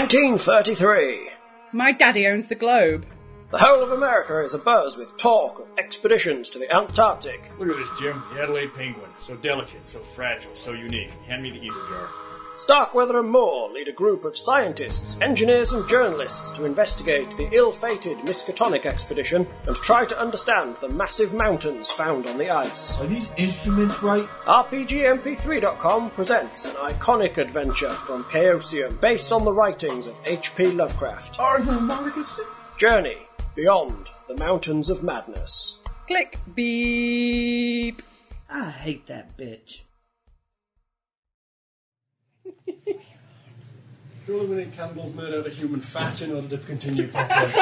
1933. My daddy owns the globe. The whole of America is abuzz with talk of expeditions to the Antarctic. Look at this, Jim. The Adelaide penguin. So delicate, so fragile, so unique. Hand me the evil jar. Starkweather and Moore lead a group of scientists, engineers, and journalists to investigate the ill fated Miskatonic expedition and try to understand the massive mountains found on the ice. Are these instruments right? RPGMP3.com presents an iconic adventure from Chaosium based on the writings of H.P. Lovecraft. Arthur Marcus? Journey Beyond the Mountains of Madness. Click beep. I hate that bitch. To eliminate cannibals made out of human fat in order to continue population.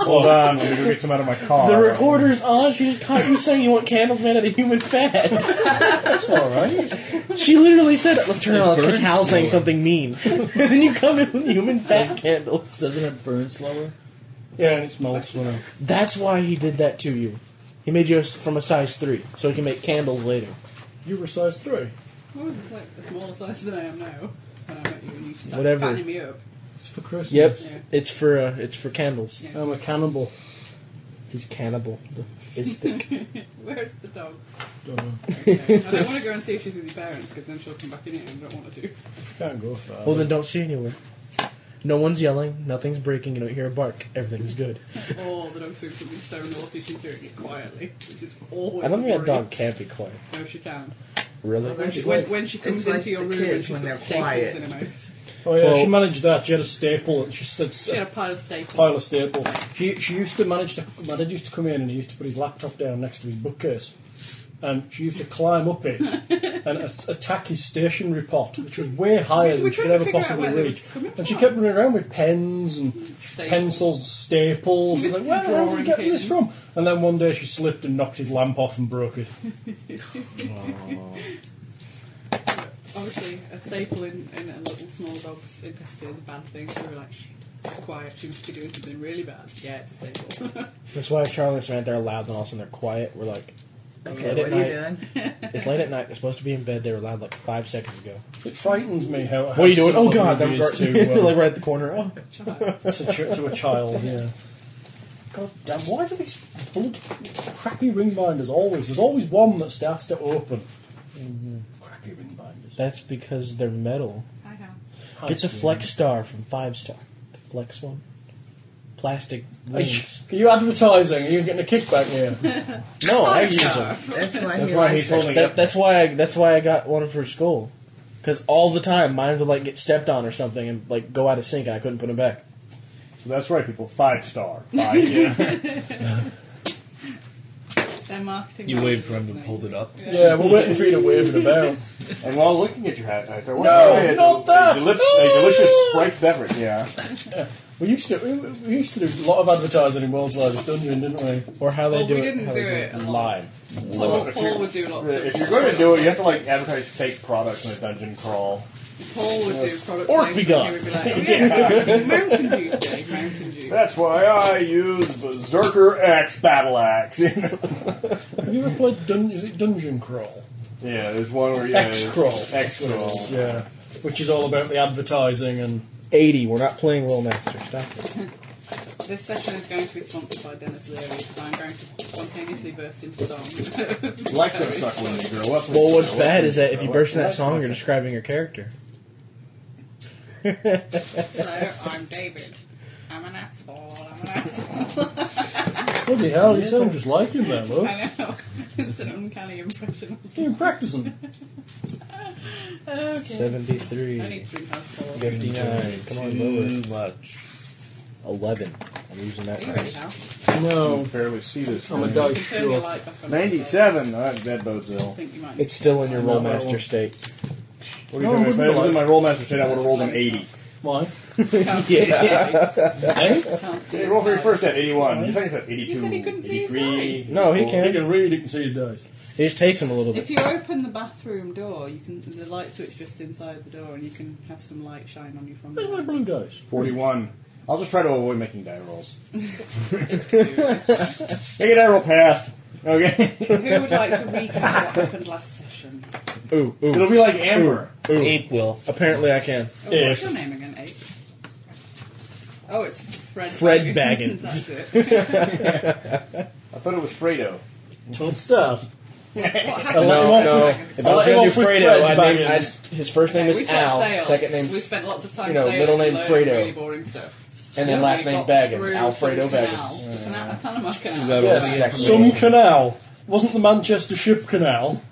Hold on, let me go get some out of my car. The recorder's on. She just caught you saying you want candles made out of human fat. That's alright. She literally said, "Let's turn it on. Let's catch burns Hal saying slower. something mean." and then you come in with human fat candles. Doesn't it burn slower? yeah, and it smells slow. That's why he did that to you. He made you a- from a size three, so he can make candles later. You were size three. I was like a smaller size than I am now. When I met you and you started Whatever. fattening me up. It's for Christmas. Yep, Yeah. it's for uh, it's for candles. Yeah. I'm a cannibal. He's cannibal. It's the, Where's the dog? Don't know. Okay. I don't want to go and see if she's with your parents because then she'll come back in here and I don't want to do. Can't go far. well, then don't see anywhere. No one's yelling. Nothing's breaking. You don't hear a bark. Everything's good. Oh, the dog's doing something so naughty she's doing it quietly, which is always. I don't think a that worry. dog can be quiet. No, she can. Really? Well, When she, when, when she comes it's into like your the room and kids she's when got they're staples quiet. in her mouth. oh yeah, Well- she managed that. She had a staple. And she stood She had a a pile of staples. pile of staple. She she used to manage to. My dad used to come in and he used to put his laptop down next to his bookcase. And she used to climb up it and a- attack his stationery pot, which was way higher Yes, than we're she could trying to ever figure out possibly where they reach. were coming And she from. kept running around with pens and Staples. pencils, staples. It's like, where the hell did Drawing you get this pins. from? And then one day she slipped and knocked his lamp off and broke it. Obviously, a staple in, in a little small dog's intestine is a bad thing, so we were like, shit, it's quiet, she must be doing something really bad. Yeah, it's a staple. That's why Charlie and Samantha are loud, and all of a sudden they're quiet. We're like, it's late Okay, at what are you night. doing? It's late at night. They're supposed to be in bed. They were loud like five seconds ago. It frightens me how. What are you doing? Oh God! that They're is to, to, like um, right at the corner. Oh Child. to, ch- to a child. Yeah. God damn! Why do these blood crappy ring binders always? There's always one that starts to open. Mm-hmm. Crappy ring binders. That's because they're metal. I know. Get the Flex Star from Five Star. The Flex one. Plastic Are you, wings. are you advertising? Are you getting a kickback here? No, I use them. That's why That's he why likes he's it. holding That, it. that's why I. That's why I got one for school. Because all the time mine would like get stepped on or something and like go out of sync and I couldn't put them back. That's right, people. Five star. Five. yeah. Their marketing. You waited for him to hold it up. Yeah, we're waiting for you to wave it about. And while looking at your hat, I want No, to not that. A, deli- a delicious Sprite beverage. Yeah. We used to we, we used to do a lot of advertising in World's Largest Dungeon, didn't we? Or how they Well, do we it. didn't how do they it a lot. Live. Paul, Paul would do lots of If you're going to do it, you have to like advertise fake products in a dungeon crawl. Paul would do product Orc placement, begun. He would be like, oh, yeah, Mountain Dew, Dave, Mountain Dew. That's why I use Berserker X Battle Axe. You know? Have you ever played dun- is it Dungeon Crawl? yeah, there's one where you X Crawl. X crawl. Yeah, which is all about the advertising and. Eighty. We're not playing Will Master. Stop it. This session is going to be sponsored by Dennis Leary, so I'm going to spontaneously burst into song. Like that suck when they grow up. Well, what's bad is that if you burst in that song, you're describing your character. Hello, I'm David. I'm an asshole. I'm an asshole. Bloody hell, you sound just like him there, love. I know. It's an uncanny impression. You're practicing. Okay. I Seventy-three. need to drink alcohol. Fifty-nine. Come on, lower. Too much. Eleven. I'm using Are that. you ready dice. now? No, can barely see this. I'm a thing. dice Turn your short. light back on. Ninety-seven. Oh, that bodes I ill. think you might need It's still in your No, roll I master won't. state. What are you No, doing? it If I wouldn't was be in my roll master state, I would have rolled an eighty. Why? Yeah. Eh? Okay, roll for your first at eighty-one. Your second's at He eighty-two. said he couldn't see his 83. dice. No, he He can't. can read, he can see his dice. He just takes him a little If bit. you open the bathroom door, you can the light switch just inside the door, and you can have some light shine on you from Look at my there. blue dice. Forty-one. I'll just try to avoid making die rolls. Make a die roll passed. Okay. Who would like to recap what happened last session? Oh, Ooh, ooh. It'll be like Amber. Ape will. Apparently, I can. Oh, Yeah. what's your name again, Ape? Oh, it's Fred. Fred Baggins. That's it. I thought it was Fredo. Todd Stars. what happened? No, off no. with- If I was I'll going let him off to do Fredo, with Fred's I'd name, I'd, baggins. his first name Okay, is we set Al, sails. second name, We spent lots of time. you know, sailing middle and name learning Fredo. Really boring stuff. and then last we name got through Baggins. to Alfredo the canal. Baggins. Mm. It's an a Panama Canal. that all? Yes, Exactly. some canal. Wasn't the Manchester Ship Canal?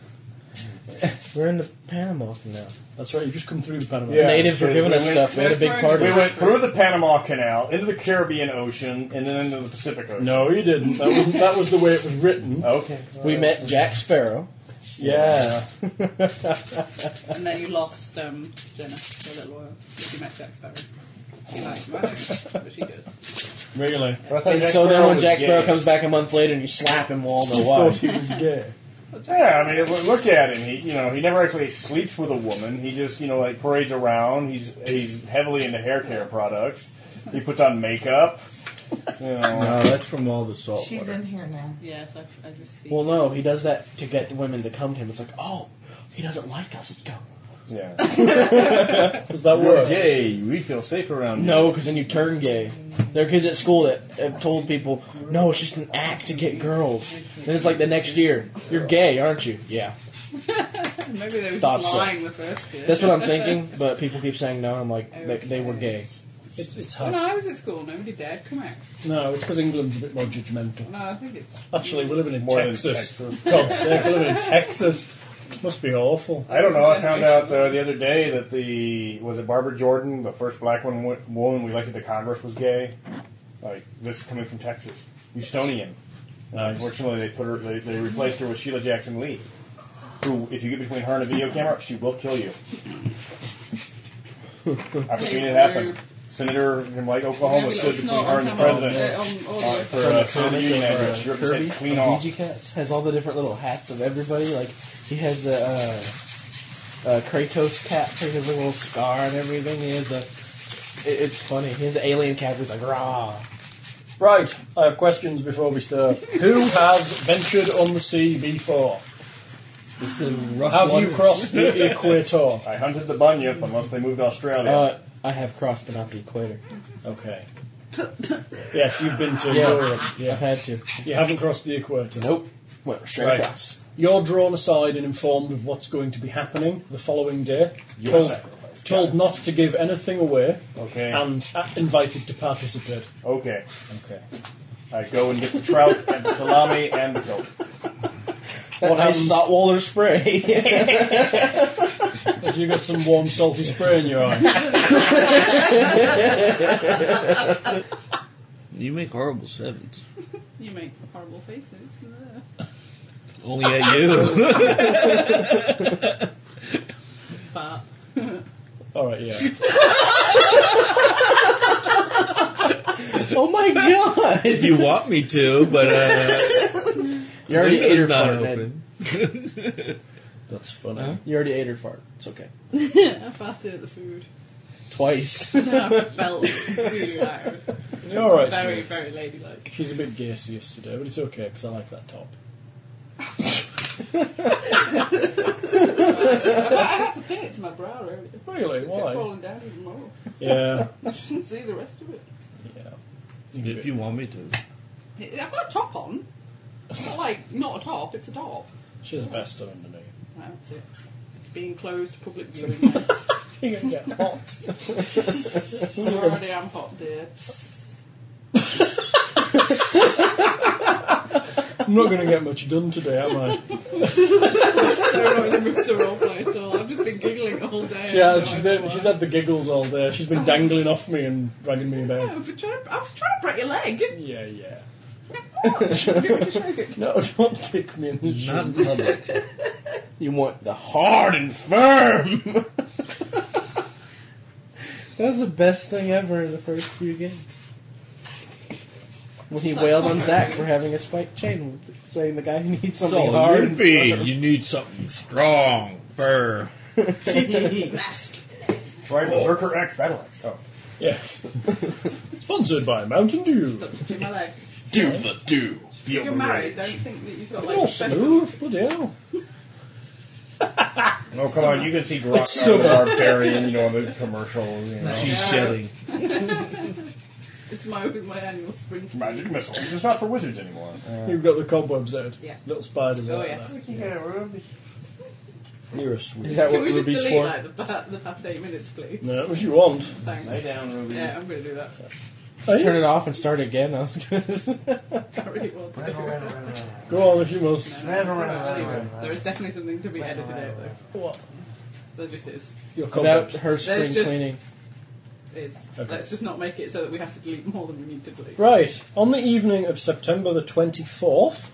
We're in the Panama Canal. That's right, you just come through the Panama. The Yeah. natives were because giving we us went- stuff. We had a big we party. We went through the Panama Canal, into the Caribbean Ocean, and then into the Pacific Ocean. No, you didn't. That, wasn't, that was the way it was written. Okay. We met Jack Sparrow. Yeah. And then you lost um, Jenna for a little while. She met Jack Sparrow. Oh. She liked him, I don't know, but she did. Really? But I thought And Jack so then Sparrow when was Jack gay. Sparrow comes back a month later and you slap him, we'll all know Thought why. he was gay. Yeah, I mean, if we look at him. He, you know, he never actually sleeps with a woman. He just, you know, like parades around. He's he's heavily into hair care products. He puts on makeup. You know, No, Uh, that's from all the salt She's water. in here now. Yes, I, I just see. Well, no, he does that to get women to come to him. It's like, oh, he doesn't like us. Let's go. yeah. Does that We're work? gay. We feel safe around you. No, because then you turn gay. There are kids at school that have told people, no, it's just an act to get girls. Then it's like the next year, you're gay, aren't you? Yeah. Maybe they were Thought just so. lying the first year. That's what I'm thinking, but people keep saying no, and I'm like, they, they were gay. It's, it's When hard. I was at school, nobody dared come out. No, it's because England's a bit more judgmental. No, I think it's. Actually, we're living in More than Texas. God's sake, we're living in Texas. Must be awful. I don't know. I found out uh, the other day that the was it Barbara Jordan, the first black woman, woman we elected to Congress, was gay. Like this is coming from Texas, Houstonian. Nice. Unfortunately, they put her. They, they replaced her with Sheila Jackson Lee, who, if you get between her and a video camera, she will kill you. I've seen it happen. Senator from like Oklahoma Maybe stood it's between not her and the on camera, president uh, on audio. for uh, for the union address. She Kirby represented clean of off. Ouija Cats has all the different little hats of everybody. Like he has the uh, uh, Kratos cap for his little scar and everything. He has the. It, it's funny. He has the alien cap. He's like rah. Right, I have questions before we start. Who has ventured on the sea before? It's the rough Have you water. crossed the equator? I hunted the bunyip unless they moved to Australia. Uh, I have crossed, but not the equator. Okay. Yes, you've been to Yeah. Europe. I've Yeah. had to. You haven't crossed the equator. Nope. Went straight Right. across. You're drawn aside and informed of what's going to be happening the following day. You were told, sacrificed. told not to give anything away, Okay. and uh, invited to participate. okay. Okay. I go and get the trout and the salami and the goat. What nice happened? saltwater spray. Have you got some warm, salty spray in your eye? You make horrible sevens. You make horrible faces. Only at you. Fat. All right. Yeah. oh my god! if you want me to, but uh, You already ate her it's not fart. Ned. open. That's funny. You already ate her fart. It's okay. I farted at the food. Twice. Then I felt really loud. You're all right. Very, Snoop. very ladylike. She's a bit gaseous today, but it's okay because I like that top. I had to pin it to my brow earlier. It Really? kept Why? falling down even more. Yeah. I shouldn't see the rest of it. Yeah. if you want me to. I've got a top on. It's not like, not a top, it's a top. She's a best of underneath. That's it. It's being closed to public viewing. now. You can get hot. I already am hot, dear. I'm not going to get much done today, am I? So much room to roleplay at all. I've just been giggling all day. She has. I She's, don't know been, why. she's had the giggles all day. She's been dangling off me and dragging me Yeah, about. I've been trying to, I was trying to break your leg. Yeah, yeah. Give it a shake. No, don't kick me in the shin. Not in public. You want the hard and firm. that was the best thing ever in the first few games. When he wailed on Zach for having a spiked chain, saying the guy needs It's something all hard. and loopy. You need something strong, firm. Try Berserker X Battle X. Oh. Yes. Sponsored by Mountain Dew. Stop touching my leg. Do the do. If you're married, don't think that you've got like Oh, special. smooth. Bloody hell. No, come on, you can see Grok the Barbarian, you know, on the commercials, you know. She's shedding. It's my my annual spring. Magic missiles. It's not for wizards anymore. You've got the cobwebs out. Yeah. Little spiders Oh out yes. there. Yeah, Ruby. You're a sweet. Is that Can what we just Ruby's delete for? like the, pa- the past eight minutes, please? No, if you want. Thanks. down, Ruby. Yeah, I'm going to do that. Hey, Turn it off and start again. I was gonna say. I really want to. Go on if you must. There is definitely something to be edited out though. What? There just is. Your Without cobwebs. her spring just- cleaning. Is. Okay. Let's just not make it so that we have to delete more than we need to delete. Right, on the evening of September the 24th,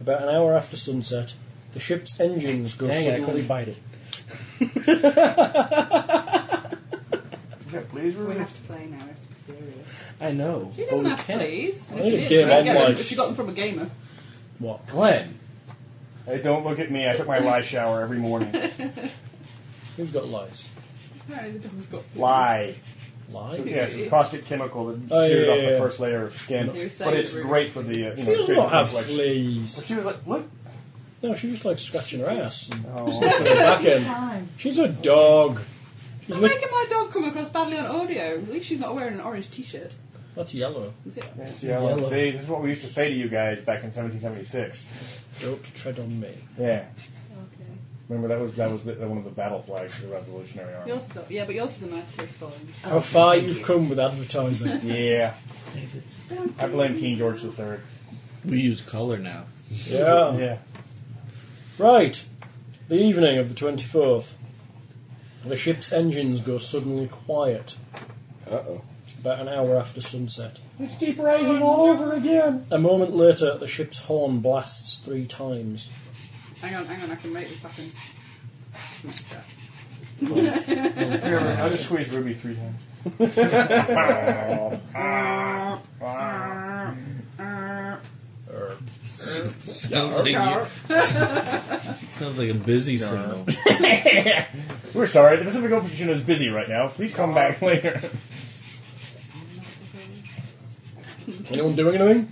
about an hour after sunset, the ship's engines go Dang it, I suddenly couldn't- biting. Yeah, please, We Ruby. have to play now. we have to be serious. I know. She but doesn't we have to can't. please. I think a game on life. She got them from a gamer. What? Glenn. Hey, don't look at me. I took my lie shower every morning. Who's got lies? No, the dog's got. Lie. Lies? So, yeah, it's a caustic chemical that Oh, yeah, shears off yeah, the yeah. first layer of skin. You're But saying it's Ruby. great for the, uh, you know, She does straight not have complexion. Well, fleas. She was like, what? No, she just likes scratching her ass. and Oh, putting her back in. Fine. She's a dog. She's Stop lick- making my dog come across badly on audio. At least she's not wearing an orange t-shirt. That's yellow. Is it? that's yellow. See, this is what we used to say to you guys back in 1776. Don't tread on me. Okay. Yeah. Remember that was that was the, one of the battle flags of the Revolutionary Army. Yours is, yeah, but yours is a nice big phone. How far you've come with advertising. Yeah. I blame King George III. We use color now. yeah. Yeah. Right. The evening of the 24th. The ship's engines go suddenly quiet. Uh oh. About an hour after sunset. It's deep rising all over again. A moment later, the ship's horn blasts three times. Hang on, hang on, I can make this happen. Here, I'll just squeeze Ruby three times. Sounds like you, sounds like a busy signal. We're sorry, the Pacific Ocean is busy right now. Please come back later. Anyone doing anything?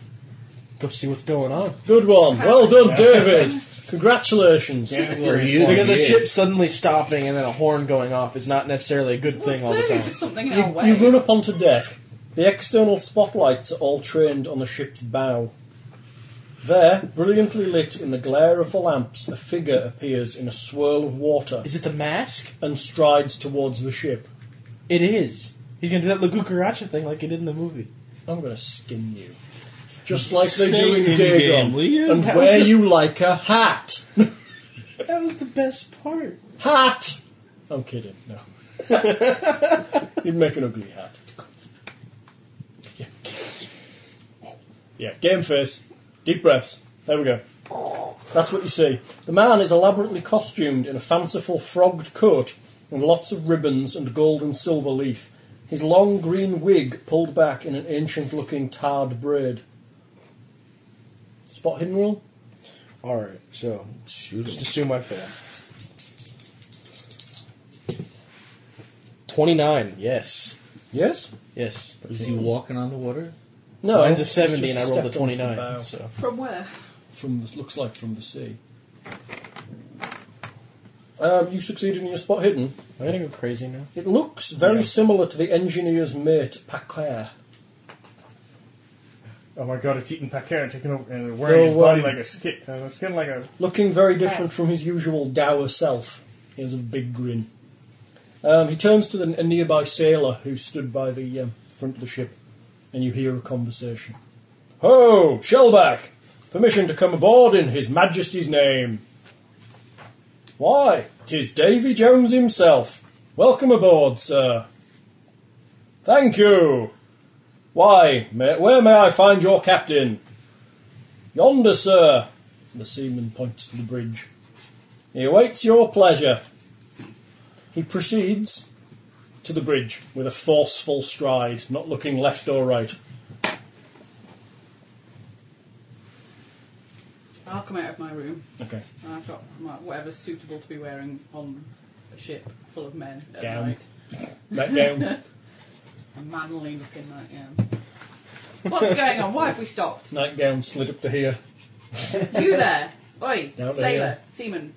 Go see what's going on. Good one. Well done, David. Congratulations. Candace Well, Carey's you- flying. Because a yeah. ship suddenly stopping and then a horn going off is not necessarily a good Well, it's thing all the clearly time. just something in You, our way. you run up onto deck. The external spotlights are all trained on the ship's bow. There, brilliantly lit in the glare of the lamps, a figure appears in a swirl of water Is it the mask? and strides towards the ship. It is. He's gonna do that Lagukaracha thing like he did in the movie. I'm going to skin you. Just like they Stay do in in game, will Dagon. you? And That wear was- you like a hat. That was the best part. Hat! I'm kidding, no. You'd make an ugly hat. Yeah. Yeah, game face. Deep breaths. There we go. That's what you see. The man is elaborately costumed in a fanciful frogged coat and lots of ribbons and gold and silver leaf. His long green wig pulled back in an ancient looking tarred braid. Spot hidden rule? Alright, so Shoot just 'em. assume I fail. 29, yes. Yes? Yes. Is he walking on the water? No. Mine's a it's 70 just and I rolled a stepped onto the bow. 29. So. From where? from the, looks like from the sea. Um, you succeeded in your spot hidden. Am I gonna go crazy now? It looks very similar to the engineer's mate, Paquer. Oh my god, it's eating Paquette and taking over and wearing his No, body um, like a skin, uh, skin like a. Looking very different from his usual dour self. He has a big grin. Um, he turns to the, a nearby sailor who stood by the um, front of the ship, and you hear a conversation. Ho! Shellback! Permission to come aboard in His Majesty's name. Why, 'tis Davy Jones himself. Welcome aboard, sir. Thank you. Why, may, where may I find your captain? Yonder, sir. The seaman points to the bridge. He awaits your pleasure. He proceeds to the bridge with a forceful stride, not looking left or right. I'll come out of my room Okay. and I've got my, whatever's suitable to be wearing on a ship full of men at Gown. night. Back down. A manly looking night gown. What's going on? Why have we stopped? Nightgown slid up to here. You there? Oi, Down to sailor, here. seaman.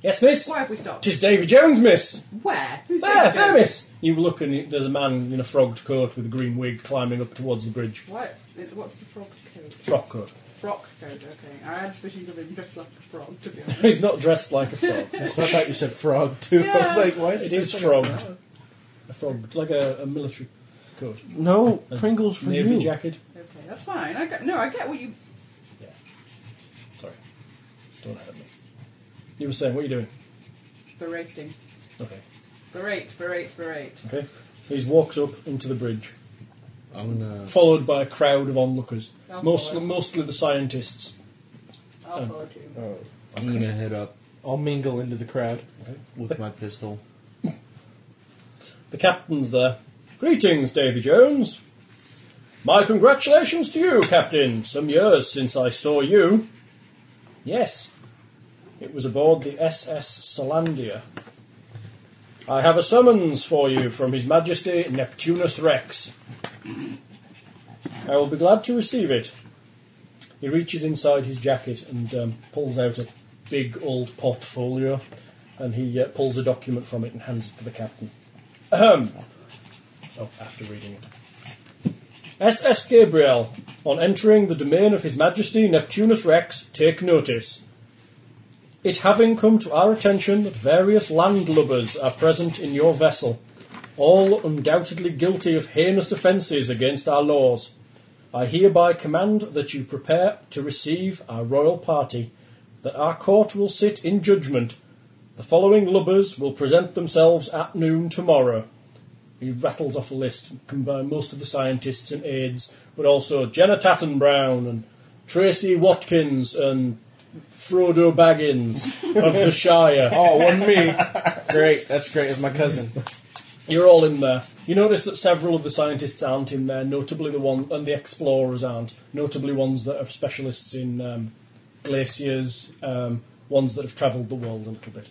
Yes, miss? Why have we stopped? Tis Davy Jones, miss. Where? Ah, Who's There, that there, doing? miss. You look and there's a man in a frogged coat with a green wig climbing up towards the bridge. What? What's the frog code? Frock coat. Frock code, okay. I had visions of him dressed like a frog, to be honest. He's not dressed like a frog. I thought you said frog too. I was like, why is it it? is frogged. A frog, like a, a military coat. No Pringles for Navy you. jacket. Okay, that's fine. I get, no, I get what you. Sorry. Don't hurt me. You were saying, what are you doing? Berating. Okay. Berate, berate, berate. Okay. He walks up into the bridge, I'm gonna. followed by a crowd of onlookers. I'll Mostly, follow. mostly the scientists. I'll follow you. I'm gonna head up I'll mingle into the crowd. with my pistol. The captain's there. Greetings, Davy Jones. My congratulations to you, Captain. Some years since I saw you. Yes, it was aboard the SS Salandia. I have a summons for you from His Majesty Neptunus Rex. I will be glad to receive it. He reaches inside his jacket and um, pulls out a big old portfolio, and he uh, pulls a document from it and hands it to the captain. Oh, after reading it. S.S. Gabriel, on entering the domain of His Majesty Neptunus Rex, take notice. It having come to our attention that various landlubbers are present in your vessel, all undoubtedly guilty of heinous offences against our laws, I hereby command that you prepare to receive our royal party, that our court will sit in judgment. The following lubbers will present themselves at noon tomorrow. He rattles off a list, combined most of the scientists and aides, but also Jenna Tattenbrown and Tracy Watkins and Frodo Baggins of the Shire. Oh, one me. great. That's great. It's my cousin. You're all in there. You notice that several of the scientists aren't in there, notably the one and the explorers aren't, notably ones that are specialists in um, glaciers, um, ones that have travelled the world a little bit.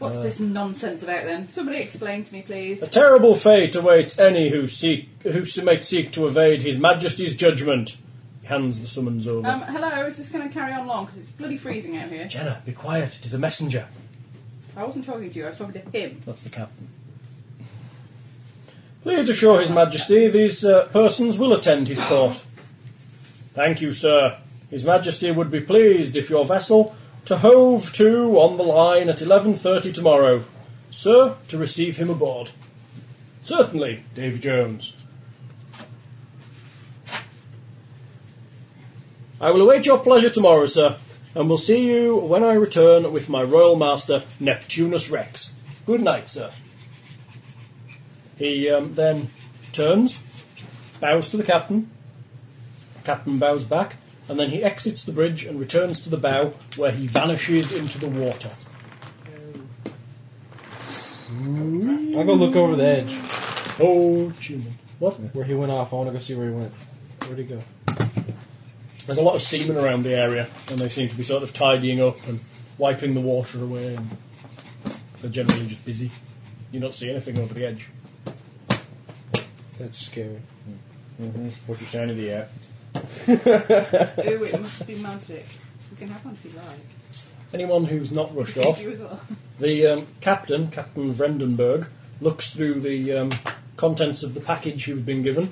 What's this nonsense about then? Somebody explain to me, please. A terrible fate awaits any who seek who might seek to evade His Majesty's judgment. He hands the summons over. Um, hello, is this going to carry on long? Because it's bloody freezing out here. Jenna, be quiet. It is a messenger. I wasn't talking to you, I was talking to him. That's the captain. Please assure His Majesty these uh, persons will attend his court. Thank you, sir. His Majesty would be pleased if your vessel to hove to on the line at 11.30 tomorrow. Sir, to receive him aboard. Certainly, Davy Jones. I will await your pleasure tomorrow, sir, and will see you when I return with my royal master, Neptunus Rex. Good night, sir. He um, then turns, bows to the captain, the captain bows back, and then he exits the bridge and returns to the bow, where he vanishes into the water. I'll go look over the edge Oh, human. What? where he went off. I want to go see where he went. Where'd he go? There's a lot of seamen around the area, and they seem to be sort of tidying up and wiping the water away, and they're generally just busy. You don't see anything over the edge. That's scary. Mm-hmm, What's your sanity at? Ooh, it must be magic. We can have one if you like. Anyone who's not rushed Thank off, you as well. the um, captain, Captain Vredenberg, looks through the um, contents of the package he was been given,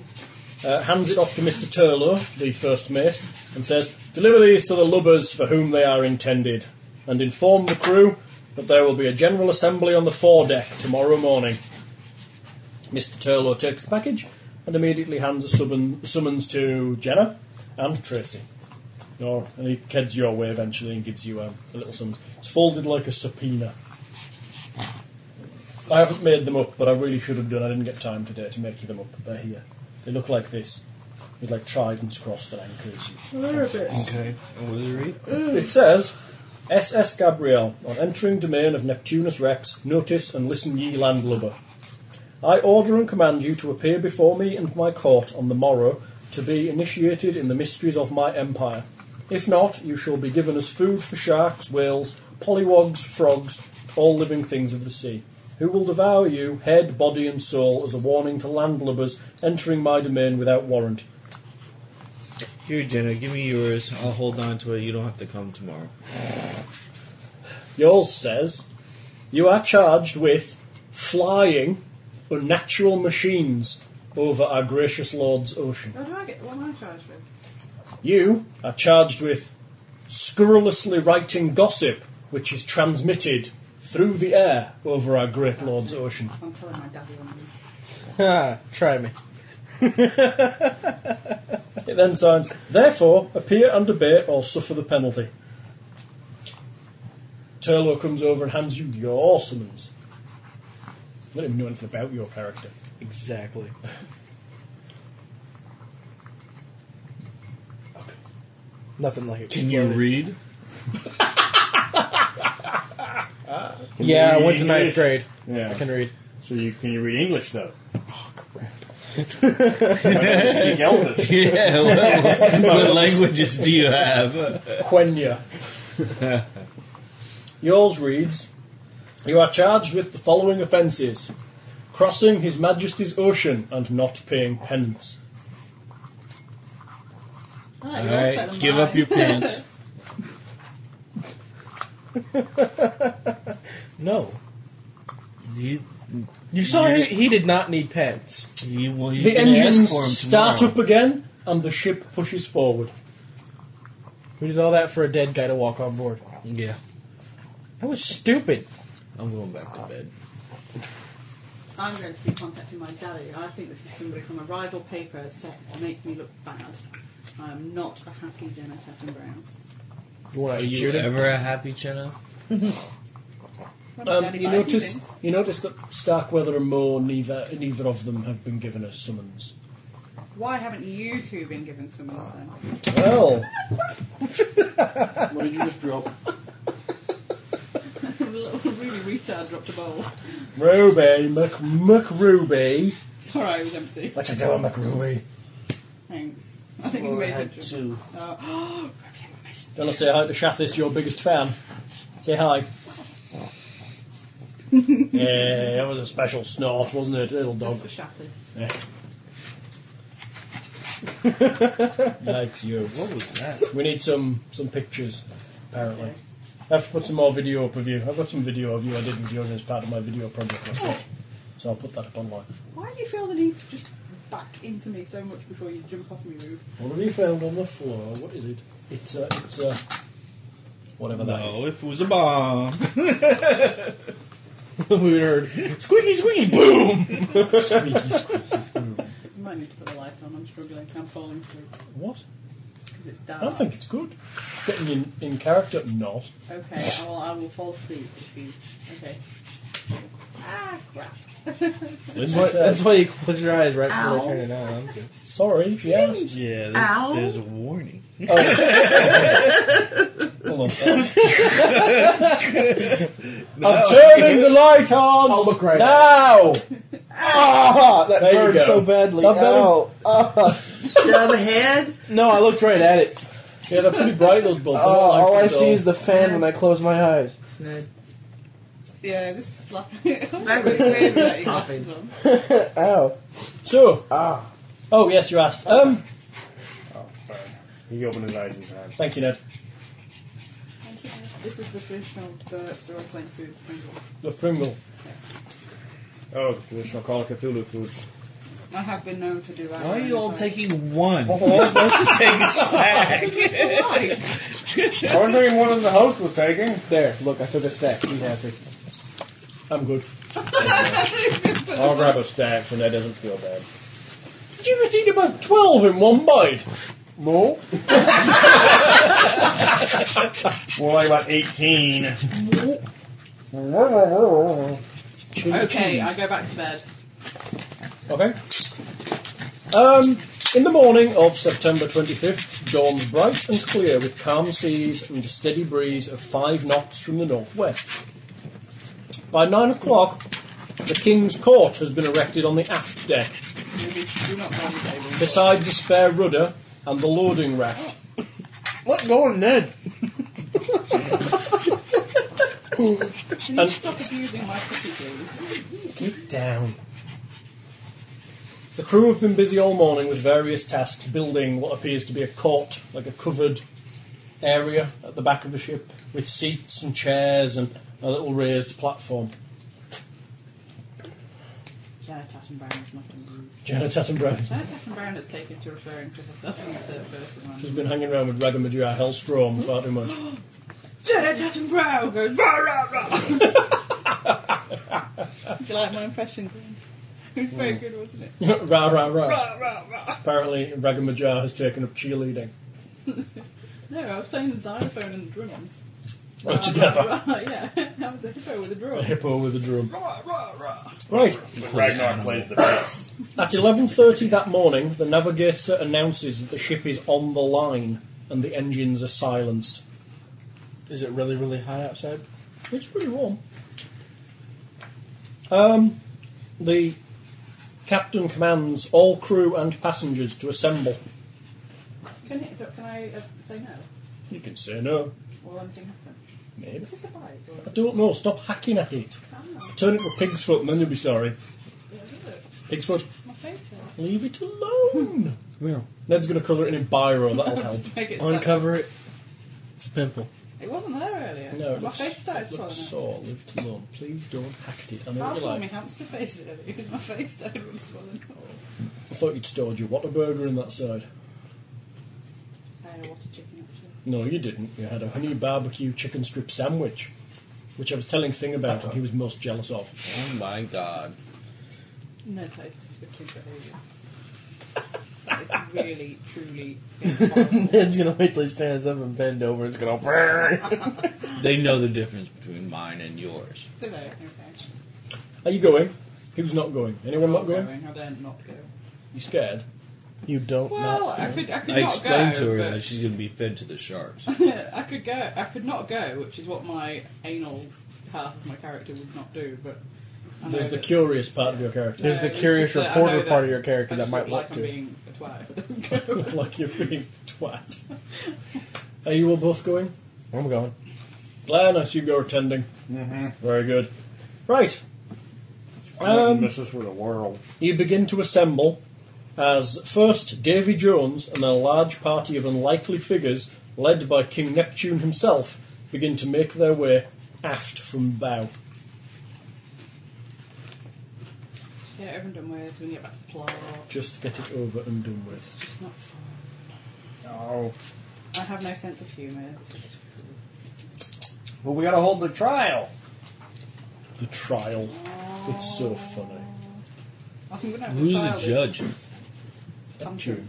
uh, hands it off to Mr. Turlow, the first mate, and says, Deliver these to the lubbers for whom they are intended, and inform the crew that there will be a general assembly on the foredeck tomorrow morning. Mr. Turlow takes the package and immediately hands a summon, summons to Jenna and Tracy. Your, and he heads your way eventually and gives you um, a little summons. It's folded like a subpoena. I haven't made them up, but I really should have done. I didn't get time today to make you them up. They're here. They look like this. With like tridents crossed at ankles. Okay. And what does it read? It says, SS Gabriel, on entering domain of Neptunus Rex, notice and listen ye landlubber. I order and command you to appear before me and my court on the morrow to be initiated in the mysteries of my empire. If not, you shall be given as food for sharks, whales, pollywogs, frogs, all living things of the sea, who will devour you, head, body, and soul, as a warning to landlubbers entering my domain without warrant. Here, Jenna, give me yours. I'll hold on to it. You don't have to come tomorrow. Yours says, You are charged with flying unnatural machines over our gracious Lord's ocean. What do I get? What am I charged with? You are charged with scurrilously writing gossip, which is transmitted through the air over our great Lord's ocean. I'm telling my daddy on me. Try me. It then signs, Therefore, appear and debate or suffer the penalty. Turlo comes over and hands you your summons. I don't even know anything about your character. Exactly. Nothing like it. read? Yeah, I you went to read ninth it? grade. Yeah. I can read. So you can you read English though? Oh, Crap. Why don't you speak Elvish? Yeah. What, what languages do you have? Quenya. Yours reads You are charged with the following offences crossing His Majesty's ocean and not paying penance. All All right, give up your pants. No. He, You saw he, he did not need pens. he, well, he's The gonna ask engines for 'em start tomorrow. up again and the ship pushes forward. We did all that for a dead guy to walk on board. Yeah, That was stupid. I'm going back to bed. I'm going to be contacting my daddy. I think this is somebody from a rival paper set to make me look bad. I am not a happy Jenna Tatum Brown. You want Are to you shoot him? ever a happy Jenna? Well, my Um, daddy you buys me notice things. you notice that Starkweather and Moore neither neither of them have been given a summons. Why haven't you two been given summons then? Well, What did you just drop? really retard dropped a bowl. Ruby Mc McRuby. Sorry, it was empty. What you doing, McRuby? Thanks. I think you Well, I made had it. two. Oh, You wanna say hi to Shathis, your biggest fan? Say hi. yeah, that was a special snort, wasn't it, little dog? Just for shatters. Yeah. Likes you. What was that? We need some some pictures, apparently. I have to put some more video up of you. I've got some video of you I did with you as part of my video project last week. So I'll put that up online. Why do you feel the need to just back into me so much before you jump off me, Rude? What have you found on the floor? What is it? It's a, it's a, whatever that is. No, if Oh, it was a bomb. we heard squeaky, squeaky, boom. Squeaky, squeaky. You might need to put the light on. I'm struggling. I'm falling through What? because it's I dark. don't think it's good. It's getting you in, in character. Not. Okay, I will, I will fall asleep. If you, okay. Ah, crap. Lindsay That's why, said- that's why you close your eyes right before Ow. you turn it on. I'm good. Sorry, she asked. Yeah, there's, Ow. there's a warning. Hold on. I'm turning the light on. I'll look right now. Ah, that There you burned go. so badly. That better? Ow. Down the head? No, I looked right at it. Yeah, they're pretty bright. Those bulbs. Oh, all I don't like them at see all. is the fan when I close my eyes. No. Yeah, this is slapping. That was Weird that you got popping. this on. Ow. So, Ah. oh yes, you asked. Um, Sorry. He opened his eyes in time. thank you, Ned. This is the traditional burps are all plain food. Pringles. The Pringle. Oh, the traditional Call of Cthulhu food. I have been known to do that. Why are you all Right. taking one? You're supposed to take a snack. Why? I wasn't taking more than the host was taking. There, look, I took a stack. He's happy. I'm good. I'll grab a stack so that doesn't feel bad. Did you just eat about twelve in one bite? No. More like about 18. Okay, I go back to bed. Okay. Um, in the morning of September 25th, dawn's bright and clear with calm seas and a steady breeze of five knots from the northwest. By nine o'clock, the King's Court has been erected on the aft deck, Maybe do not round the table. beside the spare rudder and the loading raft. Let go of Ned. Can you stop abusing my cookie, please? Get down. The crew have been busy all morning with various tasks building what appears to be a court, like a covered area at the back of the ship, with seats and chairs and a little raised platform. Janet Attenborough is not going to lose. Janet Attenborough Janet Attenborough has taken to referring to herself in the third person. and- has been hanging around with Ragamajir Hellstrom far too much. Janet Attenborough goes rah rah rah. Do you like my impression? Glenn? It was very good, wasn't it? rah, rah, rah. Rah rah rah. Apparently, Ragamajir has taken up cheerleading. No, I was playing the xylophone and the drums. All together. Rah, rah, yeah, I was a hippo with a A drum. hippo with a drum. Rah rah rah. Right. Ragnar plays the bass. At 11.30 that morning, the navigator announces that the ship is on the line and the engines are silenced. Is it really, really hot outside? It's pretty warm. Um, the captain commands all crew and passengers to assemble. Can, it, can I uh, say no? You can say no. Will anything happen? Maybe. Is this a bite? Or I don't know. Stop hacking at it. Ah, Turn it to pig's foot and then you'll be sorry. yeah, look, Pig's foot. my face hurts. Leave it alone. well, Ned's going to colour it in biro. That'll help. Make it stop. Uncover it. It's a pimple. It wasn't there earlier. No, it my looks, face started it looks swelling. up. sore. Leave it alone. Please don't hack it. I know I what you thought my like. hamster face earlier because my face started really swelling. up. I thought you'd stored your Whataburger in that side. I had a water chicken actually. No, you didn't. You had a honey barbecue chicken strip sandwich, which I was telling Thing about, and he was most jealous of. Oh my god. No place descriptive behaviour. it's really, truly horrible. Ned's gonna wait till he stands up and bend over. It's gonna burn. They know the difference between mine and yours. Do they? Okay. Are you going? Who's not going? Anyone not going? I don't not go. You scared? You don't Well, not. I could, I could I not explained go. to her but that she's going to be fed to the sharks. I could go. I could not go, which is what my anal half of my character would not do. But I know There's the that- curious part of your character, There's the it's curious just that I reporter know that part of your character I that just might look want like to. I'm being a twat. Go. like you're being twat. Are you all both going? I'm going. Glenn, I assume you're attending. Mm-hmm. Very good. Right. Um, Um, this is for the world. You begin to assemble as first Davy Jones and a large party of unlikely figures, led by King Neptune himself, begin to make their way aft from bow. yeah, everyone done with. We can get back to the plot. Just get it over and done It's with. just not fun. Oh, I have no sense of humour. It's just- well, we gotta hold the trial. The trial. It's so funny. I'm gonna have to Who's file the this. judge? I'm Neptune.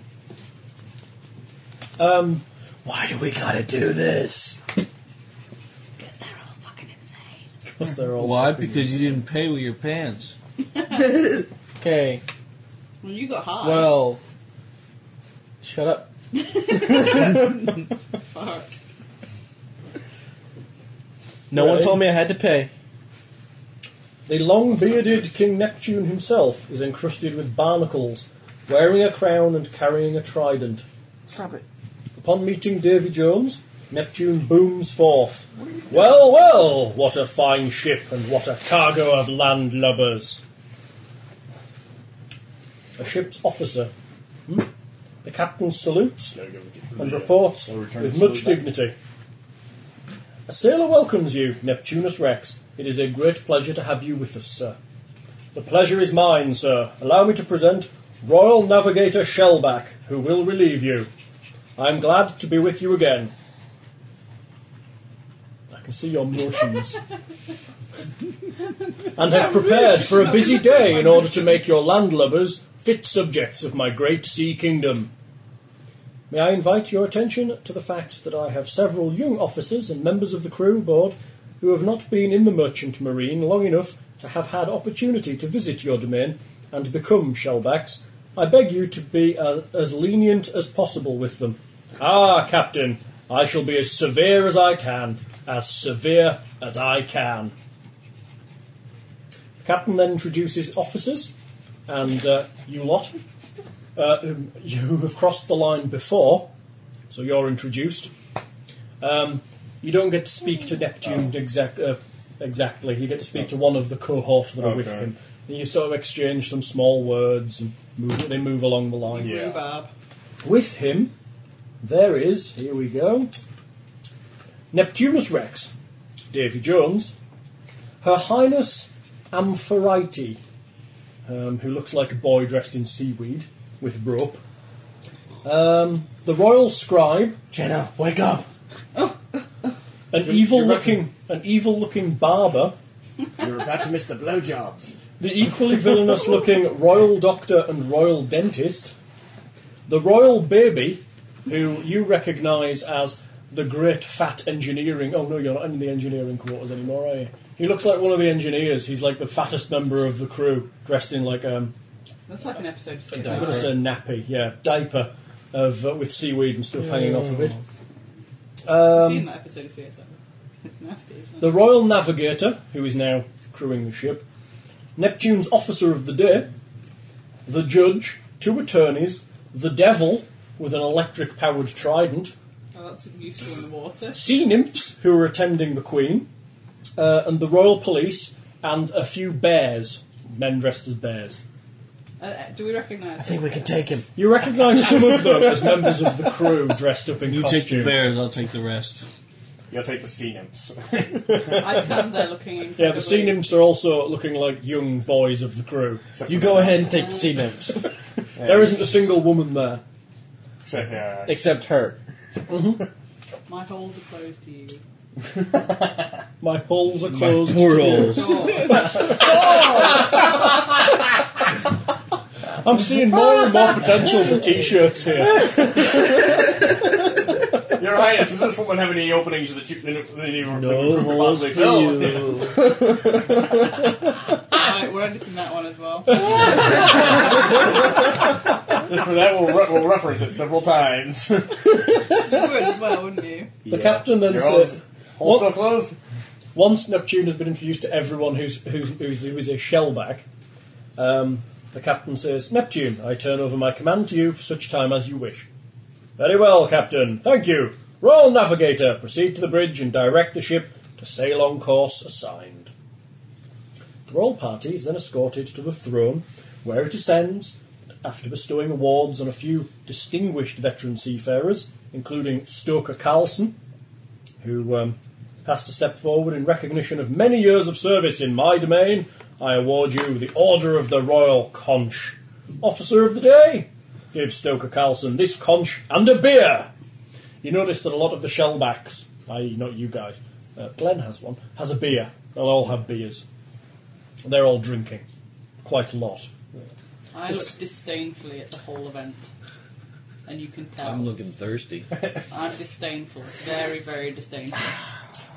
Why do we gotta do this? Because they're all fucking insane. Because they're all Why? fucking- Because you didn't pay with your pants. Okay. Well, you got high. Well. Shut up. Fuck. No one Really? told me I had to pay. The long bearded King Neptune himself is encrusted with barnacles, wearing a crown and carrying a trident. Stop it. Upon meeting Davy Jones, Neptune booms forth. Well, well, what a fine ship and what a cargo of landlubbers. A ship's officer. Hmm? The captain salutes and reports I'll return with the much salute back. dignity. A sailor welcomes you, Neptunus Rex. It is a great pleasure to have you with us, sir. The pleasure is mine, sir. Allow me to present Royal Navigator Shellback, who will relieve you. I am glad to be with you again. I can see your motions. and have prepared for a busy day in order to make your landlubbers fit subjects of my great sea kingdom. May I invite your attention to the fact that I have several young officers and members of the crew aboard who have not been in the merchant marine long enough to have had opportunity to visit your domain and become shellbacks. I beg you to be uh, as lenient as possible with them. Ah, Captain, I shall be as severe as I can, as severe as I can. The captain then introduces officers, and uh, you lot uh, um, you have crossed the line before, so you're introduced. Um, you don't get to Oh. speak to Neptune exact, uh, exactly. You get to speak to one of the cohort that are with Okay. him. And you sort of exchange some small words and move, they move along the line. Yeah. Rhubarb. With him, there is, here we go, Neptunus Rex, Davy Jones, Her Highness Amphitrite, um, who looks like a boy dressed in seaweed with rope, um, the Royal Scribe, Jenna, wake up! an evil-looking, an evil-looking barber, You're about to miss the blowjobs. the equally villainous looking royal doctor and royal dentist, the royal baby, who you recognise as the great fat engineering. Oh no, you're not in the engineering quarters anymore, are you? He looks like one of the engineers. He's like the fattest member of the crew, dressed in like um, That's like an episode of I'm Sitcom. going to say nappy, yeah, diaper of uh, with seaweed and stuff hanging off of it. I've seen that episode of CSI. It's nasty, isn't it? The Royal Navigator, who is now crewing the ship, Neptune's Officer of the Day, the Judge, two attorneys, the Devil with an electric powered trident, Oh, that's useful in the water. sea nymphs who are attending the Queen, uh, and the Royal Police, and a few bears, men dressed as bears. Uh, Uh, do we recognise? I think we can take him. You recognise some of them as members of the crew dressed up in You costume. take the bears, I'll take the rest. You'll take the sea nymphs. I stand there looking. Incredibly, yeah, the sea nymphs are also looking like young boys of the crew. Except You for go that. ahead and take the sea nymphs. There isn't a single woman there. Except, uh, yeah. Except her. My holes are closed to you. My holes are closed. Portals. Oh, I'm seeing more and more potential for t-shirts here. Your Highness, does this woman have any openings that you can No holes for you. right, we're editing that one as well. Just for that, we'll, re- we'll reference it several times. Your You would as well, wouldn't you? The captain then hole's, says, hole's What? still closed? once Neptune has been introduced to everyone who's, who's, who's, who is a shellback, um, the captain says, Neptune, I turn over my command to you for such time as you wish. Very well, captain. Thank you. Royal Navigator, proceed to the bridge and direct the ship to sail on course assigned. The royal party is then escorted to the throne, where it ascends, after bestowing awards on a few distinguished veteran seafarers, including Stoker Carlson, who um, has to step forward in recognition of many years of service in my domain. I award you the Order of the Royal Conch. Officer of the Day! Give Stoker Carlson this conch and a beer! You notice that a lot of the shellbacks, i.e., not you guys, uh, Glenn has one, has a beer. They'll all have beers. They're all drinking. Quite a lot. I look disdainfully at the whole event, and you can tell I'm I'm, looking thirsty. disdainful, very, very disdainful.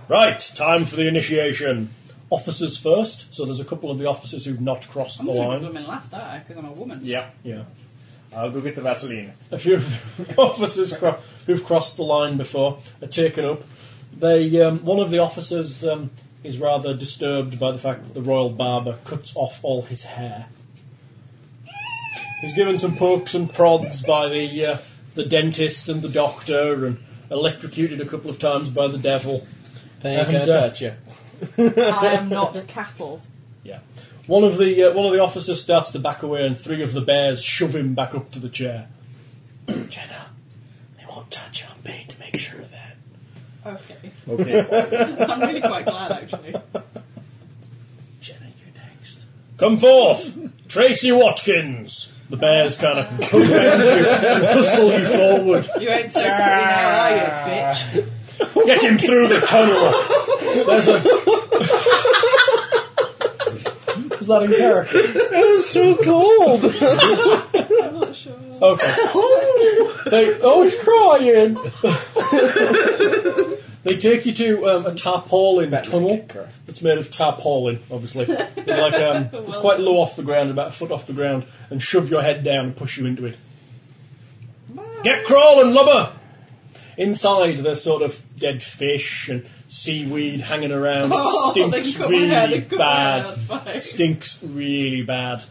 Right, time for the initiation. Officers first, so there's a couple of the officers who've not crossed I'm the going to line. women last, aren't I? Because I'm a woman. Yeah. Yeah. I'll go get the Vaseline. a few of the officers cro- who've crossed the line before are taken up. They, um, one of the officers um, is rather disturbed by the fact that the royal barber cuts off all his hair. He's given some pokes and prods by the uh, the dentist and the doctor, and electrocuted a couple of times by the devil. They ain't And, gonna uh, touch you. I am not cattle. Yeah. One of the uh, one of the officers starts to back away, and three of the bears shove him back up to the chair. Jenna, they won't touch you. I'm paid to make sure of that. Okay. Okay. I'm really quite glad, actually. Jenna, you're next. Come forth, Tracy Watkins. The bears kind of hustle you forward. You ain't so pretty now, are you, bitch? Get him through the tunnel. There's a. Was that in character? It's so cold. I'm not sure. Okay. They, oh, it's crying. they take you to um, a tarpaulin tunnel. It's made of tarpaulin, obviously. It's like um, it's quite low off the ground, about a foot off the ground, and shove your head down and push you into it. Get crawling, lubber! Inside, there's sort of dead fish and seaweed hanging around. It Oh, they stinks cut my hair, really they cut my hair, bad. that's fine. It stinks really bad.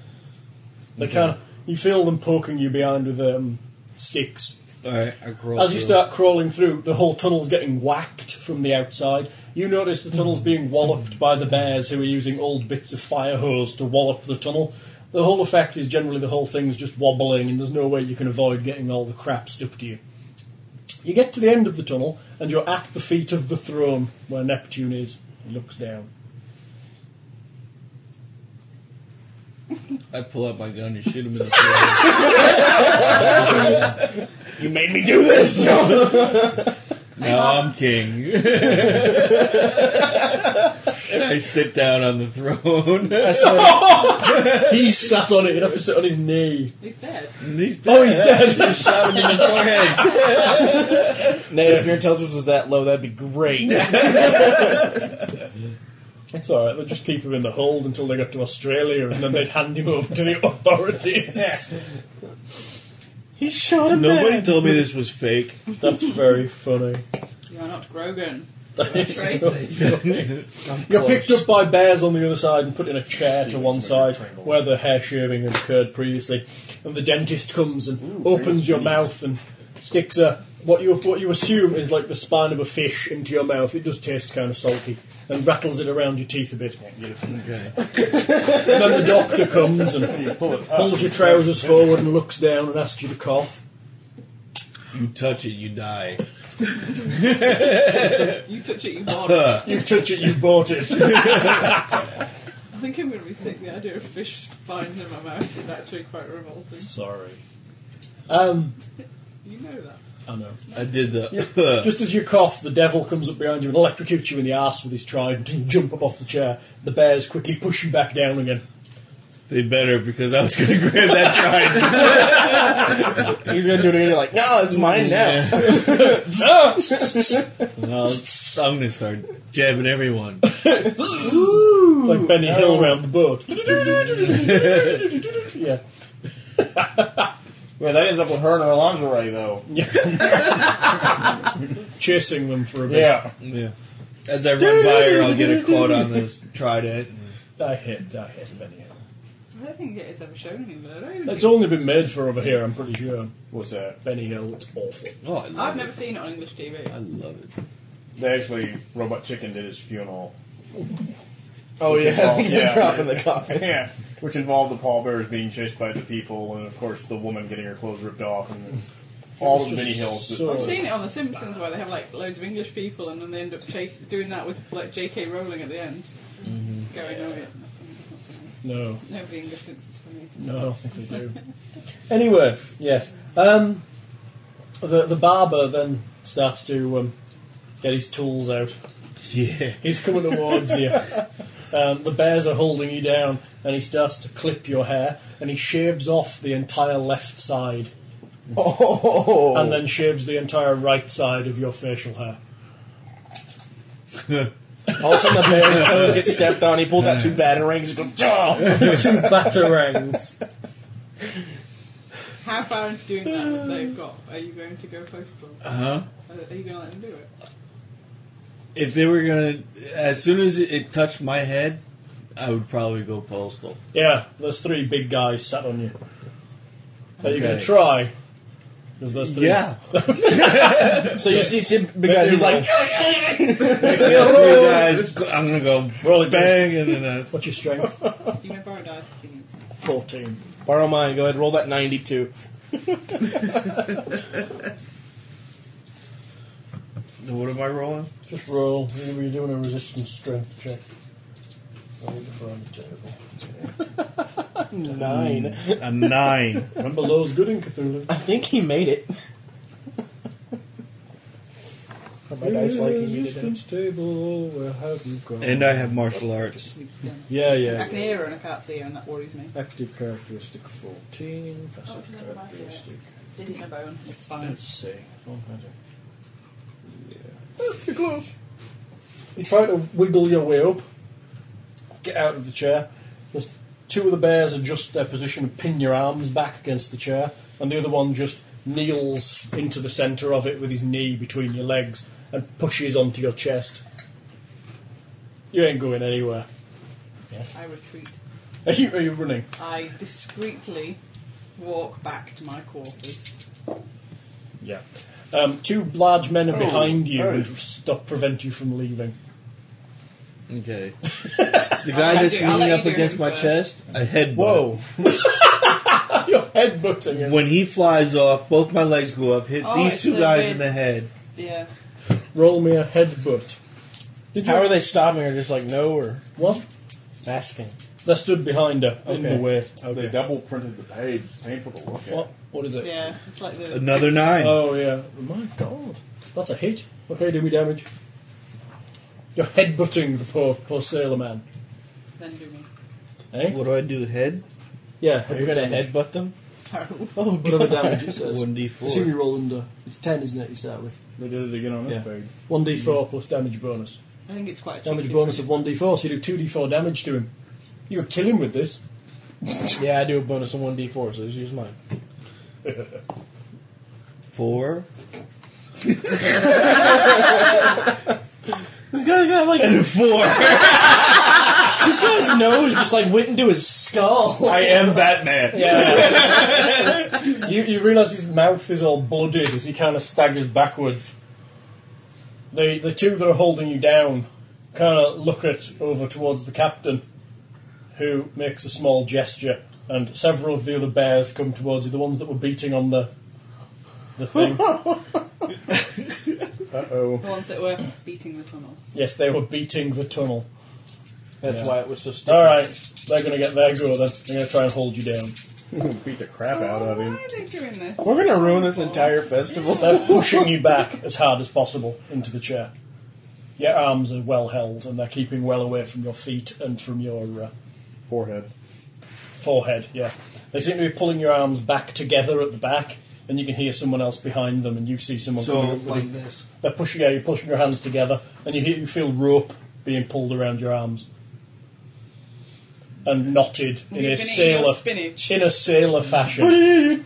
They kind of you feel them poking you behind with um, sticks. Alright, I crawl As you through. start crawling through, the whole tunnel's getting whacked from the outside. You notice the tunnel's being walloped by the bears who are using old bits of fire hose to wallop the tunnel. The whole effect is generally the whole thing's just wobbling, and there's no way you can avoid getting all the crap stuck to you. You get to the end of the tunnel, and you're at the feet of the throne where Neptune is. He looks down. I pull out my gun and shoot him in the face. You made me do this. now I'm king. and I sit down on the throne. He sat on it, he'd have to sit on his knee. He's dead. And he's dead. Oh, he's dead! Shot him in the forehead. Nate, if your intelligence was that low, that'd be great. it's alright, they'll just keep him in the hold until they got to Australia, and then they'd hand him over to the authorities. he shot him Nobody dead. told me this was fake. That's very funny. You are not Grogan. That is so Crazy. funny. You're picked up by bears on the other side and put in a chair to one side where the hair shaving had occurred previously. And the dentist comes and opens your mouth and sticks a what you what you assume is like the spine of a fish into your mouth. It does taste kind of salty and rattles it around your teeth a bit. And then the doctor comes and pulls your trousers forward and looks down and asks you to cough. You touch it, you die. You touch it, you bought it. You touch it, you bought it. I think I'm going to be sick. The idea of fish spines in my mouth is actually quite revolting. Sorry. Um, You know that. I know. I did the. Just as you cough, the devil comes up behind you and electrocutes you in the arse with his trident and you jump up off the chair. The bears quickly push you back down again. they better because I was going to grab that trident. He's gonna do it again. You're like, no, it's mine now. Ah! Well, I'm going to start jabbing everyone. like Benny Hill round the boat. yeah. Yeah, that ends up with her and her lingerie, though. Chasing them for a bit. Yeah. Yeah. As I run by her, I'll get a quote on this trident. I hate, I hate Benny Hill. I don't think it's ever shown anywhere. I don't even It's think- only been made for over here, I'm pretty sure. What's that? Benny Hill, it's awful. Oh, I love I've it. never seen it on English TV. I love it. They actually, Robot Chicken did his funeral. Oh yeah, involved- yeah. drop in the coffin. Yeah. Which involved the pallbearers being chased by the people, and of course the woman getting her clothes ripped off, and all It was the just mini hills. that- so- I've seen it on The Simpsons where they have like loads of English people and then they end up chase, doing that with like J.K. Rowling at the end. Mm-hmm. Going, oh yeah. that's not funny." No, Nobody English thinks it's funny. no, I don't think they do. anyway, yes. Um, the, the barber then starts to um, get his tools out. Yeah. He's coming towards you. Um, the bears are holding you down, and he starts to clip your hair, and he shaves off the entire left side, Oh, and then shaves the entire right side of your facial hair. all of a sudden the bear's toes get stepped on. He pulls out two batarangs and goes, "Jaw!" Two batarangs. How far into doing that Uh. they've got? Are you going to go postal? Uh Uh-huh. huh. Are are you going to let them do it? If they were going to. As soon as it touched my head, I would probably go postal. Yeah, there's three big guys sat on you. Are you going to Okay. try? 'Cause there's three. Yeah. So you see Sid because he's like, Two guys, I'm going to go Roll it, bang and then uh, I. What's your strength? Do you know borrow dice? Can you- 14. borrow mine. Go ahead, roll that ninety-two. What am I rolling? Just roll. You're doing a resistance strength check. I need to find the table. Nine. A nine. Remember Low's good in Cthulhu. I think he made it. Are my dice like he made it? resistance table, where have you gone? and I have martial arts. yeah, I yeah. can hear her and I can't see her, and that worries me. Active characteristic 14, passive Oh, she never liked it. characteristic. Didn't know bone. It's fine. Let's see. One hundred. Yeah. Oh, You're close. You try to wiggle your way up, get out of the chair. There's two of the bears adjust their position and pin your arms back against the chair, and the other one just kneels into the centre of it with his knee between your legs and pushes onto your chest. You ain't going anywhere. I retreat. Are you, are you running? I discreetly walk back to my quarters. Yeah. Um, two large men are behind you oh. and stop prevent you from leaving. Okay. The guy I'll that's do- I'll leaning let up you do against him my first. chest, I headbutt. Whoa. Your headbutting him. him. When he flies off, both my legs go up, hit Oh, these it's two so guys big. in the head. Yeah. Roll me a headbutt. Did How you? are they stopping her? Just like no or What? asking? They stood behind her in Okay. the way. They double printed the page. It's painful to look at. What? What is it? Yeah. It's like the. Another nine. Oh yeah. My God, that's a hit. Okay, do me damage. You're headbutting the poor poor sailor man. Then do me. Eh? What do I do? Head? Yeah. Are you gonna headbutt them? Apparently. Oh, whatever damage it says. One D I assume four. you roll under. It's ten, isn't it? You start with They did it again on this Yeah. page. one d four plus damage bonus. I think it's quite a Damage cheeky bonus thing. of one d four, so you do two d four damage to him. You were killing with this. Yeah, I do a bonus of one d four, so just use mine. Four. This guy's got like And a four. this guy's nose just like went into his skull. I am Batman. Yeah. you you realise his mouth is all blooded as he kind of staggers backwards. The the two that are holding you down kind of look at over towards the captain, who makes a small gesture, and several of the other bears come towards you. The ones that were beating on the the thing. Uh oh. The ones that were beating the tunnel. yes, they were beating the tunnel. That's why it was so sticky. All right, they're going to get their go then. They're going to try and hold you down. Beat the crap out Oh, of why him. are they doing this? We're gonna ruin this entire festival. They're pushing you back as hard as possible into the chair. Your arms are well held and they're keeping well away from your feet and from your uh, Forehead. forehead. Yeah, they seem to be pulling your arms back together at the back, and you can hear someone else behind them, and you see someone. So coming up with like it. this. They're pushing you. You're pushing your hands together, and you hear you feel rope being pulled around your arms and knotted in You're a gonna eat sailor your spinach. in a sailor fashion.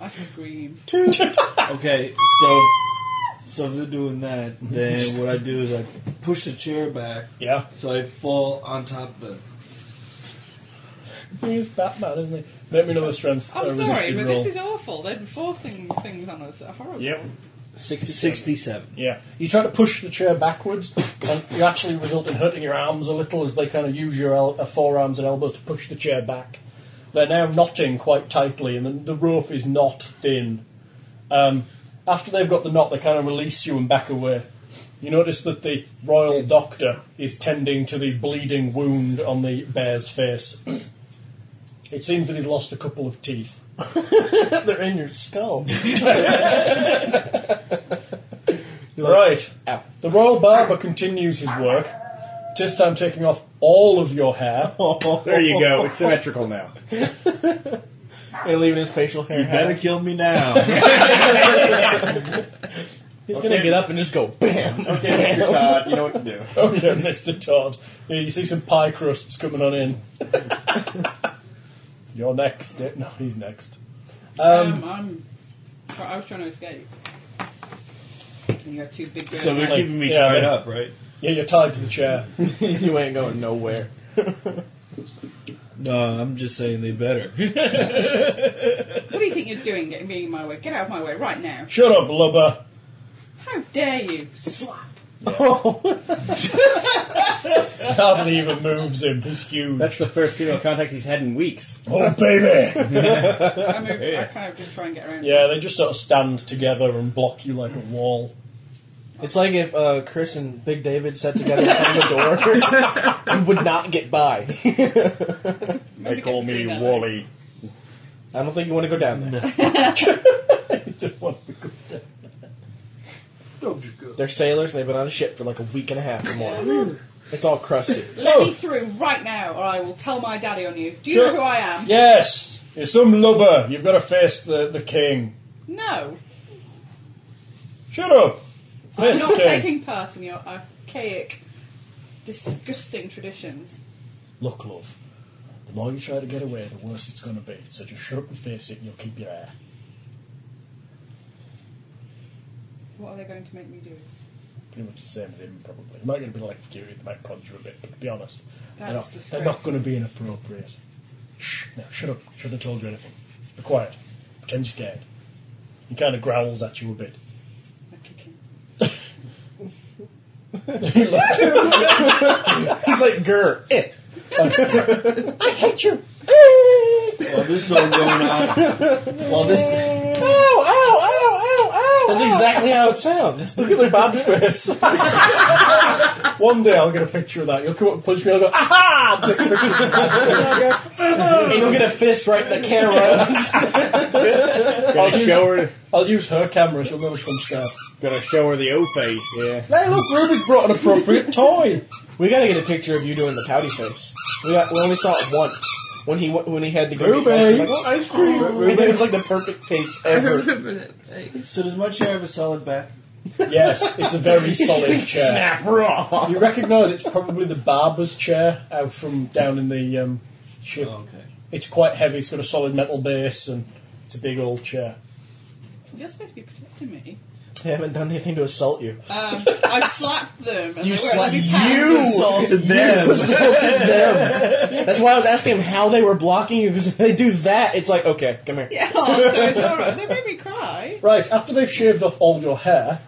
I scream. Okay, so so if they're doing that, then what I do is I push the chair back Yeah, so I fall on top of them. he's Batman, isn't he? Let me know the strength. I'm uh, sorry, resisted but roll. this is awful. They're forcing things on us that are horrible. Yep. Sixty-seven. Yeah, you try to push the chair backwards, and you actually result in hurting your arms a little as they kind of use your el- uh, forearms and elbows to push the chair back. They're now knotting quite tightly, and the, the rope is not thin. Um, after they've got the knot, they kind of release you and back away. You notice that the royal doctor is tending to the bleeding wound on the bear's face. It seems that he's lost a couple of teeth. They're in your skull. Right. Ow. The royal barber continues his work, this time taking off all of your hair. Oh, There you go. It's symmetrical now. They're leaving his facial hair. You better kill me now. He's gonna get up and just go bam. Okay, Mr. Todd, Uh, you know what to do. Okay, Mr. Todd. Here, you see some pie crusts coming on in. You're next. eh? No, he's next. Um, I'm, I was trying to escape. And you have two big girls. so they're Like, keeping me yeah, tied they- up, right? Yeah, you're tied to the chair. you ain't going nowhere. No, I'm just saying they better. What do you think you're doing, getting being in my way? Get out of my way right now. Shut up, lubber. How dare you? Slap. Hardly even moves him. He's huge. That's the first female contact he's had in weeks. oh, baby. I moved. I kind of just try and get around. Yeah, they just sort of stand together and block you like a wall. It's like if uh, Chris and Big David sat together in front of the door, you would not get by. Maybe They get call me between their legs. Wally. I don't think you want to go down there. You don't want to go down. Don't just go. They're sailors. and They've been on a ship for like a week and a half or more. It's all crusty. Let me through right now, or I will tell my daddy on you. Do you Sure. know who I am? Yes, you're some lubber. You've got to face the, the king. No, Shut up. I'm Face the not king. taking part in your archaic, disgusting traditions. Look, love, the more you try to get away, the worse it's going to be. So just shut up and face it and you'll keep your air. What are they going to make me do? Pretty much the same as him, probably. It might going to be like you, it might prod you a bit, but to be honest, they're That not, is they're not disgraceful. going to be inappropriate. Shh, now shut up. Shouldn't have told you anything. Be quiet. Pretend you're scared. He kind of growls at you a bit. I kick him. He's like, grr, eh. While this is all going on, while this Ow, ow, ow, ow, ow. That's exactly how it sounds. Look at the Bob's face. One day I'll get a picture of that. You'll come up and punch me and I'll go, aha! Take a picture. And you'll get a fist right in the camera. Gotta show her. I'll use her camera, she'll know which one's there. Gotta show her the O face. Yeah. Hey, look, Ruby's brought an appropriate toy. we gotta get a picture of you doing the pouty face. We, got, we only saw it once. When he wa- when he had to go, Ruby. I was like, "Oh, ice cream. And it was like the perfect face I ever. remember that. Like, so does my chair have a solid back? Yes, it's a very solid chair. Snap raw. You recognise it's probably the barber's chair out from down in the um, ship. Oh. Okay. It's quite heavy, it's got a solid metal base, and it's a big old chair. You're supposed to be protecting me. They haven't done anything to assault you. Um, I've slapped them. And You they sla- slapped you. assaulted them. That's why I was asking him how they were blocking you because if they do that, it's like okay, come here. Yeah, so it's alright. They made me cry. Right, after they've shaved off all your hair,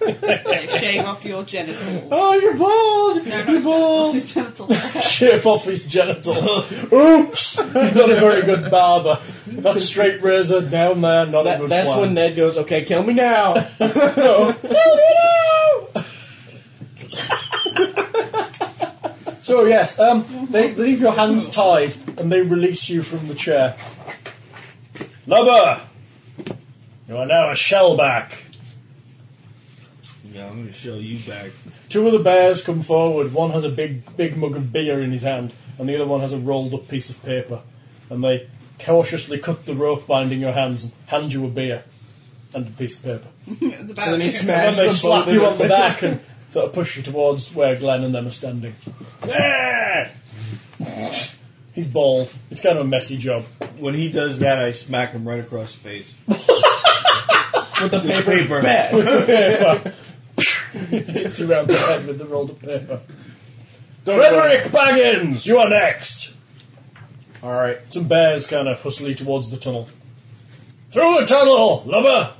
Like, shave off your genitals. Oh, you're bald. You're bald. Genitals. shave off his genitals. Oops! He's not a very good barber. That straight razor down there, Uh, not a That, good that's when plan. Ned goes, okay, kill me now. So yes, um, they they leave your hands tied and they release you from the chair. Lubber, you are now a shellback. Yeah, I'm gonna show you back. Two of the bears come forward. One has a big big mug of beer in his hand, and the other one has a rolled up piece of paper. And they cautiously cut the rope binding your hands and hand you a beer and a piece of paper. It's about And then he to- smashed And they them slap both in you the on the back and sort of push you towards where Glenn and them are standing. Yeah. He's bald. It's kind of a messy job. When he does that, I smack him right across the face. with the paper. Paper. Bat. Hits you around the head with the rolled up paper. Frederick Baggins, you are next. All right. Some bears kind of hustly towards the tunnel. Through the tunnel, lubber!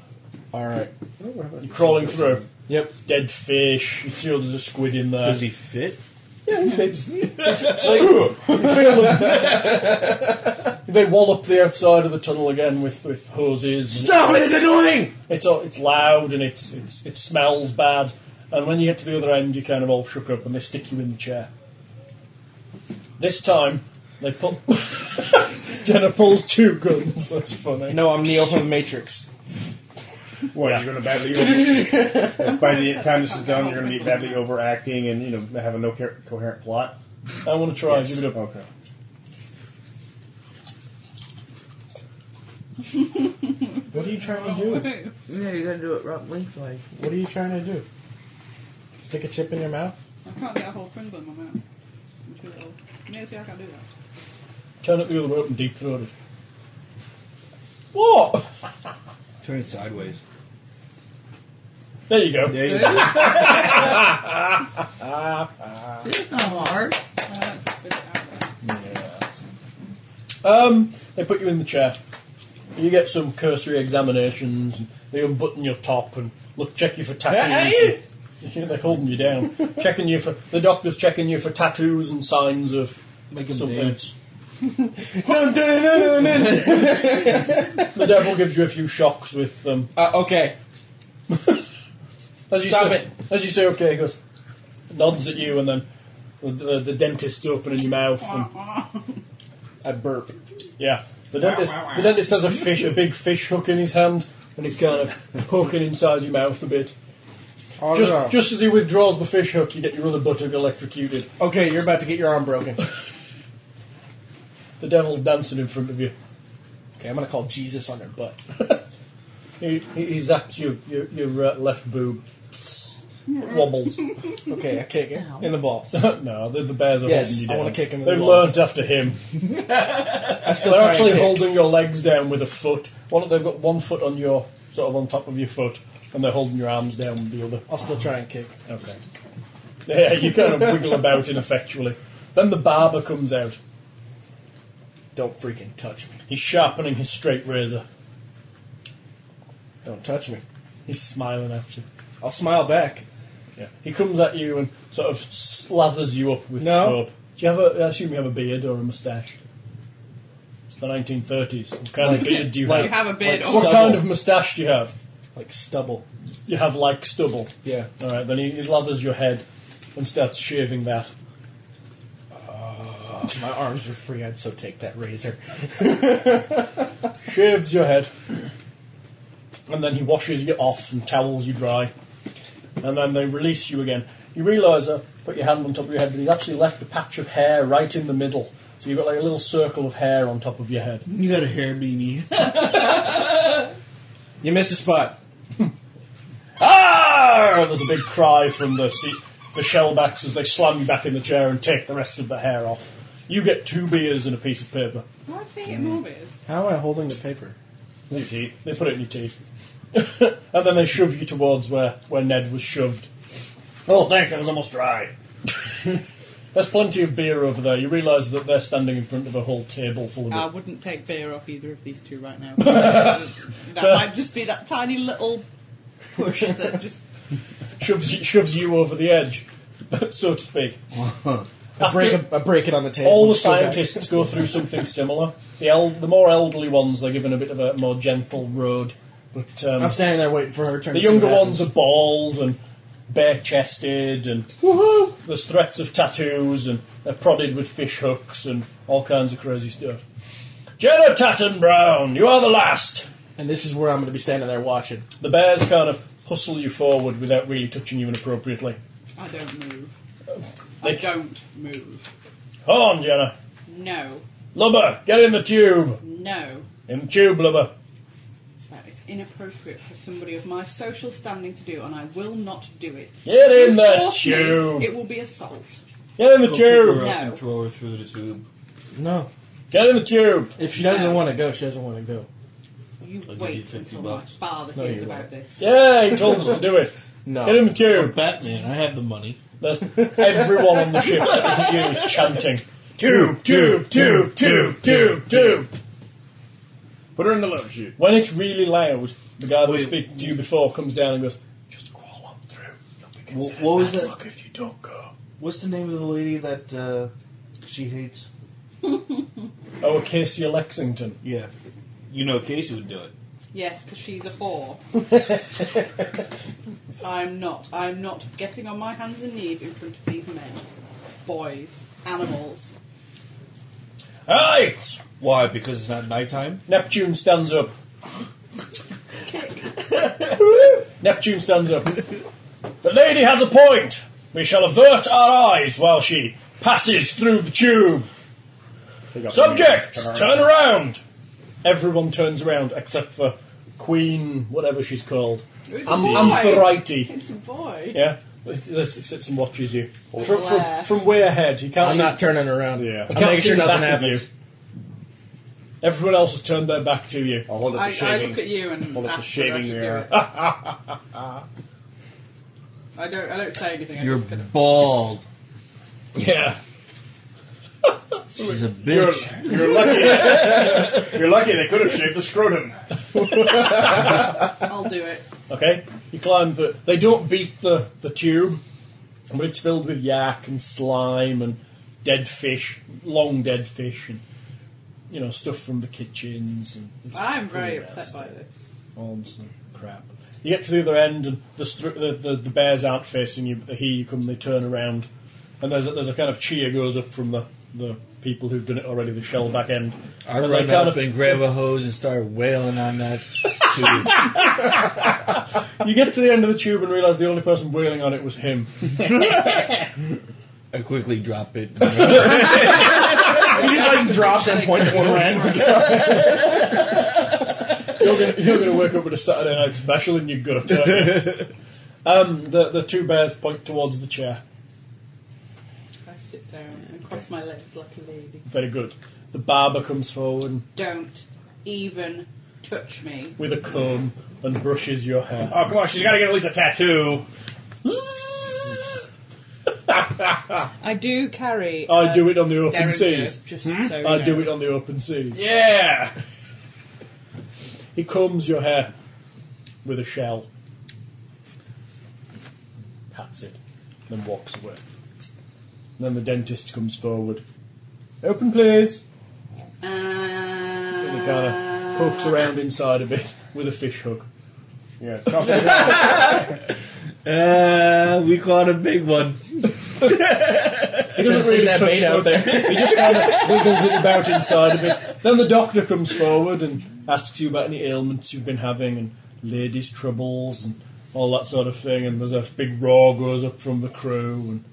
All right. You're crawling through. Yep. Dead fish. You feel there's a squid in there. Does he fit? Yeah, he fits. like, you feel them. they wallop the outside of the tunnel again with, with hoses. Stop it! It's annoying. It's all- it's loud and it's, it's it smells bad. And when you get to the other end, you're kind of all shook up, and they stick you in the chair. This time, they pull. Jenna pulls two guns. That's funny. No, I'm Neo from the Matrix. What? You're gonna badly. Over- by the time this is done, you're gonna be badly overacting and you know have a no co- coherent plot. I want to try. Give it up. Okay. What are you trying to do? No, you're gonna do it wrongly. Like, what are you trying to do? Stick a chip in your mouth? I can't get a whole Pringle in my mouth. I'm too little. No, see, I can't do that. Turn up the other way up and deep throat it. What? Turn it sideways. There you go. There you go. It's not hard. I like to spit it out there. Um, they put you in the chair. You get some cursory examinations. And they unbutton your top and look check you for tattoos. They're holding you down, checking you for the doctor's checking you for tattoos and signs of Make him something. dance. Dun, dun, dun, dun, dun. The devil gives you a few shocks with them. Uh, okay. As you Stop say, it. As you say, okay, he goes, nods at you, and then the, the, the dentist's opening your mouth, and I burp. yeah, the dentist the dentist has a fish, a big fish hook in his hand, and he's kind of poking inside your mouth a bit. Oh, Just, just as he withdraws the fish hook, you get your other buttock electrocuted. okay, you're about to get your arm broken. The devil's dancing in front of you. Okay, I'm gonna call Jesus on their butt. He, he, he zaps your your, your uh, left boob. It wobbles. Okay, I kick it in the balls. no, the, the bears are Yes, holding you I down. wanna kick him in the They've balls. learnt after him. I still try They're and actually kick. holding your legs down with a foot. One, they've got one foot on your sort of on top of your foot, and they're holding your arms down with the other. I'll still try and kick. Okay. Yeah, you kind of wiggle about ineffectually. Then the barber comes out. Don't freaking touch me. He's sharpening his straight razor. Don't touch me. He's smiling at you. I'll smile back. Yeah. He comes at you and sort of slathers you up with No. soap. Do you have a? I assume you have a beard or a moustache. It's the 1930s. What kind of beard do you Like- have? You have a beard What or- kind of moustache do you have? Like stubble. You have like stubble. Yeah. All right, then he, he lathers your head and starts shaving that. My arms were free. I'd so take that razor. Shaves your head, and then he washes you off and towels you dry, and then they release you again. You realise, uh, put your hand on top of your head, but he's actually left a patch of hair right in the middle. So you've got like a little circle of hair on top of your head. You got a hair beanie. You missed a spot. Ah! There's a big cry from the seat, the shellbacks as they slam you back in the chair and take the rest of the hair off. You get two beers and a piece of paper. Why did they get more beers? How am I holding the paper? Your teeth. They put it in your teeth. and then they shove you towards where, where Ned was shoved. Oh, thanks. That was almost dry. There's plenty of beer over there. You realise that they're standing in front of a whole table full of I it. wouldn't take beer off either of these two right now. that might just be that tiny little push that just. Shoves, you- shoves you over the edge, so to speak. I break, After- a, I break it on the table. all the Still got it. scientists go through something similar. The, el- the more elderly ones, they're given a bit of a more gentle road. But um, I'm standing there waiting for her turn. The to see younger what ones are happens. bald and bare chested, and there's threats of tattoos, and they're prodded with fish hooks and all kinds of crazy stuff. Jenna Tatton Brown, you are the last. and this is where I'm going to be standing there watching. The bears kind of hustle you forward without really touching you inappropriately. I don't move. I They- don't move. Horn, Jenna. No. Lubber, get in the tube. No. In the tube, Lubber. That is inappropriate for somebody of my social standing to do, and I will not do it. Get If you in the force me, tube. It will be assault. Get in the Her tube. up and No. throw her through the tube. No, Get in the tube. if she doesn't want to go, she doesn't want to go. You give you wait 50 until bucks. my father No, hears you about won't. this. Yeah, he told us to do it. No, Get in the tube. Batman, I have the money. There's everyone on the ship that you is chanting. Tube, tube, tube, tube, tube, tube. Put her in the love chute. When it's really loud, the guy that was Wait. speaking to you before comes down and goes, Just crawl up through. You'll be Wha- considered what was bad that? luck if you don't go. What's the name of the lady that uh, she hates? Oh, Casey Lexington. Yeah. You know, Casey would do it. Yes, because she's a whore. I'm not. I'm not getting on my hands and knees in front of these men, boys, animals. Right! Why? Because it's not nighttime? Neptune stands up. Neptune stands up. The lady has a point. We shall avert our eyes while she passes through the tube. Take off Subject, the- turn around. Everyone turns around except for Queen, whatever she's called, It's a Am- boy. Amphorite. It's a boy. Yeah, It- it sits and watches you from, from, Blair. from way ahead. You can't I'm see, not turning around. Yeah. you I'm can't making see sure the nothing back of happens. you. Everyone else has turned their back to you. I'll hold up I, the I shaving. look at you and Hold up ask whether the I shaving should do mirror. it. I don't. I don't say anything. I You're just kind of- bald. Yeah, She's a You're, bitch. you're lucky. you're lucky they could have shaved the scrotum. I'll do it. Okay, you climb the. They don't beat the, the tube, but it's filled with yak and slime and dead fish, long dead fish, and you know stuff from the kitchens. And it's I'm very pretty upset by this. Arms and crap. You get to the other end, and the, str- the, the the bears aren't facing you, but they hear you come. They turn around, and there's a, there's a kind of cheer goes up from the, the people who've done it already. The shell back end. I And run they up kind of- and grab a hose and start wailing on that tube. You get to the end of the tube and realise the only person wailing on it was him. I quickly drop it. He just like drops and points at one random. you're gonna, you're gonna wake up with a Saturday night special in your gut. aren't you? um, the the two bears point towards the chair. I sit down and cross my legs like a lady. Very good. The barber comes forward and- Don't even touch me. with a comb and brushes your hair. Oh, come on. She's got to get at least a tattoo. I do carry. um, I do it on the open Derringer, seas. just so I do it on the open seas. Yeah. He combs your hair with a shell. that's it. Then walks away. Then the dentist comes forward. Open, please. Uh, And he kind of pokes around inside a bit with a fish hook. Yeah, chop it down. Uh, we caught a big one. He doesn't really touch out there. He just kind of wiggles it about inside a bit. Then the doctor comes forward and asks you about any ailments you've been having and ladies' troubles and all that sort of thing. And there's a big roar goes up from the crew. And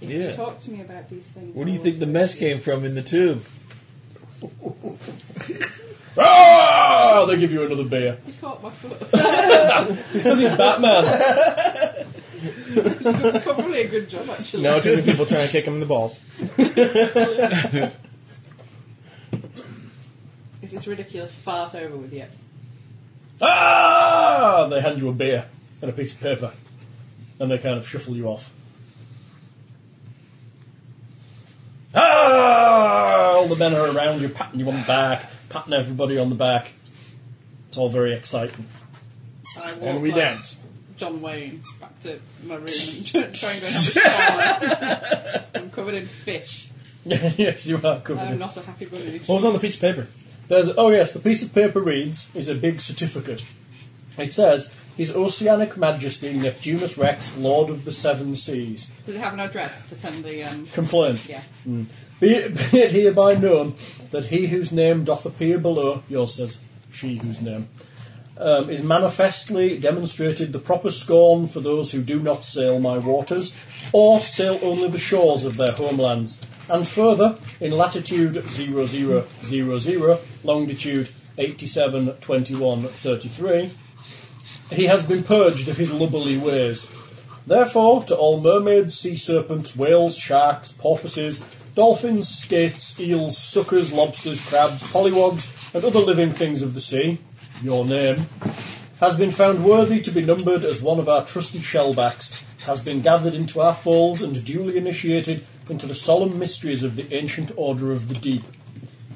If you Yeah. talk to me about these things. Where do you I'll think the mess came from in the tube? ah! Oh, They give you another beer. You caught my foot. Because he's Batman. Probably a good job, actually. No, too many people trying to kick him in the balls. Is this ridiculous farce over with yet? Ah! They hand you a beer and a piece of paper. And they kind of shuffle you off. Ah! All the men are around you, patting you on the back, patting everybody on the back. It's all very exciting. I walk and we like dance. John Wayne back to my room and try and go and have a shower. I'm covered in fish. yes, you are covered. I'm in- not a happy bunny. What was on the piece of paper? There's oh yes, the piece of paper reads is a big certificate. It says His Oceanic Majesty Neptunus Rex, Lord of the Seven Seas. Does it have an address to send the? Um, Complain. yeah. Be it, be it hereby known that he whose name doth appear below, yours says she whose name, um, is manifestly demonstrated the proper scorn for those who do not sail my waters, or sail only the shores of their homelands. And further, in latitude 0000, longitude 87, 21, 33, he has been purged of his lubberly ways. Therefore, to all mermaids, sea serpents, whales, sharks, porpoises, dolphins, skates, eels, suckers, lobsters, crabs, pollywogs, and other living things of the sea, your name, has been found worthy to be numbered as one of our trusty shellbacks, has been gathered into our fold and duly initiated into the solemn mysteries of the ancient order of the deep.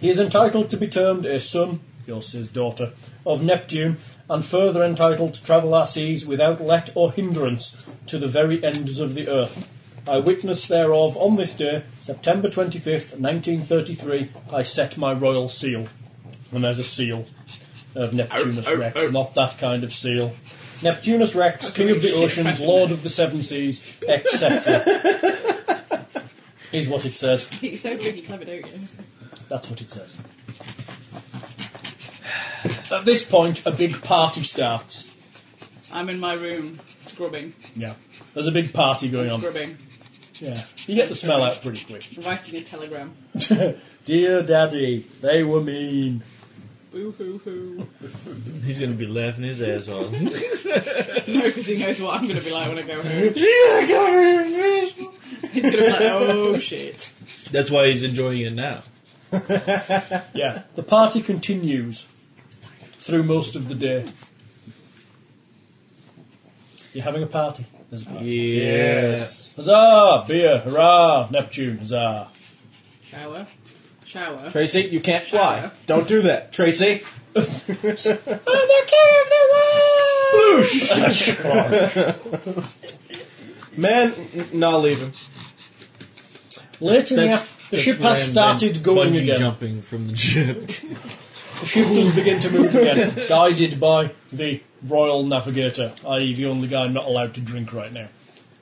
He is entitled to be termed a son, yours his daughter, of Neptune, and further entitled to travel our seas without let or hindrance to the very ends of the earth. I witness thereof on this day, September 25th, 1933, I set my royal seal. And there's a seal of Neptunus Rex, not that kind of seal. Neptunus Rex, King of the Oceans, Lord of the Seven Seas, etc. is what it says. You're so big and clever, don't you? That's what it says. At this point, a big party starts. I'm in my room scrubbing, Yeah. There's a big party going on. scrubbing, Yeah. You get the smell out pretty quick. writing a telegram. Dear Daddy, they were mean. Ooh hoo hoo. He's gonna be laughing his ass off. No, because he knows what I'm going to be like when I go home. He's going to be like, oh shit. That's why he's enjoying it now. Yeah. The party continues through most of the day. You're having a party. There's a party. Yes. Huzzah! Beer! Hurrah! Neptune! Huzzah! Shower. Shower. Tracy, you can't fly. Don't do that, Tracy. Man, n- no, leave him. Later, in the, That's- af- the that's ship when I has started meant going bungee again. jumping from the ship. The ship does begin to move again, guided by the Royal Navigator, i.e., the only guy not allowed to drink right now.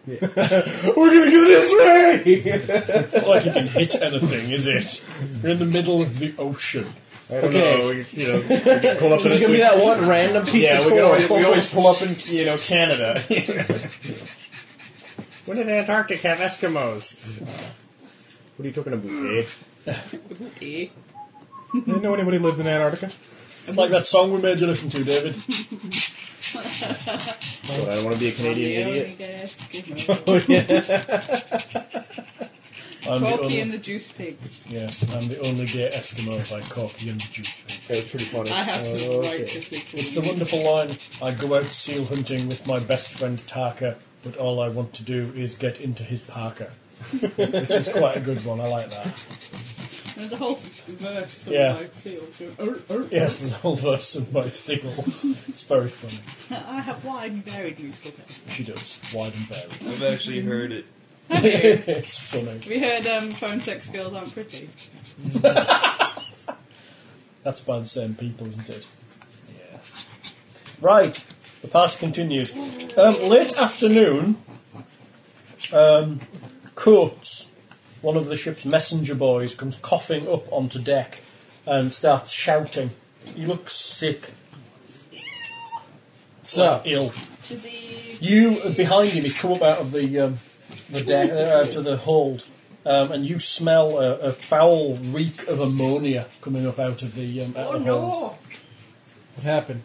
We're gonna go this way. Not like he can hit anything, is it? We're in the middle of the ocean. I don't Okay. know, we, you know, we can pull up in There's gonna be we, that one random piece yeah, of we, can coral. always, we always pull up in you know Canada. when did Antarctic have Eskimos? What are you talking about? eh? Eh. Didn't know anybody lived in Antarctica. It's like that song we made you listen to, David. What, I don't want to be a Canadian I'm the idiot. only Eskimo. I'm the Corky and only, the juice pigs. yeah, I'm the only gay Eskimo by Corky and the Juice Pig. That was pretty funny. I have some righteously Oh, It's the cool- wonderful line I go out seal hunting with my best friend Tarka, but all I want to do is get into his parka. Which is quite a good one, I like that. There's a whole s- verse of Yeah. like seals going, "Urr, urr, Yes, there's a whole verse of my signals. it's very funny. urr." I have wide and varied musical taste. She does. Wide and varied. I've actually heard it. Have you? it's funny. we heard um, phone sex girls aren't pretty. That's by the same people, isn't it? Yes. Right, the party continues. Um, late afternoon, um, Coates, one of the ship's messenger boys, comes coughing up onto deck and starts shouting. He looks sick. So- ill. Is he? You uh, behind him. He's come up out of the um, the deck uh, out of the hold, um, and you smell a, a foul reek of ammonia coming up out of the um, out Oh of the hold. no! What happened?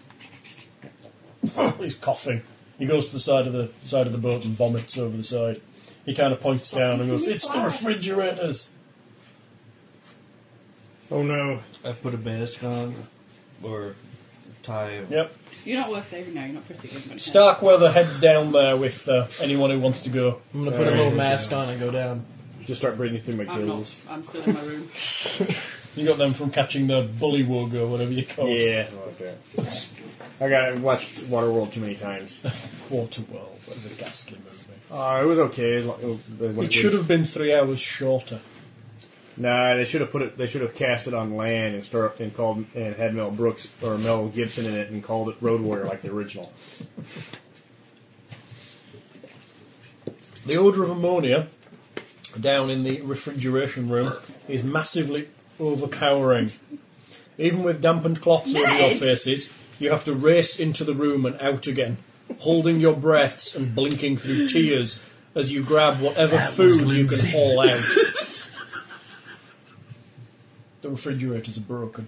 He's coughing. He goes to the side of the side of the boat and vomits over the side. He kind of points down and goes, "It's the refrigerators." Oh no. I put a mask on or tie. Yep. You're not worth saving now. You're not pretty. Everybody knows. Starkweather heads down there with uh, anyone who wants to go. I'm gonna put a little mask on and go down. Just start breathing through my I'm not. gills. I'm still in my room. You got them from catching the bullywug or whatever you Oh. call it. Yeah. I like that. I got I watched Waterworld too many times. Waterworld. That was a ghastly movie. Uh, it was okay. As long, it was- what It should have been three hours shorter. Nah, they should have put it. They should have cast it on land and start and called and had Mel Brooks or Mel Gibson in it and called it Road Warrior like the original. The odor of ammonia down in the refrigeration room is massively overpowering. Even with dampened cloths over your faces, you have to race into the room and out again, holding your breaths and blinking through tears as you grab whatever was food you can Lindsay. haul out. the refrigerators are broken.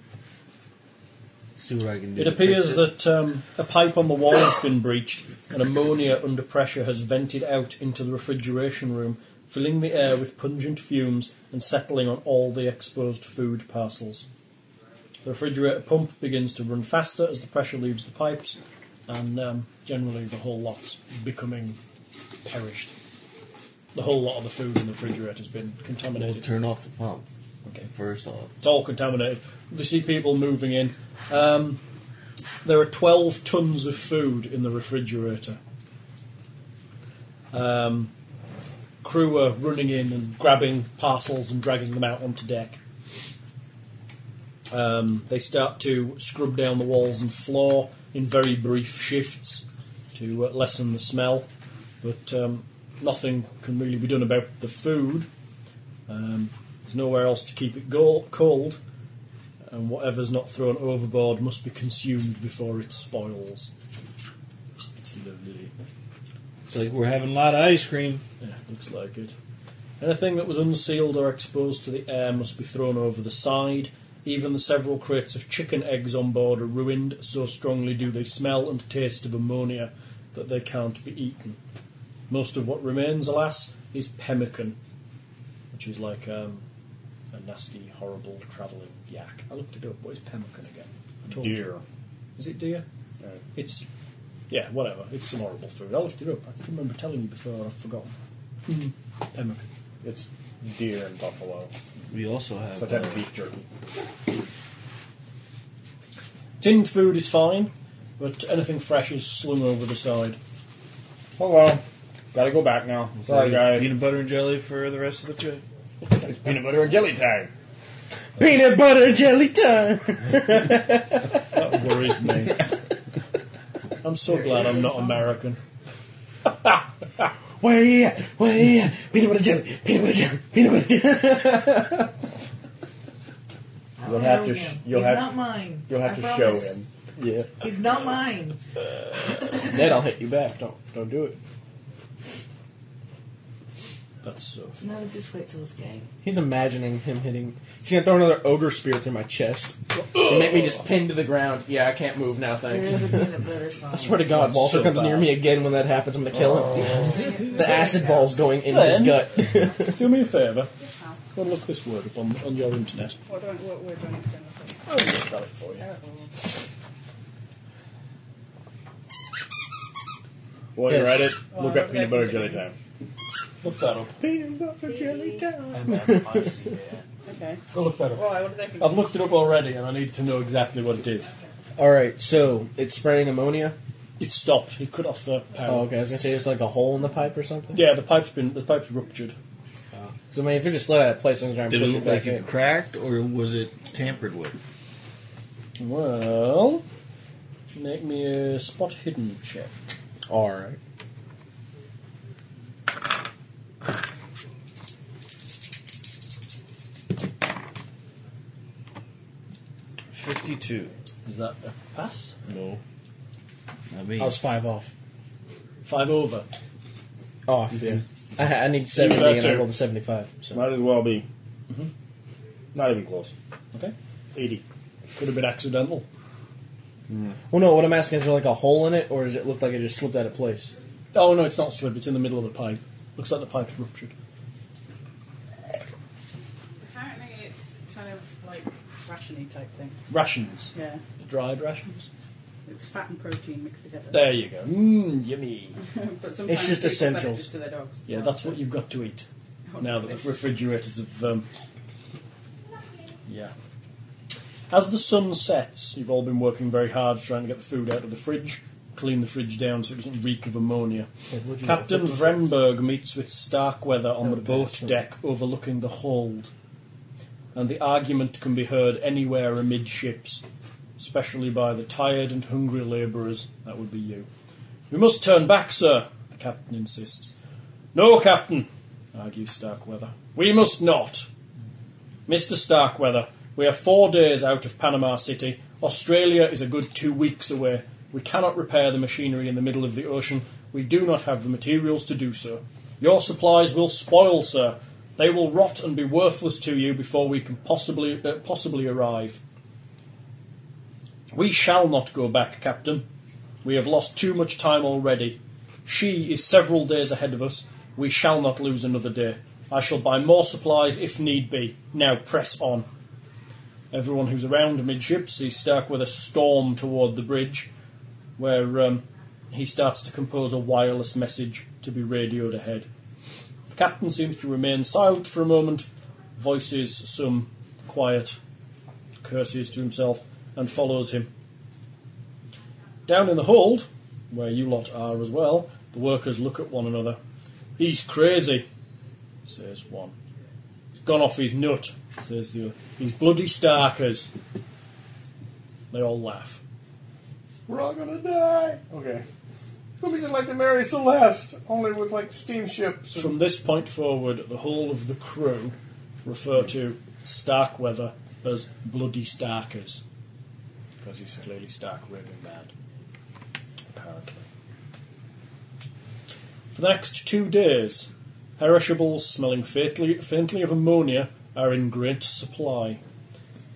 See what I can do. It to appears fix that um, a pipe on the wall has been breached, and ammonia under pressure has vented out into the refrigeration room, filling the air with pungent fumes and settling on all the exposed food parcels. The refrigerator pump begins to run faster as the pressure leaves the pipes, and um, generally the whole lot's becoming perished. The whole lot of the food in the refrigerator has been Well, contaminated. turn off the pump. Okay. First off, It's all contaminated. They see people moving in. Um, there are 12 tons of food in the refrigerator. Um, crew are running in and grabbing parcels and dragging them out onto deck. Um, they start to scrub down the walls and floor in very brief shifts to uh, lessen the smell, but um, nothing can really be done about the food. Um, there's nowhere else to keep it go- cold, and whatever's not thrown overboard must be consumed before it spoils. It's lovely. it's like we're having a lot of ice cream. Yeah, looks like it. Anything that was unsealed or exposed to the air must be thrown over the side. Even the several crates of chicken eggs on board are ruined, so strongly do they smell and taste of ammonia that they can't be eaten. Most of what remains, alas, is pemmican, which is like um, a nasty, horrible travelling yak. I looked it up. What is pemmican again? I told you. Deer. Is it deer? No. It's yeah, whatever. It's some horrible food. I looked it up. I can remember telling you before. I've forgotten. Pemmican. It's deer and buffalo. We also have. Some type uh, of beef jerky. Tinned food is fine, but anything fresh is slung over the side. Oh well. Gotta go back now. it's Sorry, like guys. Peanut butter and jelly for the rest of the trip. It's peanut butter and jelly time. Peanut butter jelly time. That worries me. I'm so glad I'm not American. Where you at? Where you at? Peanut butter jelly. Peanut butter jelly. Peanut butter jelly. You'll have to. Sh- Him. you'll He's have. not mine. You'll have I to promise. show him. yeah. He's not mine. Then I'll hit you back. Don't don't do it. That's so. f- No, just wait till this game. He's imagining him hitting. He's gonna throw another ogre spear through my chest. and make me just pinned to the ground. Yeah, I can't move now. There Thanks. is a peanut butter song. I swear to God, Walter so comes bad. near me again when that happens. I'm gonna kill him. the acid ball's going in his Then- gut. Do me a favour. Go and look this word up on, on your internet. What do I, what word do I need to go I'll just spell it for you. for? While Yes. you're at it, Well, look I up don't peanut know butter if you jelly can- time. Look that up. Peanut butter jelly time. I'm not spicy yet. Okay. Go look that up. Why? What do they think? I've looked it up already, and I need to know exactly what it is. All right, so it's spraying ammonia. It stopped. It cut off the power. Oh, okay. I was gonna say there's like a hole in the pipe or something. Yeah, the pipe's been the pipe's ruptured. So I mean, if you're just let out of place, I'm trying to Did it push look it back like in. it cracked or was it tampered with? Well, make me a spot hidden check. All right. Fifty-two. Is that a pass? No. Not me. I was five off. Five over. Off. Yeah. I, I need seventy, and I too. rolled a seventy-five. So Might as well be. Mm-hmm. Not even close. Okay. 80. Could have been accidental. Well, no. What I'm asking is, there like a hole in it, or does it look like it just slipped out of place? Oh no, it's not slip. It's in the middle of the pipe. Looks like the pipe's ruptured. Apparently, it's kind of like rationy type thing. Rations. Yeah. Dried rations. It's fat and protein mixed together. There you go. Mmm, yummy. but sometimes just people sell it essentials. just to their dogs. Yeah, that's what you've got to eat Oh, now no. that the refrigerators have. Um, yeah. As the sun sets, you've all been working very hard trying to get the food out of the fridge, clean the fridge down so it doesn't reek of ammonia. Captain Vremberg meets with Starkweather on the boat deck overlooking the hold, and the argument can be heard anywhere amidships, especially by the tired and hungry labourers. That would be you. We must turn back, sir, the captain insists. No, captain, argues Starkweather. We must not. Mr. Starkweather, we are four days out of Panama City. Australia is a good two weeks away. We cannot repair the machinery in the middle of the ocean. We do not have the materials to do so. Your supplies will spoil, sir. They will rot and be worthless to you before we can possibly uh, possibly arrive. We shall not go back, Captain. We have lost too much time already. She is several days ahead of us. We shall not lose another day. I shall buy more supplies if need be. Now press on. Everyone who's around amidships sees Starkweather storm toward the bridge, where um, he starts to compose a wireless message to be radioed ahead. The captain seems to remain silent for a moment, voices some quiet curses to himself, and follows him. Down in the hold, where you lot are as well, the workers look at one another. He's crazy, says one. He's gone off his nut, says the other. He's bloody starkers. They all laugh. We're all gonna die. Okay. It's gonna be just like the Mary Celeste, only with like steamships. And From this point forward, the whole of the crew refer to Starkweather as bloody starkers. Because he's clearly stark raving mad. Apparently. For the next two days, perishables smelling faintly, faintly of ammonia are in great supply.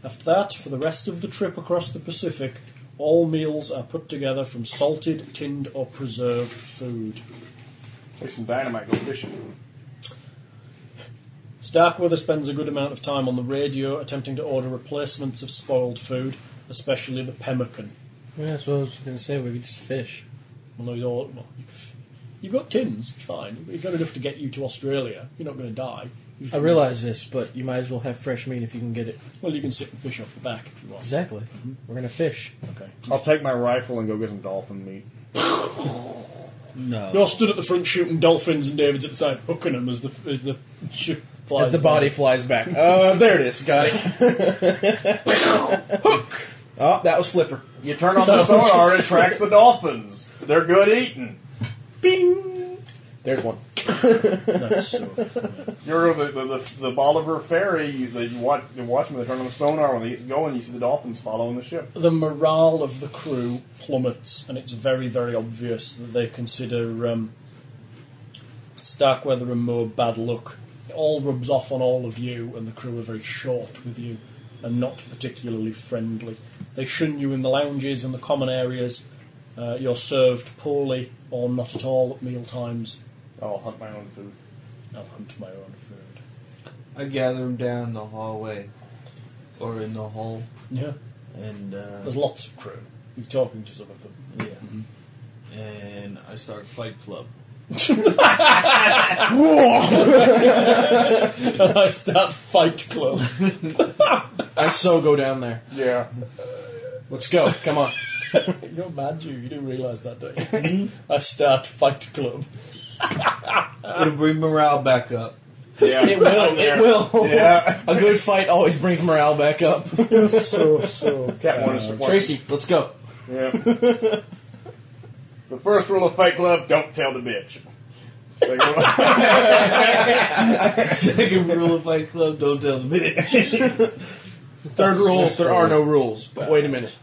After that, for the rest of the trip across the Pacific, all meals are put together from salted, tinned, or preserved food. Take some dynamite, go fishing. Starkweather spends a good amount of time on the radio attempting to order replacements of spoiled food, especially the pemmican. Yeah, that's what I was gonna say. We could just fish. Well, no, he's all, well, you- you've got tins, it's fine. You've got enough to get you to Australia. You're not going to die. You've- I realize this, but you might as well have fresh meat if you can get it. Well, you can sit and fish off the back if you want. Exactly. We're gonna fish. Okay. I'll take my rifle and go get some dolphin meat. No. You're stood at the front shooting dolphins, and David's at the side hooking them as the as the ship flies. As the by. body flies back. Oh, there it is. Got it. Hook. Oh, that was Flipper. You turn on the sonar, it tracks the dolphins. They're good eating. There's one. That's so funny. You're the the, the, the Bolivar ferry. You, the, you watch you watch them. They turn on the sonar when they get going. You see the dolphins following the ship. the morale of the crew plummets, and it's very, very obvious that they consider um, Starkweather and Moore bad luck. It all rubs off on all of you, and the crew are very short with you and not particularly friendly. They shun you in the lounges and the common areas. Uh, you're served poorly or not at all at meal times. Oh, I'll hunt my own food. I'll hunt my own food. I gather them down the hallway or in the hall, Yeah, and uh, there's lots of crew. You're talking to some of them. Mm-hmm. yeah, and I start fight club. and I start Fight Club. I so go down there. Yeah. Let's go. Come on. You're mad, you. You didn't realise that, do you? I start Fight Club. It'll bring morale back up. Yeah. It will. It will. Yeah. A good fight always brings morale back up. So, so. Cat one is the one. Tracy, let's go. Yeah. the first rule of Fight Club: don't tell the bitch. Second one- Second rule of Fight Club: Don't tell the bitch. Third rule: there are no rules. But wait a minute.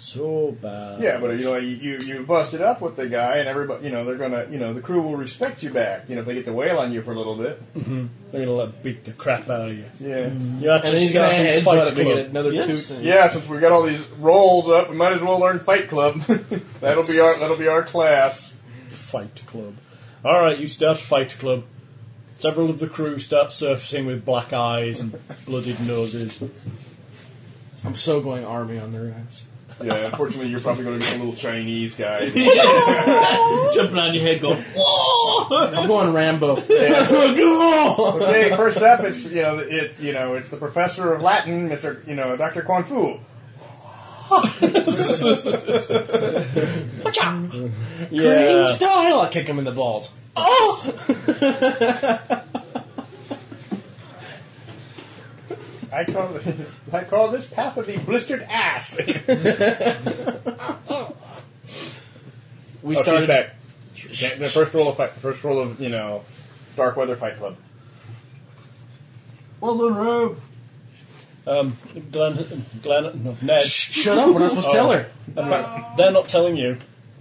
So bad. yeah, but you know, you, you you bust it up with the guy, and everybody, you know, they're gonna, you know, the crew will respect you back. You know, if they get to wail on you for a little bit. They're gonna let beat the crap out of you. Yeah. You're And then actually he's gonna starting Fight headbutt him and get Club. another Yes. toot. Yeah, since we got all these rolls up, we might as well learn Fight Club. that'll be our that'll be our class. Fight Club. All right, you start Fight Club. Several of the crew start surfacing with black eyes and blooded noses. I'm so going army on their ass. Yeah, unfortunately, you're probably going to get a little Chinese guy. Jumping on your head, going. I'm going Rambo. okay, first up, it's you know it you know it's the professor of Latin, Mister you know Doctor Quan Fu. Watch out! Yeah. Green style. I'll kick him in the balls. I call I call this path of the blistered ass. We Oh, started. she's back. Yeah, the first roll of fight, first roll of you know Stark Weather Fight Club. Well done, Rob. Um, Glenn, Glenn, no, Ned. Shut up! We're not supposed to tell her. They're not telling you.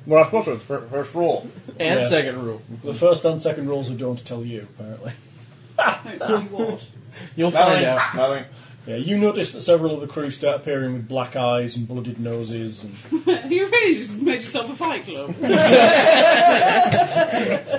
Well, I suppose it was fir- first roll. And Yeah. second rule. The first and second rules are don't tell you, apparently. Hopefully, what? You'll find out. Nothing. Yeah, you notice that several of the crew start appearing with black eyes and blooded noses. And you really just made yourself a fight club.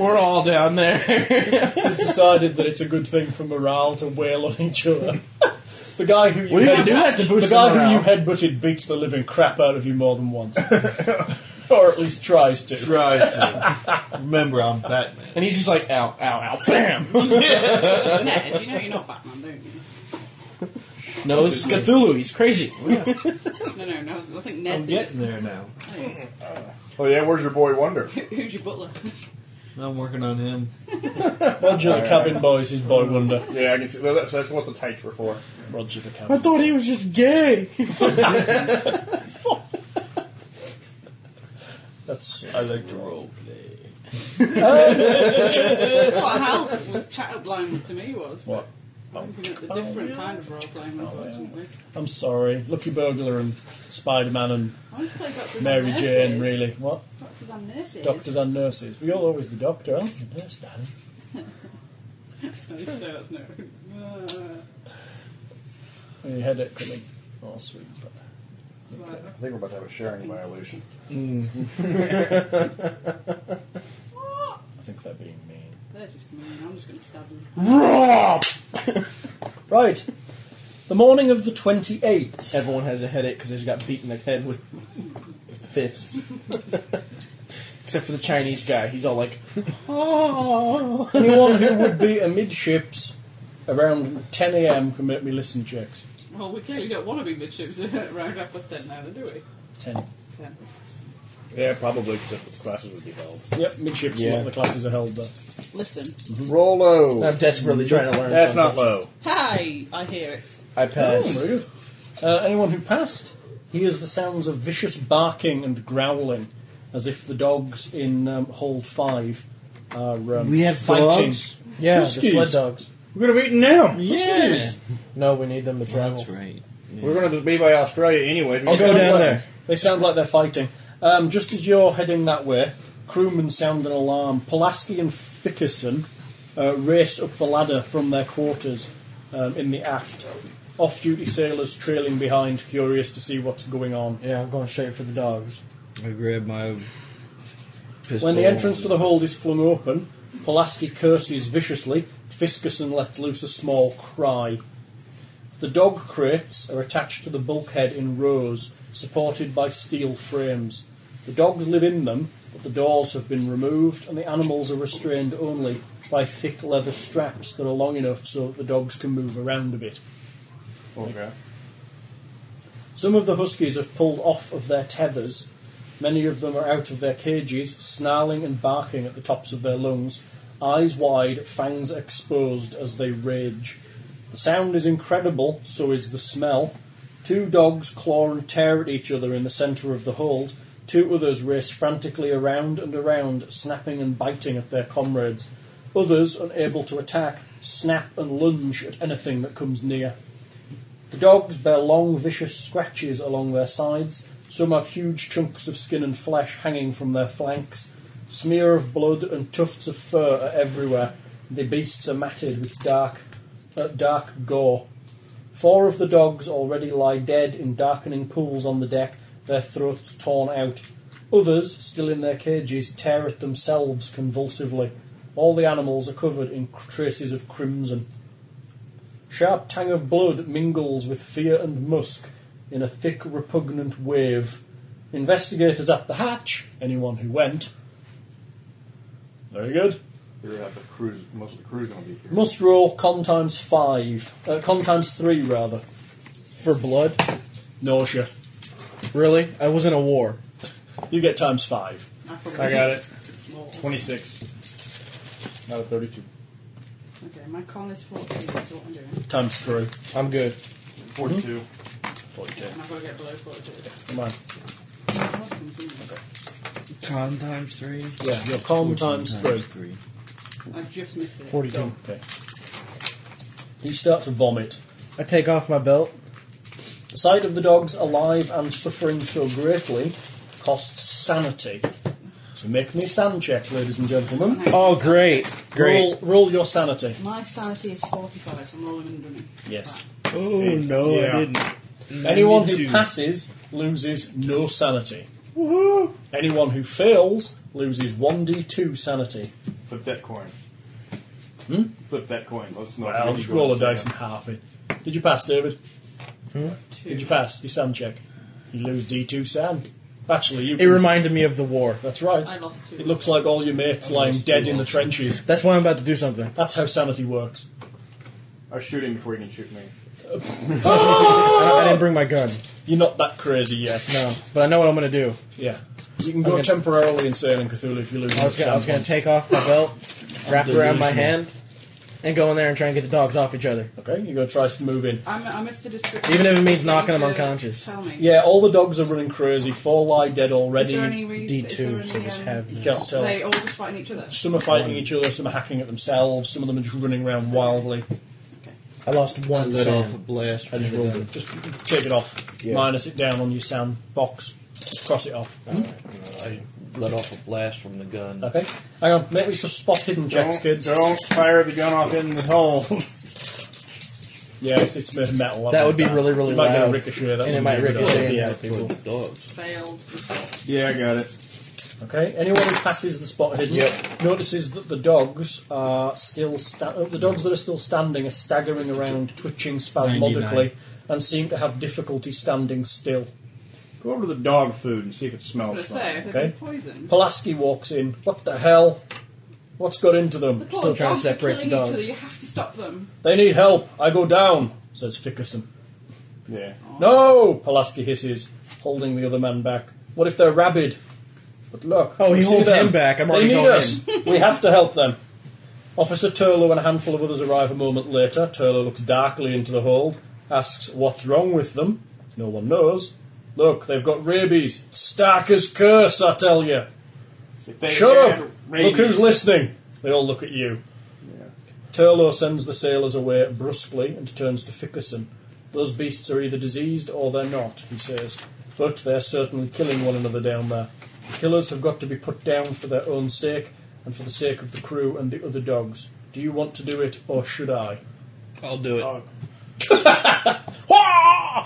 We're all down there. it's decided that it's a good thing for morale to wail on each other. The guy who you We head- do that to the boost guy morale. who you headbutted beats the living crap out of you more than once, or at least tries to. Tries to. Remember, I'm Batman. and he's just like, ow, ow, ow, bam. Ned, you know you're not Batman, don't you? no, it's Cthulhu. He's crazy. No, no, no. I think I'm Um, Ned. Is, getting there now. Oh yeah, where's your boy Wonder? who- who's your butler? I'm working on him. Roger the cabin boy is his boy wonder. Yeah, I can see. Well, that's, that's what the tights were for. Roger the cabin. thought he was just gay. That's I like to role play. That's what Hal was chat up line to me was. what. Oh. Looking at the different kind of role playing, unfortunately. I'm sorry. Lucky Burglar and Spider Man and I want to play doctors Mary and nurses. Jane, really. What? Doctors and nurses. Doctors and nurses. We all always the doctor. I'm the nurse, darling. So that's no. Uh, And your headache coming. Oh, sweet. But it's like- I think we're about to have a sharing violation. I think they're being mean. They're just mean. I'm just going to stab them. Right. The morning of the 28th. Everyone has a headache because they just got beaten in the head with fists. Except for the Chinese guy. He's all like, oh. Anyone who would be amidships around 10 a.m. can make me listen checks. Well, we clearly don't want to be midships around half past ten now, then, do we? 10. Ten. Yeah, probably because the classes would be held. Yep, midships Yeah. yeah. the classes are held there. Listen. Roll low. I'm desperately trying to learn That's not something. low. Hi! I hear it. I passed. Uh, anyone who passed hears the sounds of vicious barking and growling as if the dogs in um, Hold 5 are um, We have fighting. dogs? Yeah, Huskies. the sled dogs. We're gonna beat them. Yeah. No, we need them to travel. That's right. We're gonna just be by Australia anyways. I'll They go sound down like- there. They sound like they're fighting. Um, just as you're heading that way, crewmen sound an alarm. Pulaski and Fickerson uh, race up the ladder from their quarters um, in the aft. Off-duty sailors trailing behind, curious to see what's going on. Yeah, I'm going straight for the dogs. I grabbed my pistol. When the entrance to the hold is flung open, Pulaski curses viciously. Fiskerson lets loose a small cry. The dog crates are attached to the bulkhead in rows, supported by steel frames. The dogs live in them, but the doors have been removed, and the animals are restrained only by thick leather straps that are long enough so that the dogs can move around a bit. Okay. Some of the huskies have pulled off of their tethers. Many of them are out of their cages, snarling and barking at the tops of their lungs, eyes wide, fangs exposed as they rage. The sound is incredible, so is the smell. Two dogs claw and tear at each other in the centre of the hold. Two others race frantically around and around, snapping and biting at their comrades. Others, unable to attack, snap and lunge at anything that comes near. The dogs bear long, vicious scratches along their sides. Some have huge chunks of skin and flesh hanging from their flanks. Smear of blood and tufts of fur are everywhere. The beasts are matted with dark, uh, dark gore. Four of the dogs already lie dead in darkening pools on the deck, their throats torn out. Others, still in their cages, tear at themselves convulsively. All the animals are covered in traces of crimson. Sharp tang of blood mingles with fear and musk in a thick, repugnant wave. Investigators at the hatch, anyone who went. Very good. You're gonna have the crew's most of the crew's gonna be here. Must roll con times five. Uh, con times three, rather. For blood? Nausea. Really? I was in a war. You get times five. I got it. Small. Twenty six. Not a thirty two. Okay, my con is 14, that's what I'm doing. Times three. I'm good. Forty two. And I've got to get below 42. Come on. Con times three. Yeah, your con times three. I just missed it. 42. Okay. You start to vomit. I take off my belt. The sight of the dogs alive and suffering so greatly costs sanity. So make me sand check, ladies and gentlemen. Oh, great. Great. Roll, roll your sanity. My sanity is 45, so I'm rolling 100. Yes. Oh, no, Yeah. I didn't. Mm-hmm. Anyone who 92. passes loses no sanity. Anyone who fails loses 1d2 sanity. Flip that coin. Hmm? Flip that coin. Let's know. I'll just roll a dice and half it. Did you pass, David? Hmm? Did you pass? Your sand check. You lose d2 sand. Actually, you. It reminded me of the war. That's right. I lost two. It looks like all your mates lying dead in the trenches. That's why I'm about to do something. That's how sanity works. I shoot him before he can shoot me. I, don't- I didn't bring my gun. You're not that crazy yet. No. But I know what I'm going to do. Yeah. You can go Okay. temporarily insane in Cthulhu if you lose. I was gonna, I was gonna take off my belt, wrap it around my hand, and go in there and try and get the dogs off each other. Okay, you're gonna try to move in. I'm, I missed a description. Even if it means knocking them Tell unconscious. me. Yeah, all the dogs are running crazy. Four lie dead Is already. there any re- D is there two, so any, just um, have. You can't tell. They all just fighting each other. Some are fighting each other. Some are hacking at themselves. Some of them are just running around wildly. I lost I one let off a sand. blast. I just rolled it. Just take it off. Yeah. Minus it down on your sand box. Just cross it off. I let off a blast from the gun. Okay. Hang on. Make me some spot hidden checks, Don't, kids. don't fire the gun off in the hole. Yeah, it's, it's made of metal. I That think would be really, really You might get a loud. ricochet. That And it wouldn't might be good. ricochet and Yeah. hit people. Dogs. Failed. yeah, I got it. Okay. Anyone who passes the spot hidden Yep. notices that the dogs are still sta- uh, the dogs that are still standing are staggering around, twitching spasmodically, 99. and seem to have difficulty standing still. Go over to the dog food and see if it But I smells. say, if they've Okay. been poisoned. Pulaski walks in. What the hell? What's got into The them? poor Still trying to dogs are separate the killing dogs. Each other. You have to stop them. They need help. I go down, says Fickerson. Yeah. No, Pulaski hisses, holding the other man back. What if they're rabid? But look. Oh, he you see holds them. him back. I'm they already need going us. we have to help them. Officer Turlow and a handful of others arrive a moment later. Turlow looks darkly into the hold, asks what's wrong with them. No one knows. Look, they've got rabies. It's Starker's curse, I tell you. If they Shut had up! rabies- Look who's listening. They all look at you. Turlo sends the sailors away brusquely and turns to Fickerson. Those beasts are either diseased or they're not, he says. But they're certainly killing one another down there. The killers have got to be put down for their own sake and for the sake of the crew and the other dogs. Do you want to do it or should I? I'll do it. Wah!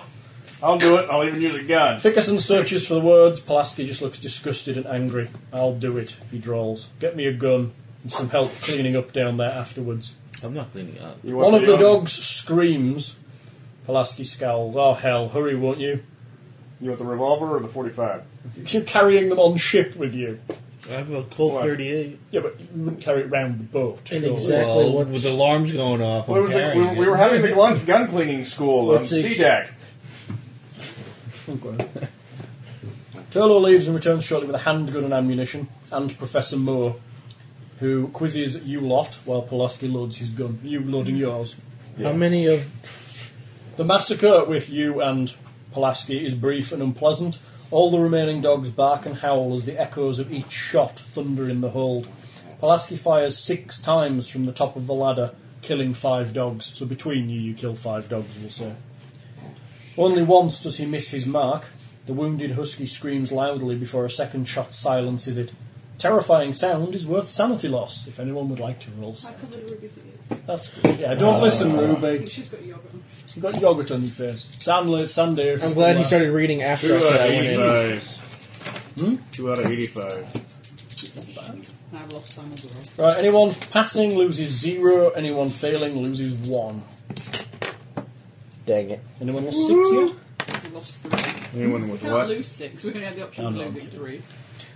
I'll do it. I'll even use a gun. Fickerson searches for the words. Pulaski just looks disgusted and angry. I'll do it, he drawls. Get me a gun and some help cleaning up down there afterwards. I'm not cleaning up. You want One of the gun? dogs screams. Pulaski scowls. Oh, hell, hurry, won't you? You want the revolver or the 45? You're carrying them on ship with you. I have a Colt Why? 38. Yeah, but you wouldn't carry it round the boat. And surely. exact- Exactly Well, what's- with alarms going off, Well, it I'm was the, carrying we, we it. were having the gun, gun cleaning school on E What's the ex- CDAC. Turlo leaves and returns shortly with a handgun and ammunition, and Professor Moore, who quizzes you lot while Pulaski loads his gun. You loading yours. How many of The massacre with you and Pulaski is brief and unpleasant. All the remaining dogs bark and howl as the echoes of each shot thunder in the hold. Pulaski fires six times from the top of the ladder, killing five dogs. So between you, you kill five dogs, we'll say. Only once does he miss his mark. The wounded husky screams loudly before a second shot silences it. Terrifying sound is worth sanity loss, if anyone would like to roll. I sanity. covered Ruby's ears. That's good. Yeah, don't listen, I Ruby. think she's got yogurt on. You've got yogurt on your face. Sandy, Sandy. I'm glad you started reading after I said I went uh, in. 85. Hmm? Two out of 85. I've lost some as well. Right, anyone passing loses zero, anyone failing loses one. Dang it. Anyone lost six yet? I've lost three. Anyone with We can't what? lose six. We only had the option Oh, of losing three.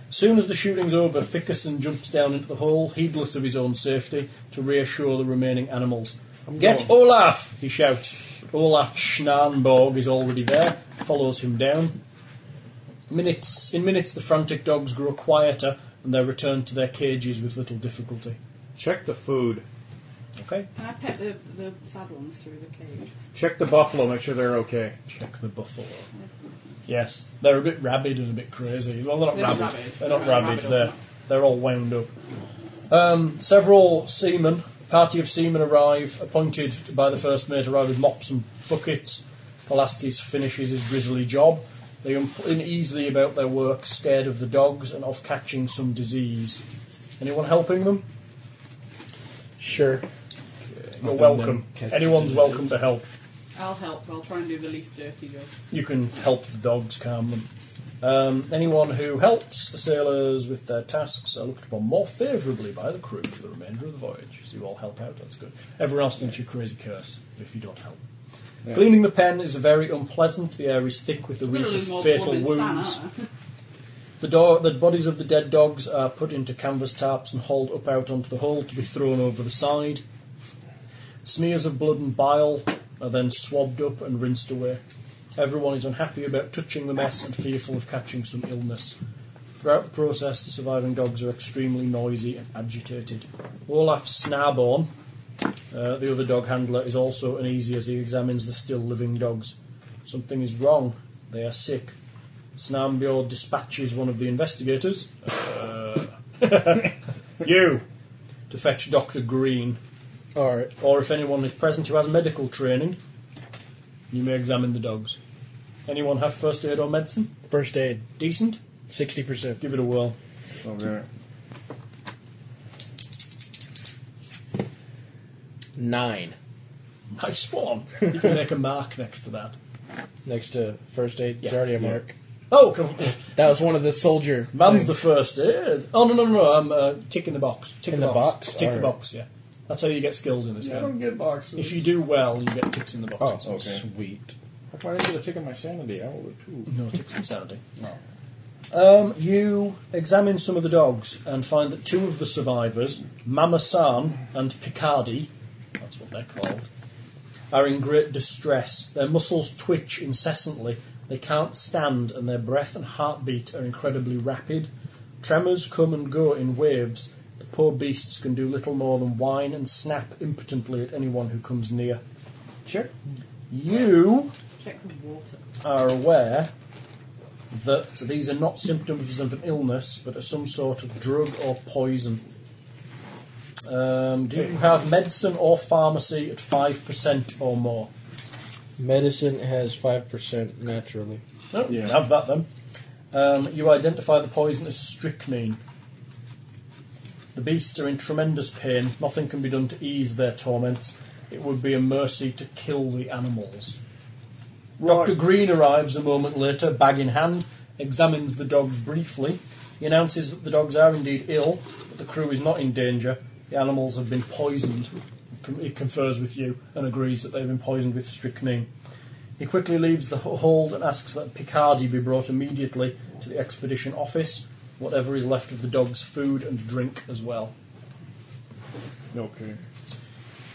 Soon as the shooting's over, Fickerson jumps down into the hole, heedless of his own safety, to reassure the remaining animals. Get Olaf! he shouts. Olaf Schnarnborg is already there, follows him down. Minutes in minutes the frantic dogs grow quieter and they return to their cages with little difficulty. Check the food. Okay? Can I pet the, the sad ones through the cage? Check the buffalo. Make sure they're okay. Check the buffalo. Yes, they're a bit rabid and a bit crazy. Well, they're not They're not rabid. rabid. They're not They're rabid. rabid, They're aren't they're all wound up. Um, several seamen, a party of seamen arrive, appointed by the first mate, arrive with mops and buckets. Pulaskis finishes his grisly job. They um- uneasily about their work, scared of the dogs and of catching some disease. Anyone helping them? Sure. You're them welcome. catch Anyone's disease. welcome to help. I'll help. I'll try and do the least dirty job. You can help the dogs calm them. Um, anyone who helps the sailors with their tasks are looked upon more favourably by the crew for the remainder of the voyage. So you all help out, that's good. Everyone else thinks you're crazy curse if you don't help. Cleaning the pen is very unpleasant. The air is thick with the We're going reek to lose more of blood fatal than wounds. Sana. The, do- the bodies of the dead dogs are put into canvas tarps and hauled up out onto the hull to be thrown over the side. Smears of blood and bile are then swabbed up and rinsed away. Everyone is unhappy about touching the mess and fearful of catching some illness. Throughout the process, the surviving dogs are extremely noisy and agitated. Olaf Snarborn, uh, the other dog handler, is also uneasy as he examines the still living dogs. Something is wrong. They are sick. Snambjord dispatches one of the investigators, uh, you, to fetch Dr. Green, Alright. or if anyone is present who has medical training, you may examine the dogs. Anyone have first aid or medicine? First aid. Decent? 60%. Give it a whirl. Okay. Nine. Nice one. You can make a mark next to that. Next to first aid. It's Yeah. already a mark. Oh, come on. That was one of the soldier. Man's the first aid. Oh, no, no, no, no. I'm uh, ticking the box. Tick In the, the box? box. Tick the Alright. box, yeah. That's how you get skills in this I game. don't get boxes. If you do well, you get ticks in the box. Oh, Okay. sweet. I probably get a tick on my sanity. I will too. No ticks and sounding. Um, you examine some of the dogs and find that two of the survivors, Mama San and Picardi, that's what they're called, are in great distress. Their muscles twitch incessantly, they can't stand, and their breath and heartbeat are incredibly rapid. Tremors come and go in waves. The poor beasts can do little more than whine and snap impotently at anyone who comes near. Sure. You Check the water. are aware that these are not symptoms of an illness, but are some sort of drug or poison. Um, do you have medicine or pharmacy at 5% or more? Medicine has 5% naturally. No, you can have that then. Um, you identify the poison as strychnine. The beasts are in tremendous pain. Nothing can be done to ease their torments. It would be a mercy to kill the animals. Dr. Green arrives a moment later, bag in hand, examines the dogs briefly. He announces that the dogs are indeed ill, but the crew is not in danger. The animals have been poisoned. He confers with you and agrees that they've been poisoned with strychnine. He quickly leaves the ho- hold and asks that Picardi be brought immediately to the expedition office, whatever is left of the dog's food and drink as well. Okay.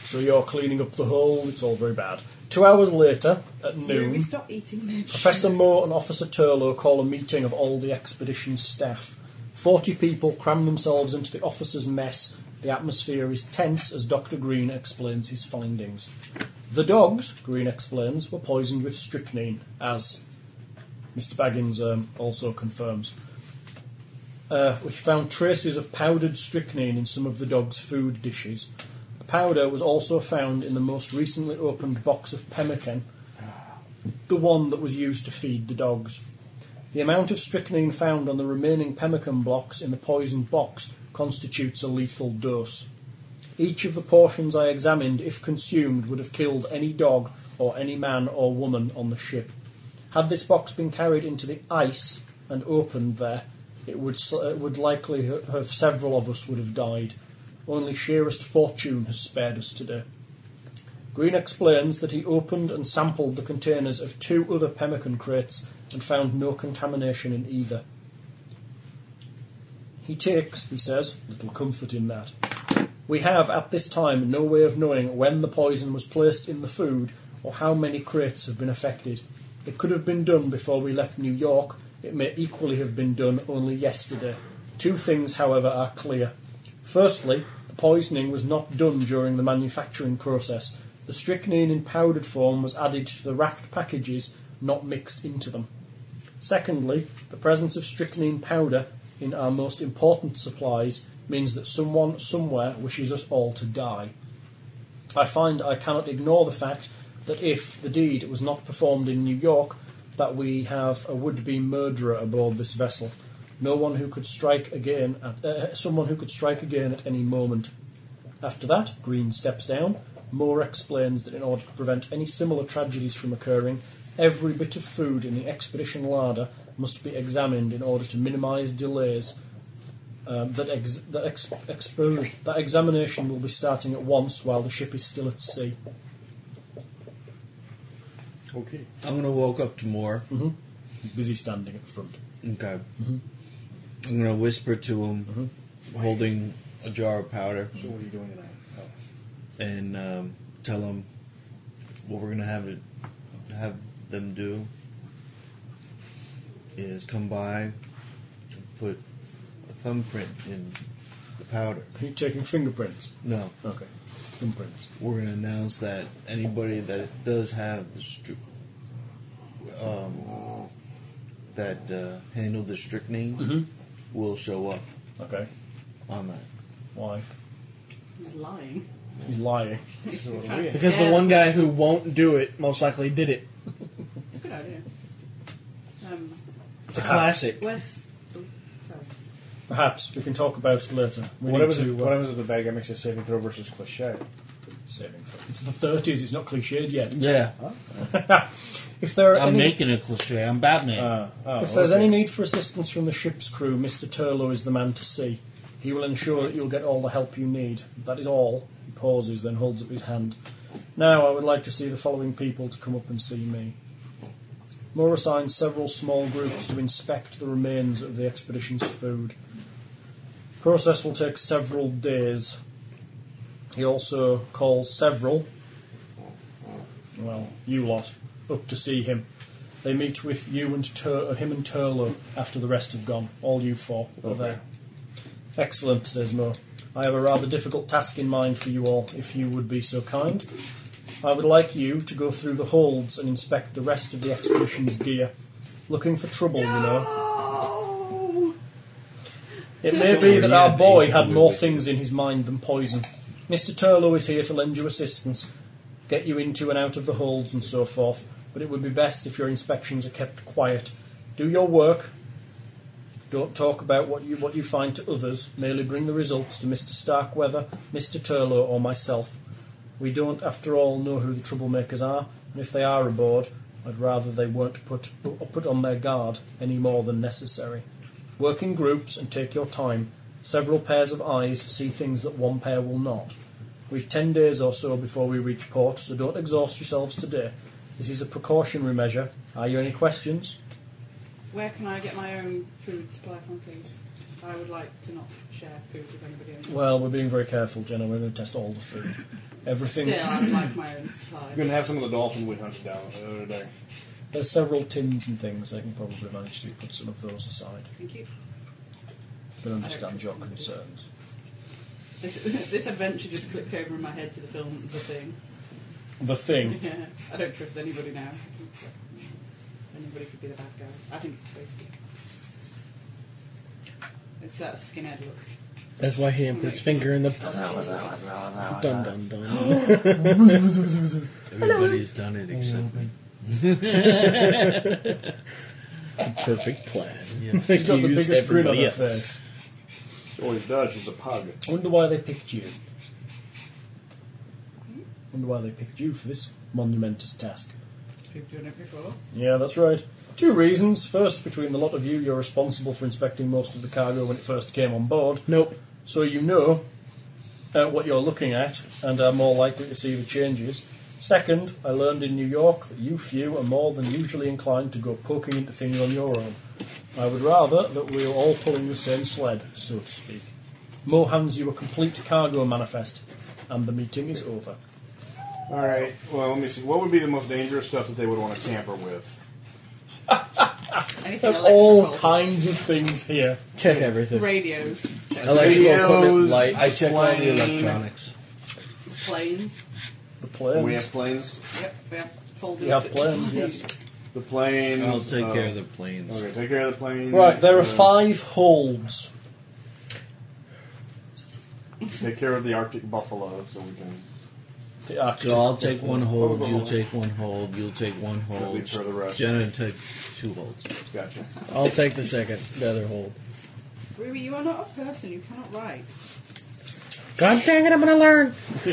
So you're cleaning up the hold, it's all very bad. Two hours later, at Ruby, noon, stop eating their Professor shit. Moore and Officer Turlow call a meeting of all the expedition staff. Forty people cram themselves into the officers' mess. The atmosphere is tense as Dr. Green explains his findings. The dogs, Green explains, were poisoned with strychnine, as Mr. Baggins um, also confirms. Uh, we found traces of powdered strychnine in some of the dog's food dishes. The powder was also found in the most recently opened box of pemmican, the one that was used to feed the dogs. The amount of strychnine found on the remaining pemmican blocks in the poisoned box constitutes a lethal dose. Each of the portions I examined, if consumed, would have killed any dog or any man or woman on the ship. Had this box been carried into the ice and opened there, it would, s- it would likely ha- have several of us would have died. Only sheerest fortune has spared us today. Green explains that he opened and sampled the containers of two other pemmican crates and found no contamination in either. He takes, he says, little comfort in that. We have at this time no way of knowing when the poison was placed in the food or how many crates have been affected. It could have been done before we left New York. It may equally have been done only yesterday. Two things, however, are clear. Firstly, the poisoning was not done during the manufacturing process. The strychnine in powdered form was added to the wrapped packages, not mixed into them. Secondly, the presence of strychnine powder in our most important supplies means that someone somewhere wishes us all to die. I find I cannot ignore the fact that if the deed was not performed in New York, that we have a would-be murderer aboard this vessel. No one who could strike again, at, uh, someone who could strike again at any moment. After that, Green steps down. Moore explains that in order to prevent any similar tragedies from occurring, every bit of food in the expedition larder must be examined in order to minimise delays. Um, that, ex- that, ex- expo- that examination will be starting at once while the ship is still at sea. Okay. I'm gonna walk up to Moore. He's busy standing at the front. Okay. Mm-hmm. I'm gonna whisper to him, holding a jar of powder, So what are you doing tonight? Oh. and um, tell him what we're gonna have it have them do is come by, and put a thumbprint in the powder. Are you taking fingerprints? No, Okay. Thumbprints. we're gonna announce that anybody that does have the stri- um, that uh, handled the strychnine Mhm. will show up Okay. on that. Why? He's lying. He's lying. He's trying to Because the scare them. one guy who won't do it most likely did it. It's a good idea. Um, It's a classic. Wes. oh, sorry. Perhaps we can talk about it later. We What need happens, to if, uh, what happens if the bad guy makes a saving throw versus cliche? saving throw. It's the 30s. It's not cliched yet. Yeah, If there are I'm any, making a cliche. I'm Batman. Uh, oh, if there's okay. any need for assistance from the ship's crew, Mr. Turlow is the man to see. He will ensure that you'll get all the help you need. That is all. He pauses, then holds up his hand. Now I would like to see the following people to come up and see me. Moore assigns several small groups to inspect the remains of the expedition's food. Process will take several days. He also calls several, well, you lot, up to see him. They meet with you and Tur- uh, him and Turlo after the rest have gone. All you four are there. Excellent, says Mo. I have a rather difficult task in mind for you all, if you would be so kind. I would like you to go through the holds and inspect the rest of the expedition's gear. Looking for trouble, you know. Oh! It may be that our boy had Yeah. more things in his mind than poison. Mr. Turlow is here to lend you assistance, get you into and out of the holds and so forth, but it would be best if your inspections are kept quiet. Do your work. Don't talk about what you, what you find to others. Merely bring the results to Mr. Starkweather, Mr. Turlow, or myself. We don't, after all, know who the troublemakers are, and if they are aboard, I'd rather they weren't put, put on their guard any more than necessary. Work in groups and take your time. Several pairs of eyes see things that one pair will not. We've ten days or so before we reach port, so don't exhaust yourselves today. This is a precautionary measure. Are you any questions? Where can I get my own food supply from, please? I would like to not share food with anybody else. Well, we're being very careful, Jenna. We're going to test all the food. Everything. Still, I would like my own supply. We're gonna have some of the dolphin we hunted down the other day. There's several tins and things. They can probably manage to put some of those aside. Thank you. I can understand your concerns. This, this adventure just clicked over in my head to the film The Thing. The thing. Yeah, I don't trust anybody now. Anybody could be the bad guy. I think it's basic. It's that skinhead look. That's why he didn't put his finger in the. Dun dun dun. Everybody's done it except me. Perfect plan. She's got the Accuse biggest grin on everybody her else. face. She always does. She's a pug. I wonder why they picked you. wonder why they picked you for this monumentous task. People doing it before. Yeah, that's right. Two reasons. First, between the lot of you, you're responsible for inspecting most of the cargo when it first came on board. Nope. So you know uh, what you're looking at and are more likely to see the changes. Second, I learned in New York that you few are more than usually inclined to go poking into things on your own. I would rather that we were all pulling the same sled, so to speak. Mo hands you a complete cargo manifest, and the meeting is over. All right. Well, let me see. What would be the most dangerous stuff that they would want to tamper with? Anything There's electrical. all kinds of things here. Check everything. Radios. Check Electrical equipment, Radios, light. I checked all the plane. electronics. Planes. The We planes. have planes. Yep, we have folded. We have planes, yes. The planes. I'll take uh, care of the planes. Okay, take care of the planes. Right, there are uh, five holds. Take care of the Arctic buffalo, so we can The Arctic. So I'll take one hold, Hold you'll on. take one hold, you'll take one hold. leave for the rest. Uh, Jenna take two holds. gotcha. I'll take the second, the other hold. Ruby, you are not a person. You cannot write. God dang it, I'm gonna learn. I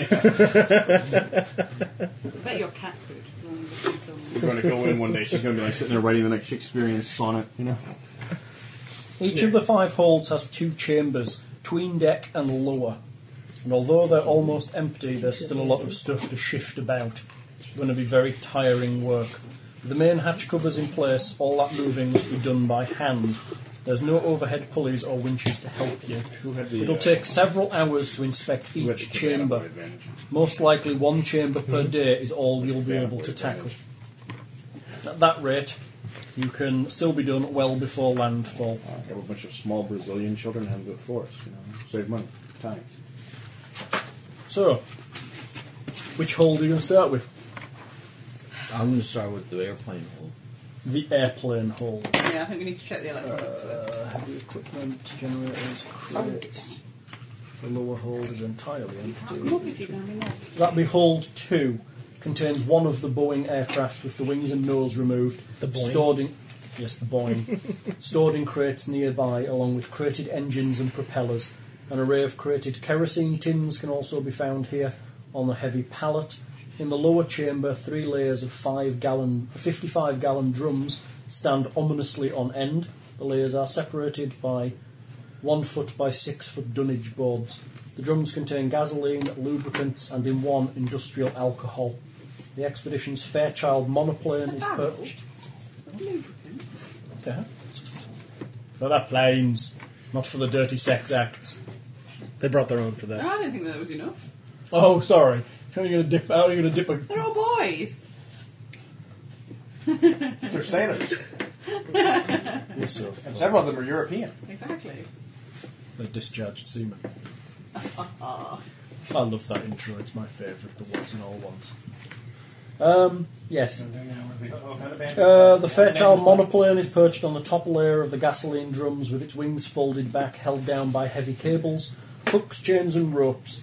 bet your cat could. Long as it's We're filmed. going to go in one day. She's going to be like sitting there writing the next Shakespearean sonnet. You know. Each of the five holds has two chambers, tween deck and lower. And although they're almost empty, there's still a lot of stuff to shift about. It's going to be very tiring work. With the main hatch covers in place, all that moving must be done by hand. There's no overhead pulleys or winches to help you. Who had the? uh, It'll take several hours to inspect who had each the command chamber. advantage? Most likely, one chamber per day is all you'll Hmm. be Yeah, able to advantage. tackle. At that rate, you can still be done well before landfall. Have a bunch of small Brazilian children have good for us. You know, save money, time. So, which hole are you going to start with? I'm going to start with the airplane hold. The airplane hole. yeah, I think we need to check the electronics first. Uh, heavy equipment generators crates. The lower hold is entirely Can't come up empty. if you can be left. That'd be hold two. Contains one of the Boeing aircraft with the wings and nose removed. The Boeing? Stored in, yes, the Boeing. stored in crates nearby, along with crated engines and propellers. An array of crated kerosene tins can also be found here on the heavy pallet. In the lower chamber, three layers of five gallon, 55 gallon drums stand ominously on end. The layers are separated by one foot by six foot dunnage boards. The drums contain gasoline, lubricants, and in one, industrial alcohol. The expedition's Fairchild monoplane is Barrel? perched. Lubricant. Yeah. For the planes, not for the dirty sex acts. They brought their own for No, that. I didn't think that was enough. Oh, sorry. How are you going to dip? How are you going to dip a? They're all boys. They're sailors. and several of them are European. Exactly. They discharged seamen. I love that intro. It's my favourite. The once and all ones. Um. Yes. Uh, the Fairchild monoplane is perched on the top layer of the gasoline drums with its wings folded back, held down by heavy cables, hooks, chains, and ropes.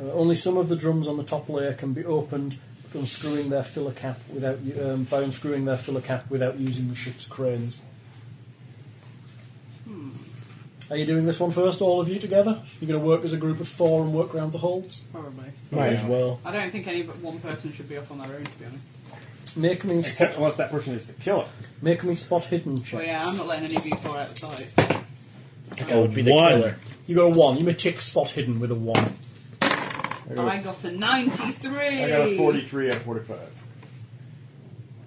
Uh, only some of the drums on the top layer can be opened, unscrewing their filler cap without u- um, by unscrewing their filler cap without using the ship's cranes. Hmm. Are you doing this one first, all of you together? You're going to work as a group of four and work around the holds. Probably. Might as well. I don't think any but one person should be off on their own, to be honest. Make me Except unless that person is the killer. make me spot hidden checks. Well, yeah, I'm not letting any of you four outside. That would be the One. killer. You got a one. You may tick spot hidden with a one. I got a 93! I got a 43 out of 45.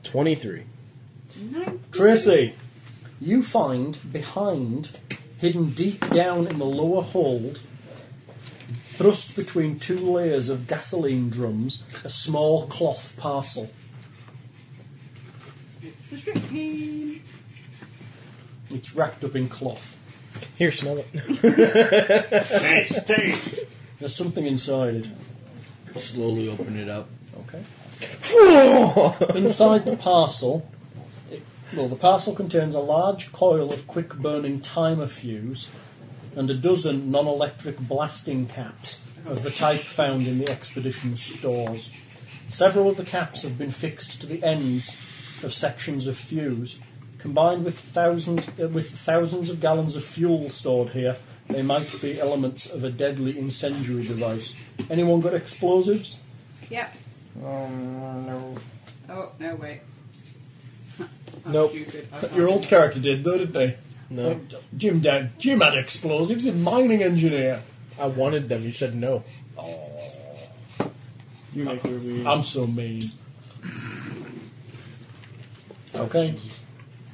23. Tracy, you find behind, hidden deep down in the lower hold, thrust between two layers of gasoline drums, a small cloth parcel. It's the trick game. It's wrapped up in cloth. Here, smell it. Taste, taste. There's something inside it. Slowly open it up. Okay. Inside the parcel, it, well, the parcel contains a large coil of quick burning timer fuse and a dozen non electric blasting caps of the type found in the expedition stores. Several of the caps have been fixed to the ends of sections of fuse. Combined with, thousand, uh, with thousands of gallons of fuel stored here, they might be elements of a deadly incendiary device. Anyone got explosives? Yep. Oh, no, wait. I'm Nope. stupid. I can't Your do old that. character did, though, didn't they? No. Jim dad, Jim had explosives. He's a mining engineer. I wanted them. You said no. Oh. You make your weed. I'm so mean. Okay.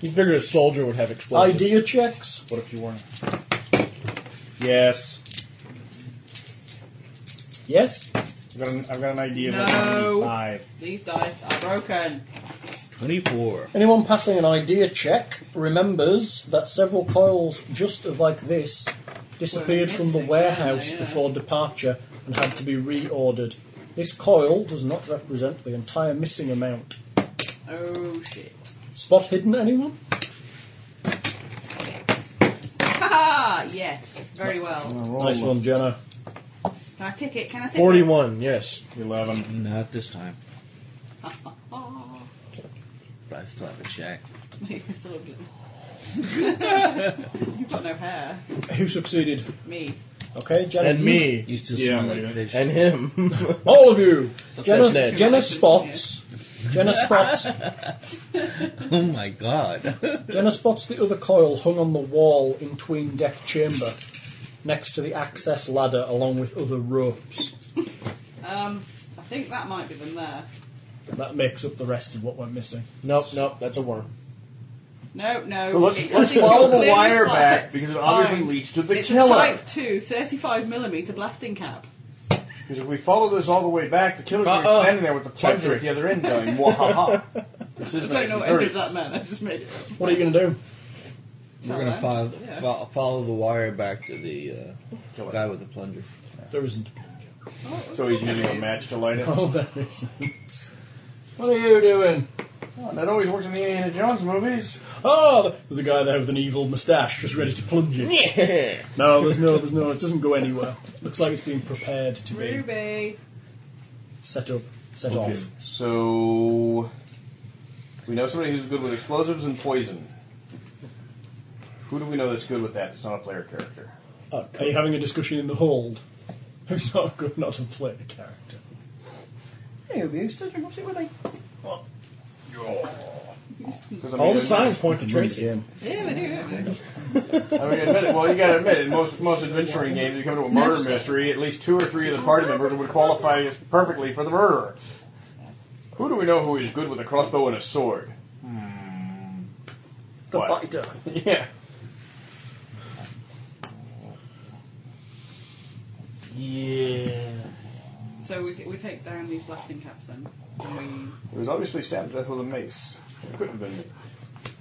You figured a soldier would have explosives. Idea checks. What if you weren't? Yes. Yes. I've got an, I've got an idea No. of five. These dice are broken. 24. Anyone passing an idea check remembers that several coils just of like this disappeared Were from the missing, warehouse yeah, yeah. before departure and had to be reordered. This coil does not represent the entire missing amount. Oh, shit. Spot hidden, anyone? Haha! Yes, very well. nice one, Jenna. Can I tick it? Can I tick it? 41, yes. Eleven. Um, Not this time. Oh, But I still have a check. mate, you're still ugly. You've got no hair. Who succeeded? Me. Okay, Jenna. And you- me. You still Yeah, smell like yeah. fish. And him. All of you. So Jenna, Ned. Jenna spots. Jenna spots. oh my god. Jenna spots the other coil hung on the wall in tween deck chamber, next to the access ladder, along with other ropes. Um, I think that might be them there. That makes up the rest of what went missing. nope, nope, that's a worm. No, no. So it let's, let's doesn't follow the clearly wire fly. back because it obviously Fine. leads to the it's killer. a Type 2 35mm blasting cap. Because if we follow this all the way back, the killer's going to Uh-uh. be standing there with the plunger Type at the other end going, wahaha. This I is don't know the what any of that meant. I just made it up. What are you going to do? We're going to Hello. follow, Yeah. fo- follow the wire back to the uh, Killer. guy with the plunger. There isn't. Oh, So he's using a match to light it. Oh, there isn't. What are you doing? Oh, that always works in the Indiana Jones movies. Oh, there's a guy there with an evil moustache, just ready to plunge you. Yeah. No, there's no, there's no. It doesn't go anywhere. Looks like it's being prepared to be Ruby. set up, set off. So we know somebody who's good with explosives and poison. Who do we know that's good with that? It's not a player character. Are you having a discussion in the hold? Who's not good, not to play a character? Hey, abused. What's it with me? What? Because, I mean, All the admit- signs point to Tracy. Yeah, they do. don't they? I mean, admit it. Well, you got to admit it. Most most adventuring games, you come to a murder Next. mystery. At least two or three of the party members would qualify as perfectly for the murderer. Who do we know who is good with a crossbow and a sword? The What? fighter. Yeah. Yeah. So we, we take down these blasting caps then. And we, It was obviously stabbed to death with a mace. It couldn't have been me.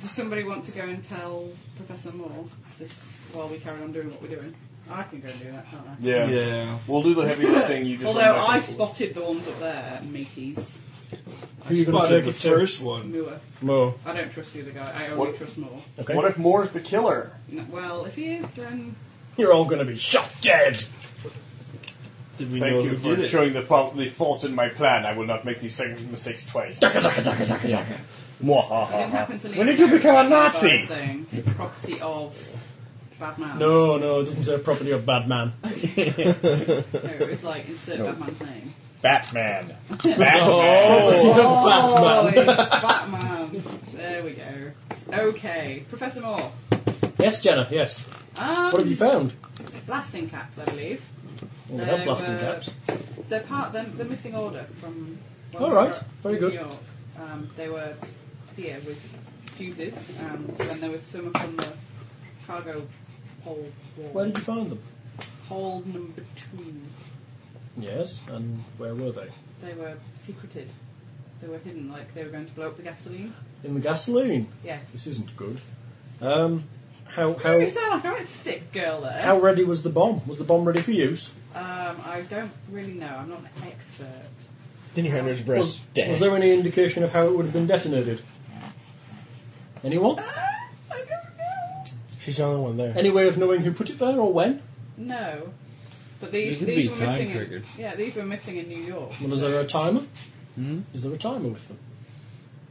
does somebody want to go and tell Professor Moore this while we carry on doing what we're doing? I can go and do that, can't I? Yeah. Yeah. We'll do the heavy lifting. You just Although run back I and forth. spotted the ones up there, mateys. Who are you going to take the it to? first one. Moore. Mo. I don't trust the other guy. I only What- trust Moore. Okay. What if Moore's the killer? No, well, if he is, then You're all going to be shot dead. Did we know Thank you who for did it? showing the, fault, the faults in my plan. I will not make these second mistakes twice. I didn't happen to leave Uh-huh. When did you notes become by a Nazi? Saying property of bad man. No, no, it doesn't say property of bad man. No, it was like insert bad man's name. Batman. Batman. Oh, Batman. Batman. There we go. Okay, Professor Moore. Yes, Jenna, yes. Um, What have you found? Blasting caps, I believe. Oh, they They have blasting were- caps. They're part. They're, they're missing order from. when All we right, were very in good. New York. Um, they were here with fuses, and then there was some up on the cargo hold wall. Where did you find them? Hole number two. Yes, and where were they? They were secreted. They were hidden, like they were going to blow up the gasoline. In the gasoline. Yes. This isn't good. Um, how You how sound like a right thick girl there. how ready was the bomb? Was the bomb ready for use? Um, I don't really know. I'm not an expert. Then you hear under his breath, Was, "Dang." was there any indication of how it would have been detonated? Anyone? Ah, She's the only one there. Any way of knowing who put it there or when? No, but these They could these be were time missing. triggered. In, yeah, these were missing in New York. Well, is there a timer? Hmm? Is there a timer with them?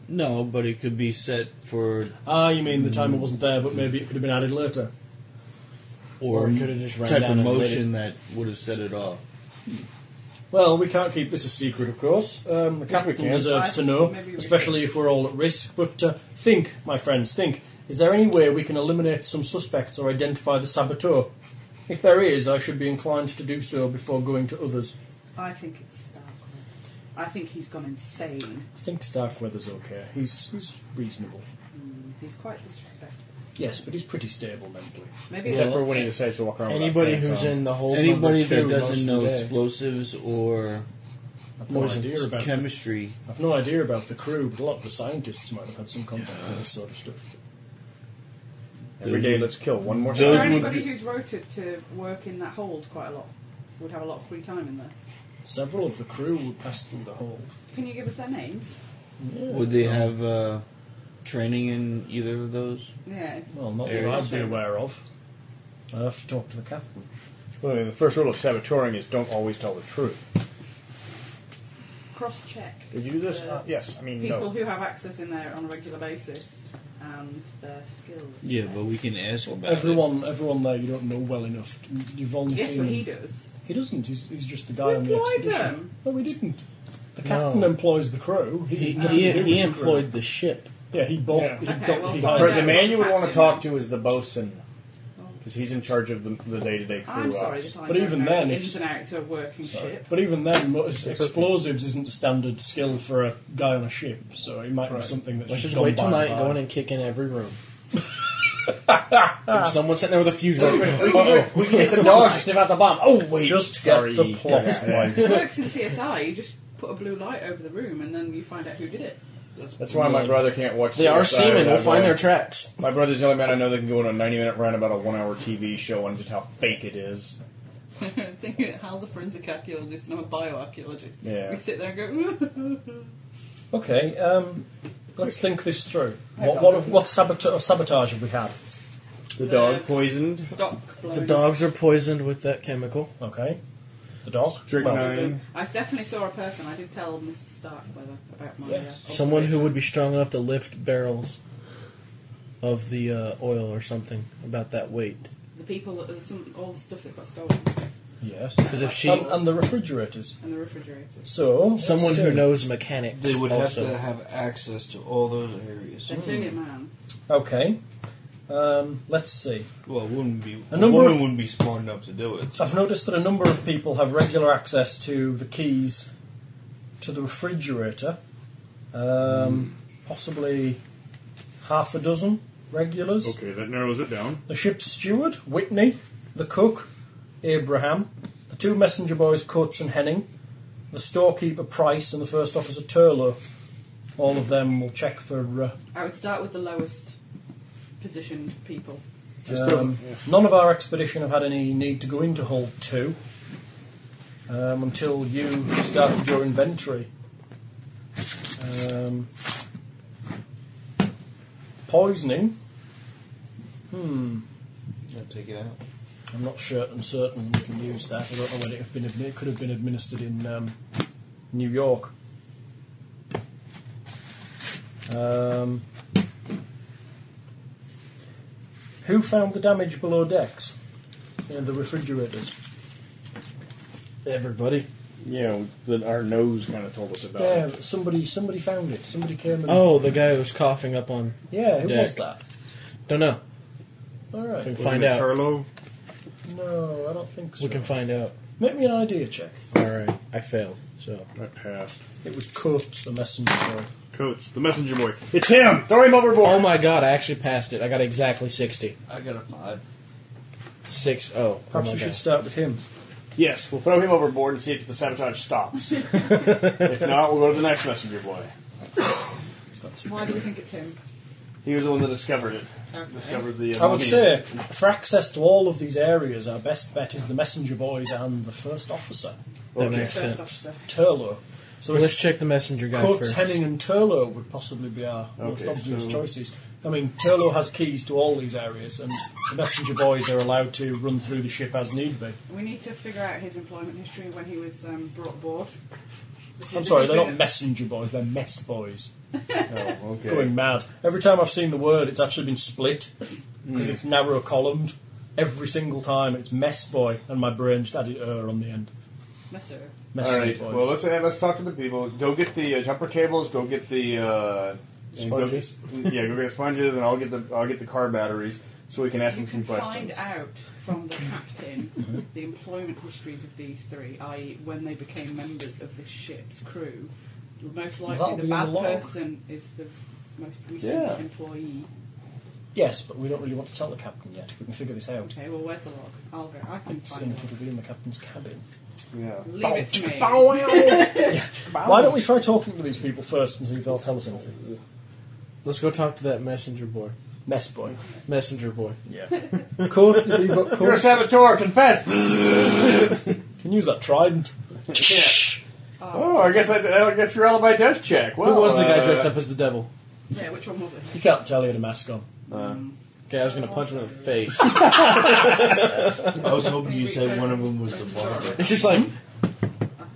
No, but it could be set for Ah, you mean the timer wasn't there, but maybe it could have been added later. or, Or it could have just run type down of and lit motion that would have set it off. Well, we can't keep this a secret, of course. Um, the captain can. deserves I- to know, maybe we especially if we're all at risk. But uh, think, my friends, think. Is there any way we can eliminate some suspects or identify the saboteur? If there is, I should be inclined to do so before going to others. I think it's Starkweather. I think he's gone insane. I think Starkweather's okay. He's, he's reasonable. Mm, he's quite disrespectful. Yes, but he's pretty stable mentally. Maybe Except for when he decides to walk around. without Anybody pants who's on. in the whole Anybody number two that doesn't most of know the day. explosives or I've no, idea about the, chemistry, I've no idea about the crew, but a lot of the scientists might have had some contact with this sort of stuff. Every day, let's kill one more. Is there Those side. would anybody be- who's rotated to work in that hold quite a lot? Would have a lot of free time in there. Several of the crew would pass through the hole. Can you give us their names? would they have uh, training in either of those? Yeah. Well, not that There I'd is. be aware of. I'd have to talk to the captain. Well, I mean, the first rule of saboteuring is don't always tell the truth. Cross check. Did you do this? Uh, yes. I mean, People no. who have access in there on a regular basis and their skills. Yeah, but we can ask about Everyone, everyone there, you don't know well enough. You've only Yes, seen. but he him. does. He doesn't. He's, he's just the guy We on the employed expedition. them. No, we didn't. The No. captain employs the crew. He, He, didn't have he, to do he with the crew. employed the ship. Yeah, he bought. Yeah. He Okay, got, well, he fine. But hired. the man you would want to talk Captain. to is the bosun, because he's in charge of the, the day-to-day crew. Oh. Uh, I'm sorry ops. that I But don't even know then, the if- ins and outs of a working ship. But even then, mo- okay. explosives isn't a standard skill for a guy on a ship, so it might be something that's Let's just just gone wait till by night, and by. go in and kick in every room. if someone's sitting there with a fuse right We can get the dogs to sniff out the bomb. Oh wait, Just get sorry. the plot Yeah. It works in CSI. You just put a blue light over the room and then you find out who did it. That's why my brother can't watch. They are CSI seamen. We'll without find their going- tracks. My brother's the only man I know that can go on a 90 minute rant about a one hour TV show and just how fake it is. Hal's a forensic archaeologist and I'm a bioarchaeologist. Yeah. We sit there and go, Okay, um, let's think this through. I What, found what, it. have- what sabota- sabotage have we had? The dog poisoned. Doc blowing The up." dogs are poisoned with that chemical. Okay, the dog. Well, Strychnine. I definitely saw a person. I did tell Mr. Starkweather about my. uh, Someone who observation. would be strong enough to lift barrels of the uh, oil or something about that weight. The people, that, uh, some, all the stuff that got stolen, yes. Because if she, And, and the refrigerators. and the refrigerator. So let's someone who see. knows mechanics, They would also. have to have access to all those areas. They're Hmm. clearly a man. Okay, um, let's see. Well, it wouldn't be A a, number woman of- wouldn't be smart enough to do it. so- I've noticed that a number of people have regular access to the keys to the refrigerator. Um, Hmm. Possibly half a dozen regulars. Okay, that narrows it down. The ship's steward, Whitney, the cook, Abraham, the two messenger boys, Coates and Henning, the storekeeper, Price, and the first officer, Turlow. All of them will check for. Uh, I would start with the lowest positioned people. um, none of our expedition have had any need to go into Hull 2 um, until you started your inventory. Um, poisoning. Hmm. Yeah, Take it out. I'm not sure and certain we can use that. I don't know whether it, have been, admi- it could have been administered in um, New York. Um, who found the damage below decks? In the refrigerators. everybody. Yeah, that our nose kind of told us about. Yeah, it. somebody somebody found it. Somebody came and Oh, the guy who was coughing up on. yeah, who was Deck. that? Don't know. All We right. can find Wasn't it out. Tarlo? No, I don't think so. We can find out. Make me an idea check. Alright, I failed, so. I passed. It was Coates, the messenger boy. Coates, the messenger boy. It's him! Throw him overboard! Oh my god, I actually passed it. I got exactly 60. Hmm, I got a five. Six oh. Perhaps oh my we should God. start with him. Yes, we'll throw him overboard and see if the sabotage stops. if not, we'll go to the next messenger boy. Why do we think it's him? He was the one that discovered it. Discovered the. I Uh, would mummy. say, for access to all of these areas, our best bet is the messenger boys and the first officer, That First makes sense. officer. Turlo. So Well, it's let's check the messenger guy Coates, first. Henning, and Turlo would possibly be our most Okay, obvious so- choices. I mean, Turlo has keys to all these areas, and the messenger boys are allowed to run through the ship as need be. We need to figure out his employment history when he was um, brought aboard. I'm sorry, they're not messenger boys, they're mess boys. Oh, okay. Going mad. Every time I've seen the word, it's actually been split because Hmm. it's narrow columned. Every single time, it's mess boy, and my brain just added er on the end. Messer. Mess All right. boys. Well, let's uh, let's talk to the people. Go get the uh, jumper cables. Go get the uh, and go- Sponges. yeah, go get sponges, and I'll get the I'll get the car batteries so we can ask You them some can find questions. out from the Mm-hmm. captain the employment histories of these three, i.e., when they became members of this ship's crew. Most likely, That'll be the in the bad log. person is the most recent Yeah. employee. yes, but we don't really want to tell the captain yet. We can figure this out. Okay, well, where's the log? I'll go. I can It's in, find it'll it. be in the captain's cabin. Yeah. Leave it to me. Why don't we try talking to these people first and see if they'll tell us anything? Let's go talk to that messenger boy. Mess boy. Messenger boy. Yeah. Court, you've got You're a court. saboteur. Oh. Confess. Can use that trident. oh, I guess I, I guess your alibi does check. Well, Who was the guy uh, dressed up as the devil? Yeah, which one was it? You can't tell he had a mask on. Uh, Okay, I was gonna punch him in the face. I was hoping you said one of them was the barber. it's just like, I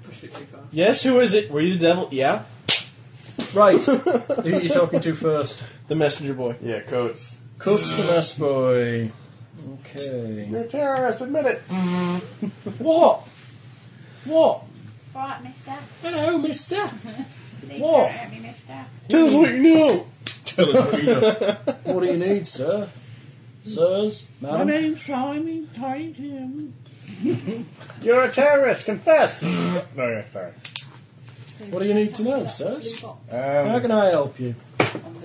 pushed it too far. yes, who is it? Were you the devil? Yeah, Right. Who are you talking to first? the messenger boy. Yeah, coats. Cook's the mess boy. Okay. You're a terrorist. Admit it. What? What? Right, mister. Hello, mister. Please What? don't hurt me, mister. Tell us what you know. Tell us what you know. What do you need, sir? Sirs? Madam? name's Simon Tiny Tim. You're a terrorist. Confess. okay, sorry. What do you need to know, sirs? How Um, can I help you?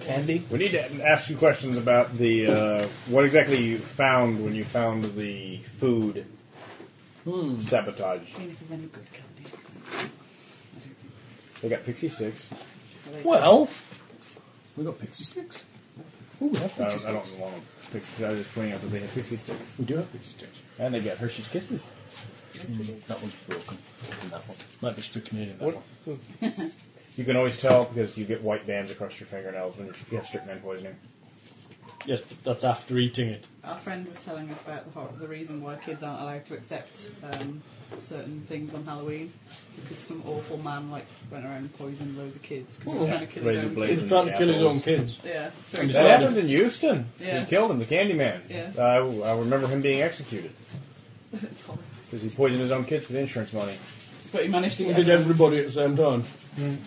Candy. we need to ask you questions about the uh, what exactly you found when you found the food Hmm. sabotage. Seeing if there's any good candy. I don't think They got pixie sticks. so. They- Well, we got pixie sticks. Ooh, we have I pixie don't, I sticks. don't want to pixie. I was just pointing out that they had pixie sticks. We do have pixie sticks. And they got Hershey's Kisses. That one's broken. And that one. Might be strychnine in that What? one. you can always tell because you get white bands across your fingernails when you have strychnine poisoning. Yes, but that's after eating it. Our friend was telling us about the, hor- the reason why kids aren't allowed to accept um, certain things on Halloween because some awful man like went around and poisoned loads of kids because he was trying to kill his Razor own blades. kids. He's trying to kill his own kids. Yeah, so And he That decided- happened in Houston. Yeah. He killed him, the Candyman. Yeah. I, I remember him being executed it's horrible. because he poisoned his own kids with insurance money. but he managed to He get. did everybody at the same time.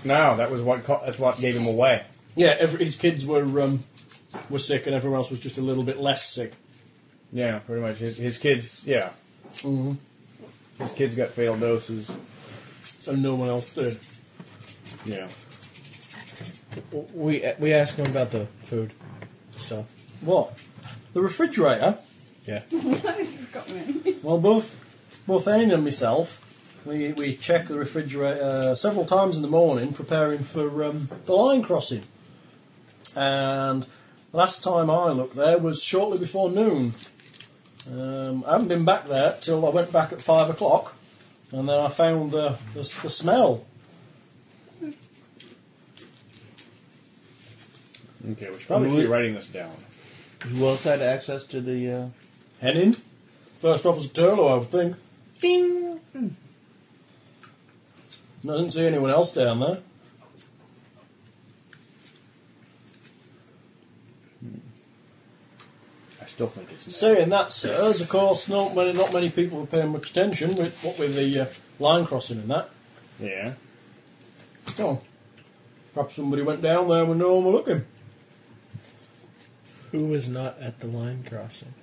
No, that was what ca- that's what gave him away. Yeah, every, his kids were um, were sick, and everyone else was just a little bit less sick. Yeah, pretty much. His, his kids, yeah. His kids got fatal doses. and no one else did. Yeah. We we asked him about the food stuff. What? The refrigerator? Yeah. This has got me. Well, both both Anne and myself, we, we check the refrigerator uh, several times in the morning, preparing for um, the line crossing. And last time I looked there was shortly before noon. Um, I haven't been back there till I went back at five o'clock, and then I found uh, the, the smell. Okay, we should probably Really? keep writing this down. Who else had access to the? Uh... Henning, first officer Turlo, I would think. Ding. No, I didn't see anyone else down there. I still think it's. Saying that, sirs, of course, not many, not many people were paying much attention with what with the uh, line crossing and that. Yeah. Oh, perhaps somebody went down there when no one were looking. Who was not at the line crossing?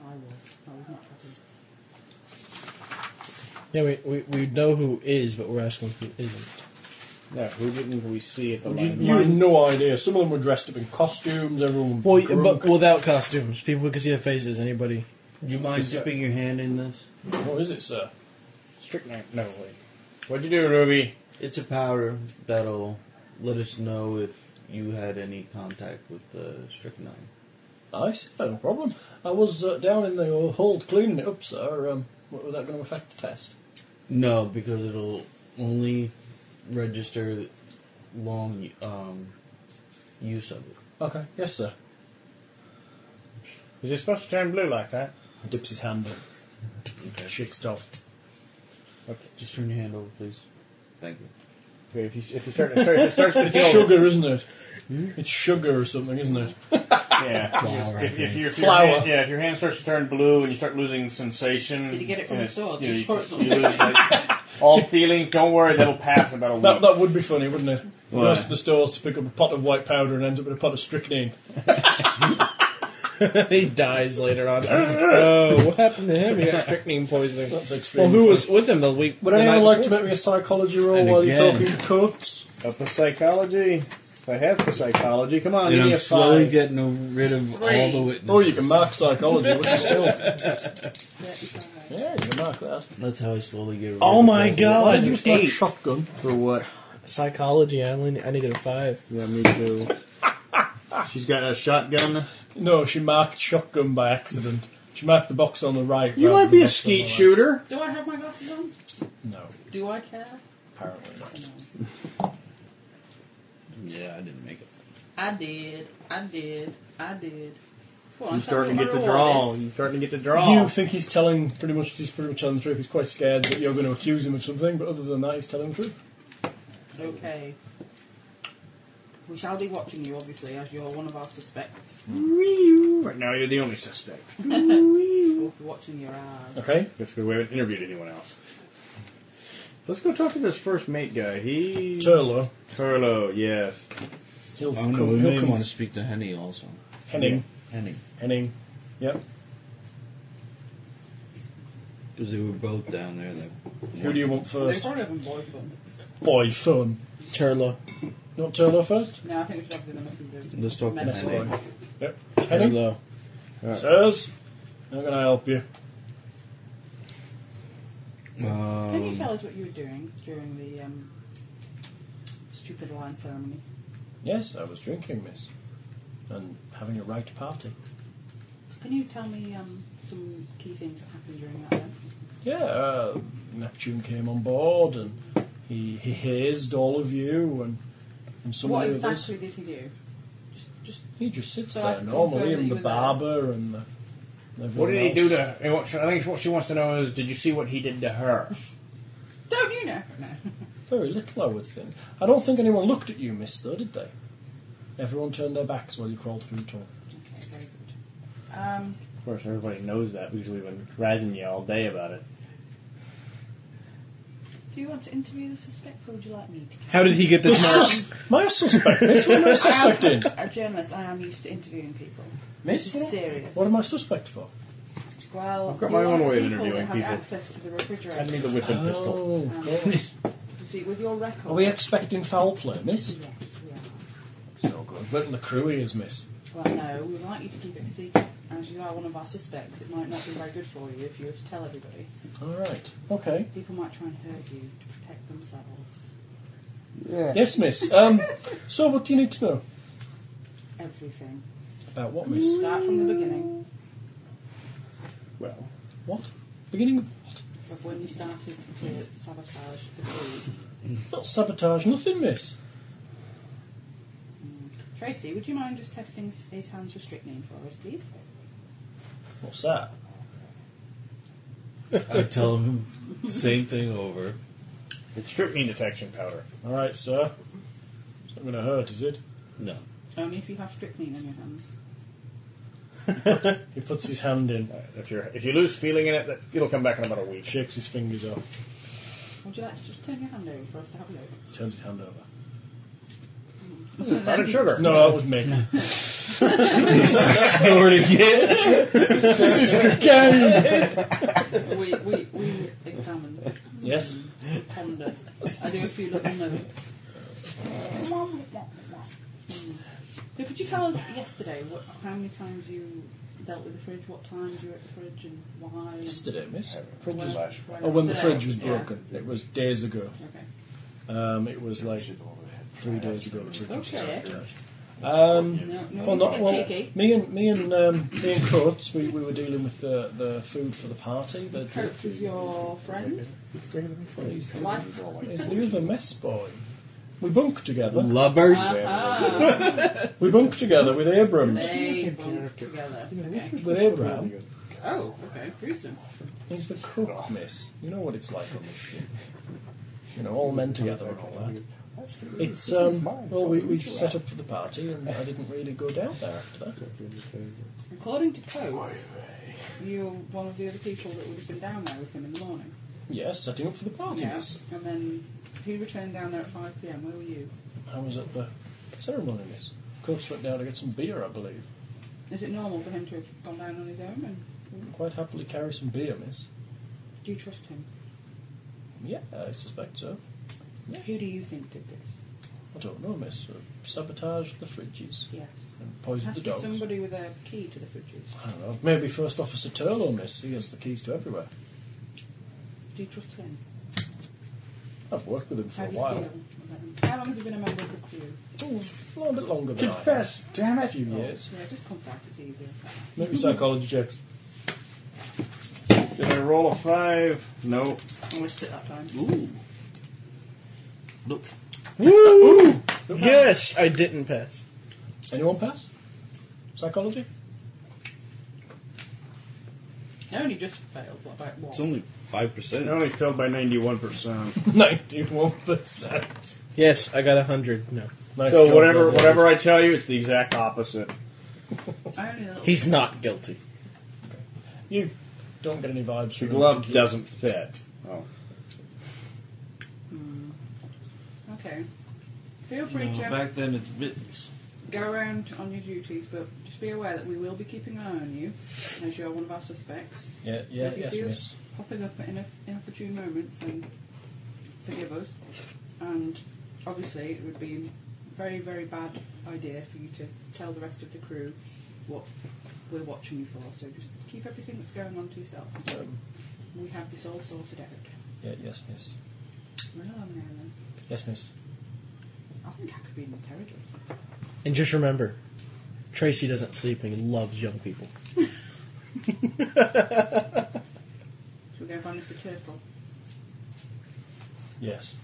I was. I was not happy. Yeah, we, we, we know who is, but we're asking who isn't. Yeah, who didn't we see at the Would you- line? You have no idea. Some of them were dressed up in costumes. Everyone. Well, Was y- but without costumes, people can see their faces. Anybody? Do you mind dipping your hand in this? what is it, sir? Strychnine. No, wait. What'd you do, Ruby? It's a powder that'll let us know if you had any contact with the strychnine. I said no problem. I was uh, down in the old hold cleaning it up, sir. Um, wa- was that going to affect the test? No, because it'll only register long um, use of it. Okay. Yes, sir. Is it supposed to turn blue like that? Dips his hand in. Shakes it off. Just turn your hand over, please. Thank you. Okay, if you if you start, if it starts to It's feel sugar, isn't it? It's sugar or something, isn't it? yeah, Flour, if, if, your- if your Flour. hand, yeah, if your hand starts to turn blue and you start losing sensation, Did you get it from yeah, the store? Did yeah, you you, short you lose like, all feeling. Don't worry, that'll pass in about a week. That, that would be funny, wouldn't it? Why? Goes to the stores to pick up a pot of white powder and ends up with a pot of strychnine. he dies later on. Oh, what happened to him? He got strychnine poisoning. That's Well, extreme. who was with him the week? Would the night anyone like to before? make me a psychology roll And while you're again. talking to coats? Up the psychology. I have the psychology. Come on, And give me I'm a slowly five. getting rid of all the witnesses. Or you can mark psychology, which is still. Thirty-five. Yeah, you can mark that. That's how I slowly get rid Oh of my all the- God. Why did you an use my eight. shotgun? For what? Psychology. I only I needed a five. Yeah, me too. She's got a shotgun. No, she marked shotgun by accident. She marked the box on the right. You rather than might be the a box on the skeet left. shooter. Do I have my glasses on? No, Do I care? apparently not. Yeah, I didn't make it. I did. I did. I did. Come on, tell me You starting to what get my the reward draw. is. You starting to get the You draw. think he's telling pretty much he's pretty much telling the truth. He's quite scared that you're going to accuse him of something, but other than that, he's telling the truth. Okay. We shall be watching you, obviously, as you're one of our suspects. Right now, you're the only suspect. We'll be watching your eyes. Okay. That's because we haven't interviewed anyone else. Let's go talk to this first mate guy. He Turlo. Turlo, yes. He'll I don't come. know. Oh, We Oh, he'll may come want on. to speak to Henny also. Henning. Henny. Henning. Yep. Because they were both down there. That Who do you want They're first? probably having boy fun. Boy, fun. Turlo. You want Turlo first? No, I think we should have the missing Let's talk to Next Henny. one. Yep. Henning. Turlo. Sirs, how can I help you? Um, Can you tell us what you were doing during the um, stupid wine ceremony? Yes, I was drinking, miss. And having a right party. Can you tell me um, some key things that happened during that event? Yeah, uh, Neptune came on board and he, he hazed all of you and, and some what of the others. exactly did he do? Just, just He just sits So I there can normally, confirm that and you the were there. barber and the. and What did he everyone do else. to? and what she- I think what she wants to know is, did you see what he did to her? don't you know? No. Very little, I would think. I don't think anyone looked at you, miss, though, did they? Everyone turned their backs while you crawled through the tunnel. okay, very good. Um, Of course, everybody knows that because we've been razzing you all day about it. do you want to interview the suspect, or would you like me to? How did he get this mark? My suspect, miss, what am I suspect in? I'm a journalist. I am used to interviewing people. Miss, This is what am- serious. what am I suspect for? Well, I've you're got my own one of way of the people interviewing that people. Have access to the refrigerator. I need the whip and pistol. Oh, Um, of course. You see, with your record. Are we expecting foul play, miss? Yes, we are. It's no good. Letting the crew is, miss. Well, no, we'd like you to keep it a secret. As you are one of our suspects, it might not be very good for you if you were to tell everybody. All right. Okay. People might try and hurt you to protect themselves. Yes, miss. Um, so, what do you need to know? Everything. About what, miss? Start from the beginning Well, what? Beginning of of when you started to sabotage the food. Not sabotage, nothing, miss. Tracy, would you mind just testing his hands for strychnine for us, please? What's that? I tell him same thing over. It's strychnine detection powder. All right, sir. It's not going to hurt, is it? No. Only if you have strychnine in your hands. He puts his hand in, If you if you lose feeling in it, that, it'll come back in about a week. shakes his fingers off, Would you like to just turn your hand over for us to have a look? turns his hand over. This is powdered sugar. No, that was me. Snorted again. this is cocaine. we, we, we exactly examine. Yes. Ponder. I do a few little notes. So could you tell us yesterday what, how many times you dealt with the fridge, what times you were at the fridge, and why? and- Yesterday, miss. Fridge When- was, when oh, when the today? fridge was Yeah. broken. It was days ago. Okay. Um, it was like three days ago. The fridge was Okay. broken. Um, No- no well, need not to get well, cheeky. me and me and um, me and Coates, we, we were dealing with the, the food for the party. The, Coates is your friend? He's the, What? he's the other mess boy. We bunk together. Lubbers. Ah. we bunk together with Abrams. They bunk together. Okay. With Abraham. Oh, okay. Gruesome. He's the cook, miss. You know what it's like on this ship. You know, all men together and all that. It's, um, well, we, we set up for the party and I didn't really go down there after that. According to Coates, you're one of the other people that would have been down there with him in the morning. Yes, setting up for the party, Yeah. miss. And then he returned down there at 5 pm. Where were you? I was at the ceremony, miss. Coates went down to get some beer, I believe. Is it normal for him to have gone down on his own? And Quite happily carry some beer, miss. do you trust him? Yeah, I suspect so. Who do you think did this? I don't know, miss. Uh, sabotaged the fridges Yes. and Has poisoned the to be dogs. somebody with a key to the fridges. I don't know. Maybe First Officer Turlow, miss. He has the keys to everywhere. Do you trust him? I've worked with him for How a do you while. feel about him? How long has he been a member of the crew? Oh, a little bit longer than Confess, I have. damn it! A few years. Oh, Yeah, just confess, it's easier. Maybe psychology checks. Did I roll a five? No. I missed it that time. Ooh. Nope. Woo! yes, I didn't pass. Anyone pass? Psychology? I only just failed. What about what? only five percent. I only failed by ninety-one percent. 91%. Yes, I got hundred. No, Nice so job, whatever Bill. whatever I tell you, it's the exact opposite. I only know. he's not guilty. You don't get any vibes The from glove doesn't fit. Oh. Okay. Feel free No, to back then it's mittens. go around on your duties, but just be aware that we will be keeping an eye on you, as you're one of our suspects. Yeah, yeah, if you yes, see miss. us popping up at inopp- inopportune moments, then forgive us. And obviously, it would be a very, very bad idea for you to tell the rest of the crew what we're watching you for. So just keep everything that's going on to yourself. until we have this all sorted out. Yeah, yes, miss. Run along now, then. Yes, miss. I think I could be an interrogator. And just remember, Tracy doesn't sleep and he loves young people. Should we go and find Mr. Turtle? Yes.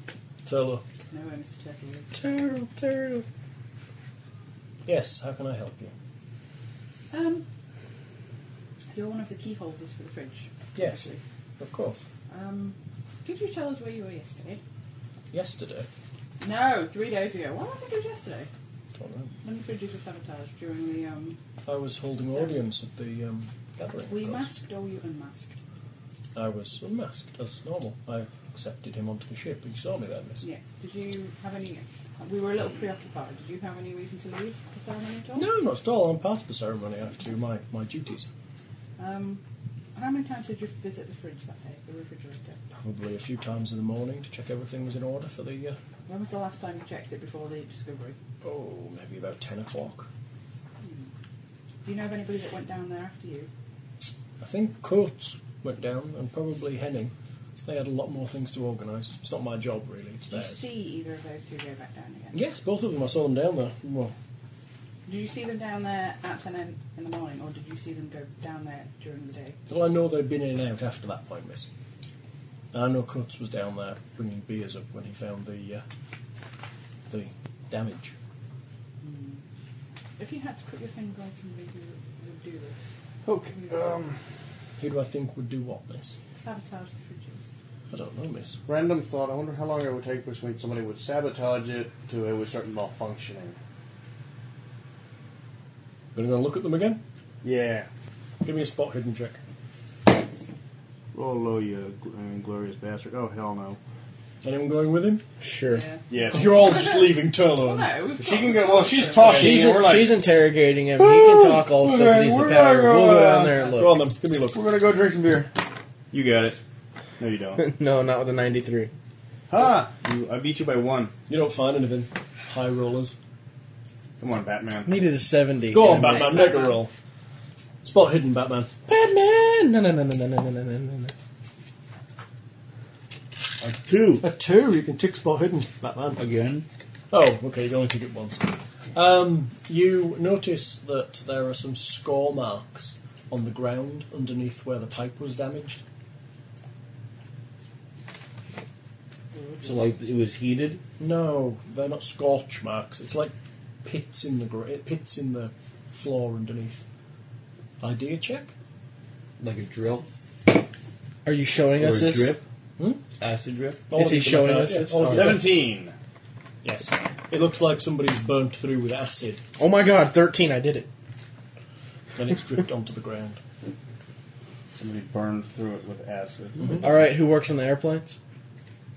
Turlow. No, where Mr. Turtle lives. Turtle, turtle. Yes, how can I help you? Um, you're one of the key holders for the fridge. Yes, obviously. of course. Um, could you tell us where you were yesterday? Yesterday. No, three days ago. What happened to us yesterday? Don't know. When the fridges were sabotaged during the um, I was holding Sorry. audience at the um, gathering. were you of course. masked or were you unmasked? I was unmasked as normal. I accepted him onto the ship. You saw me there, miss. Yes. Did you have any? We were a little preoccupied. Did you have any reason to leave the ceremony at all? No, not at all. I'm part of the ceremony. I have to do my, my duties. Um, how many times did you visit the fridge that day, the refrigerator? Probably a few times in the morning to check everything was in order for the, uh, When was the last time you checked it before the discovery? oh, maybe about 10 o'clock. Do you know of anybody that went down there after you? I think Coates went down and probably Henning. They had a lot more things to organise. It's not my job, really. It's Did you theirs. see either of those two go back down again? Yes, both of them. I saw them down there. Well, Did you see them down there at 10 a.m. in the morning, or did you see them go down there during the day? well I know they've been in and out after that point, miss. And I know Coates was down there bringing beers up when he found the, uh, the damage. If you had to put your finger on somebody who would do this, Okay. Um, Who do I think would do what, miss? sabotage the fridges. I don't know, miss. random thought. I wonder how long it would take between somebody would sabotage it to it would start malfunctioning. Gonna go and look at them again? Yeah. Give me a spot hidden check. Roll low, Oh, you gl- inglorious bastard. Oh hell no. Anyone going with him? Sure. Yeah. Yes. You're all just leaving Well, Turlo. no, we've She got- can go. Well, she's talking. She's, and we're like, she's interrogating him. He can talk also because he's the We're gonna powder. go, We'll go uh, down there and Go on look. then, give me a look. we're gonna go drink some beer. You got it. No, you don't. no, not with a 93. Ha! You, I beat you by one. You don't find anything. High rollers. Come on, Batman. Needed a 70. Go on, And I missed Batman. it. Make a roll. Spot hidden, Batman. Batman! No, no, no, no, no, no, no, no, no, no. A two. A two. You can tick spot hidden, Batman. Again? Oh, okay. You can only tick it once. Um, you notice that there are some score marks on the ground underneath where the pipe was damaged. So, like, it was heated? No, they're not scorch marks. It's like pits in the gr- eh, pits in the floor underneath. Idea check. Like a drill? Are you showing Or us a this? drip? Hmm? Acid drip? All Is of he it's showing about- us yeah, this? all of it's about- Seventeen. Yes. It looks like somebody's burnt through with acid Oh my god, 13, I did it. and it's dripped onto the ground. Somebody burned through it with acid. Alright, who works on the airplanes?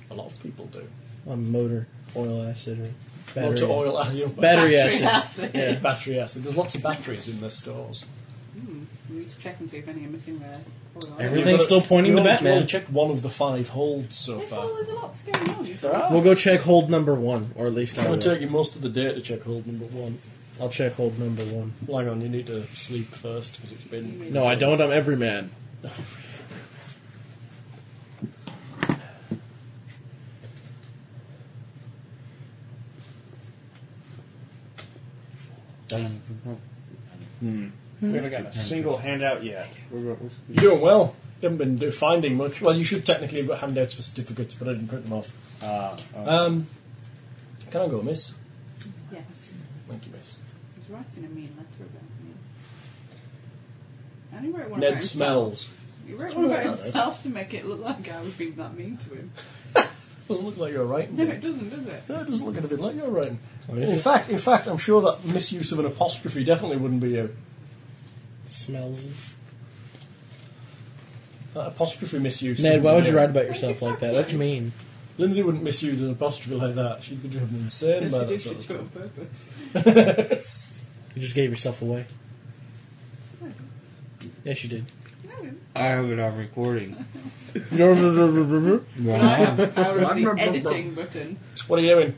A lot of people do. On motor, oil acid, or battery. Motor oil acid. Battery acid. Yeah, Yeah. battery acid. There's lots of batteries in the stores. Hmm. We need to check and see if any are missing there. Everything's still pointing we to only- Batman. We only checked one of the five holds so There's, far. all, there's a lot going on. There are. We'll go check hold number one, or at least It's I going will. to take you most of the day to check hold number one. I'll check hold number one. Hang on, you need to sleep first because it's been. No, I don't. I'm every man. We haven't gotten a single handout yet. We're, go- You're doing well. You haven't been do- finding much. Well, you should technically have got handouts for certificates, but I didn't print them off. uh, uh, Um, can I go, miss? Yes. Thank you, miss. He's writing a mean letter about me. And he wrote one about Ned himself. smells. He wrote one about Alright. himself to make it look like I was being that mean to him. Doesn't look like you're writing. No, do you? it doesn't, does it? No, it doesn't look anything like you're writing. Oh, In fact, in fact, I'm sure that misuse of an apostrophe definitely wouldn't be you. Smells. That apostrophe misuse. Ned, wouldn't why be would you write about yourself yourself like like that? That's mean. Lindsay wouldn't misuse an apostrophe like that. She'd be driven She insane by that did, she sort of did it stuff. on purpose. You just gave yourself away. Yes, you did. I have it on recording. Why But I have I was the editing button. What are you doing?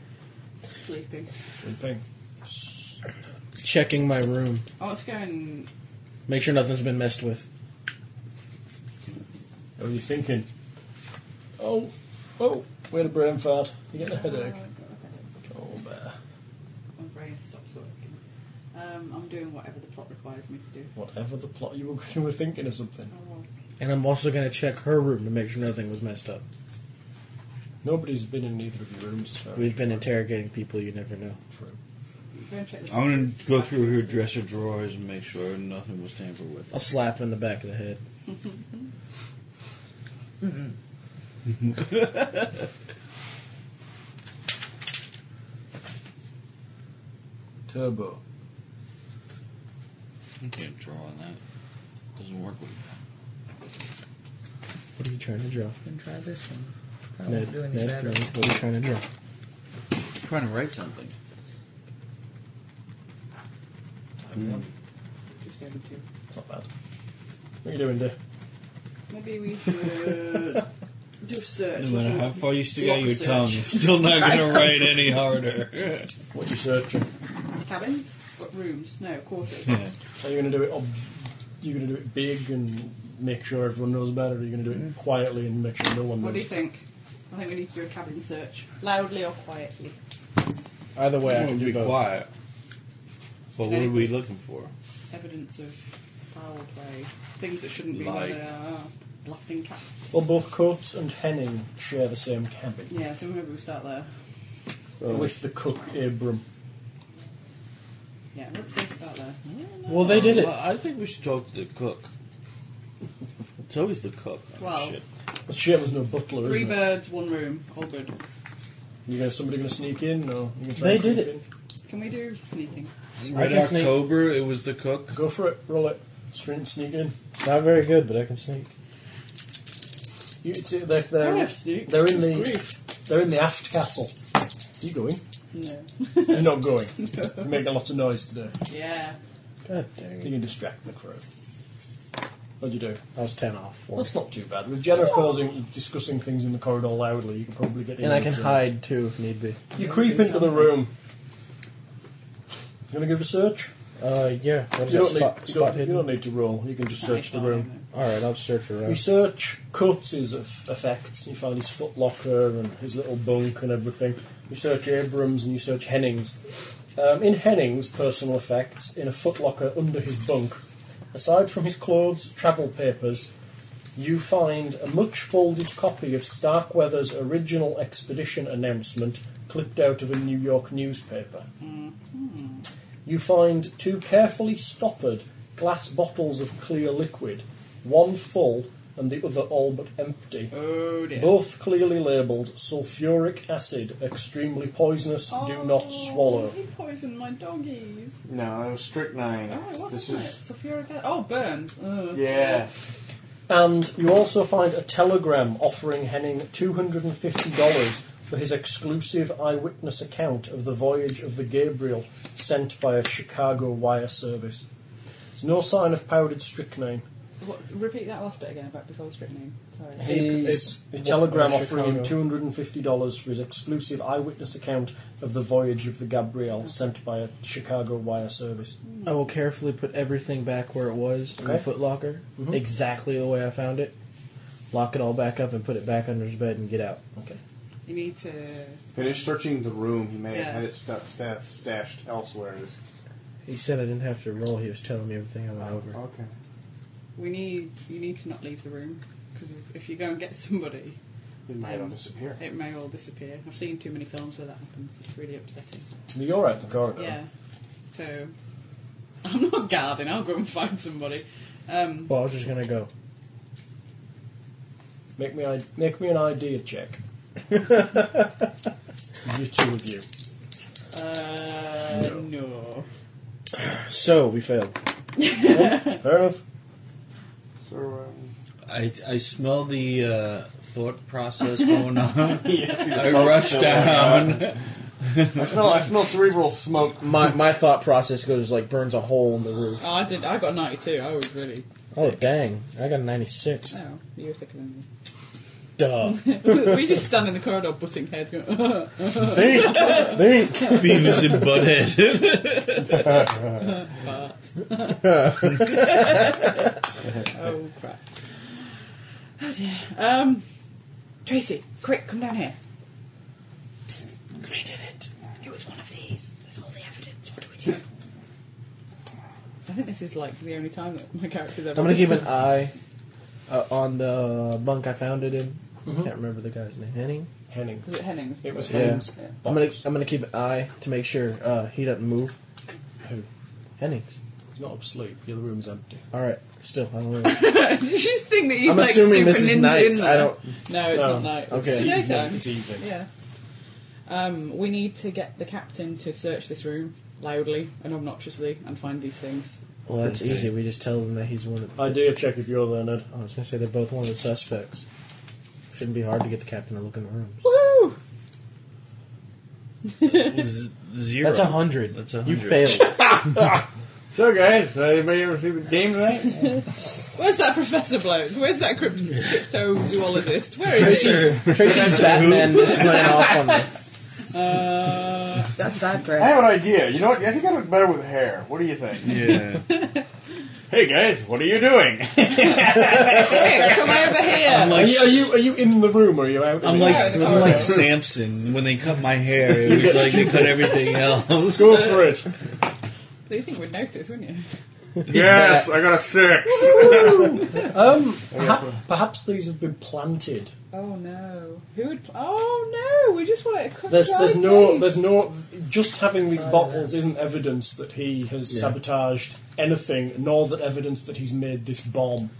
Sleeping. Sleeping. Checking my room. I want to go and Make sure nothing's been messed with. What are you thinking? Oh, oh, we had a brain fart. You're getting a headache. Oh, bear. my brain stops working. Um, I'm doing whatever the plot requires me to do. Whatever the plot, you were, you were thinking of something. Oh, well. And I'm also going to check her room to make sure nothing was messed up. Nobody's been in either of your rooms as far as We've been interrogating people you never know. true. Go and check the I'm going to go through her dresser drawers and make sure nothing was tampered with. I'll slap him in the back of the head. Turbo. I can't draw on that. Doesn't work with What are you trying to draw? And try this one. Probably Ned, won't do any Ned, better. Ned, what are you trying to draw? I'm trying to write something. Just over to. It's not bad. What are you doing, dear? Maybe we should uh, do a search. No matter how far you stick Block out your search. tongue, it's still not going to write any harder. What are you searching? Cabins? What rooms? No, quarters. Are you going to do it? Ob- you going to do it big and make sure everyone knows about it, or are you going to do it quietly and make sure no one What do you knows? think? I think we need to do a cabin search. Loudly or quietly. Either way, I Well, can do be both. quiet. But what are we looking for? Evidence of foul play. Things that shouldn't be where Like- they are. Blasting caps. Well, both Coates and Henning share the same cabin Yeah, so maybe we start there. Oh. with the cook Abram. Yeah, let's go start there. Well, they did it. Well, I think we should talk to the cook. It's always the cook. Oh, Well, shit. But shit, there's no butler, Three isn't it? birds, one room. All good. You gonna somebody going to sneak in? Or you gonna try They and did creep it. in? Can we do sneaking? Red can sneak- October, it was the cook. Go for it. Roll it. Sneak, sneak in. Not very good, but I can sneak. You, it's, they're, Oh, they're, they're in the they're in the aft castle. You going? No. You're not going. You're making a lot of noise today. Yeah. God dang You it. can distract the crew. What'd you do? I was 10 off. Four. That's not too bad. With Jenna causing discussing things in the corridor loudly, you can probably get in. And I can observed. hide too if need be. You creep into the room. You want to give it a search? Uh, yeah. What is You that don't, need, spot, spot you, don't, you hidden? don't need to roll. You can just search the room. Alright, I'll search around. You search Kurtz's eff- effects, and you find his footlocker and his little bunk and everything. You search Abrams and you search Hennings. Um, in Hennings' personal effects, in a footlocker under his bunk, aside from his clothes, travel papers, you find a much folded copy of Starkweather's original expedition announcement clipped out of a New York newspaper. You find two carefully stoppered glass bottles of clear liquid, one full and the other all but empty. Oh dear. Both clearly labelled sulfuric acid, extremely poisonous, do not swallow. Oh, He poisoned my doggies. No, that was strychnine. Oh, what this was is. it? Sulfuric acid. Oh, burns. Ugh. Yeah. And you also find a telegram offering Henning $250 for his exclusive eyewitness account of the voyage of the Gabriel sent by a Chicago wire service. There's no sign of powdered strychnine. What, repeat that last bit again about before the strychnine. Sorry. He's It- a it- telegram what- offering him two Chicago. hundred and fifty dollars for his exclusive eyewitness account of the voyage of the Gabrielle sent by a Chicago wire service. I will carefully put everything back where it was in the Okay. footlocker, Mhm. exactly the way I found it. Lock it all back up and put it back under his bed and get out. Okay. You need to. Finish searching the room. He may Yeah. have had it stu- sta- stashed elsewhere. He said I didn't have to roll. He was telling me everything I went over. Okay. We need. You need to not leave the room because if you go and get somebody, It might Um, all disappear. it may all disappear. I've seen too many films where that happens. It's really upsetting. But You're out in the corridor. Yeah. So I'm not guarding. I'll go and find somebody. Um, Well, I was just gonna go. Make me I- make me an idea check. you two of you. uh, no. So we failed. Fair enough. So, um, I, I smell the uh, thought process going on. yes, he was I smoking rushed still going down. on. I smell. I smell cerebral smoke. My my thought process goes like burns a hole in the roof. Oh, I did. I got 92. I was really. Oh dang! I got a ninety six. Oh, you were thicker than me. Duh. we, we just stand in the corridor, butting heads, going. think, think. Beavis and Butthead. oh crap. Oh dear. Um, Tracy, quick, come down here. Psst, I did it. It was one of these. There's all the evidence. What do we do? I think this is like the only time that my character's ever. I'm gonna give an eye uh, on the bunk I found it in. Can't remember the guy's name. Henning. Henning. Was it Hennings? It was Yeah. Henning's. Yeah. I'm gonna I'm gonna keep an eye to make sure uh, he doesn't move. Who? Hennings. He's not asleep. The other room's empty. All right. Still, I don't know. you just think that you I'm like assuming super this is ninja night. In I there. don't. No, it's No. not night. It's Okay. okay. Evening. It's evening. Yeah. Um, we need to get the captain to search this room loudly and obnoxiously and find these things. Well, that's easy. We just tell them that he's one of. Idea check if you're there, Ned. I was gonna say they're both one of the suspects. Shouldn't be hard to get the captain to look in the room. Woohoo! Z- Zero. That's a hundred. That's a You hundred. failed. So, guys, uh, anybody ever see the game tonight? Where's that professor bloke? Where's that crypt- cryptozoologist? Where is he? Tracy's, Tracy's Batman just went off on me. Uh, That's that I have an idea. You know what? I think I look better with hair. What do you think? Yeah. hey, guys, what are you doing? here, come over I'm here. Are like, you, are you are you in the room or are you out? I'm in like, it? I'm like Samson. When they cut my hair, it was like they cut everything else. go for it. Do you think we'd notice, wouldn't you? yes, I got a six. Um, perha- perhaps these have been planted. Oh no. Who would? Pl- oh no! We just want to cook. There's dry there's no cake. there's no just having these bottles isn't evidence that he has sabotaged anything, nor that evidence that he's made this bomb.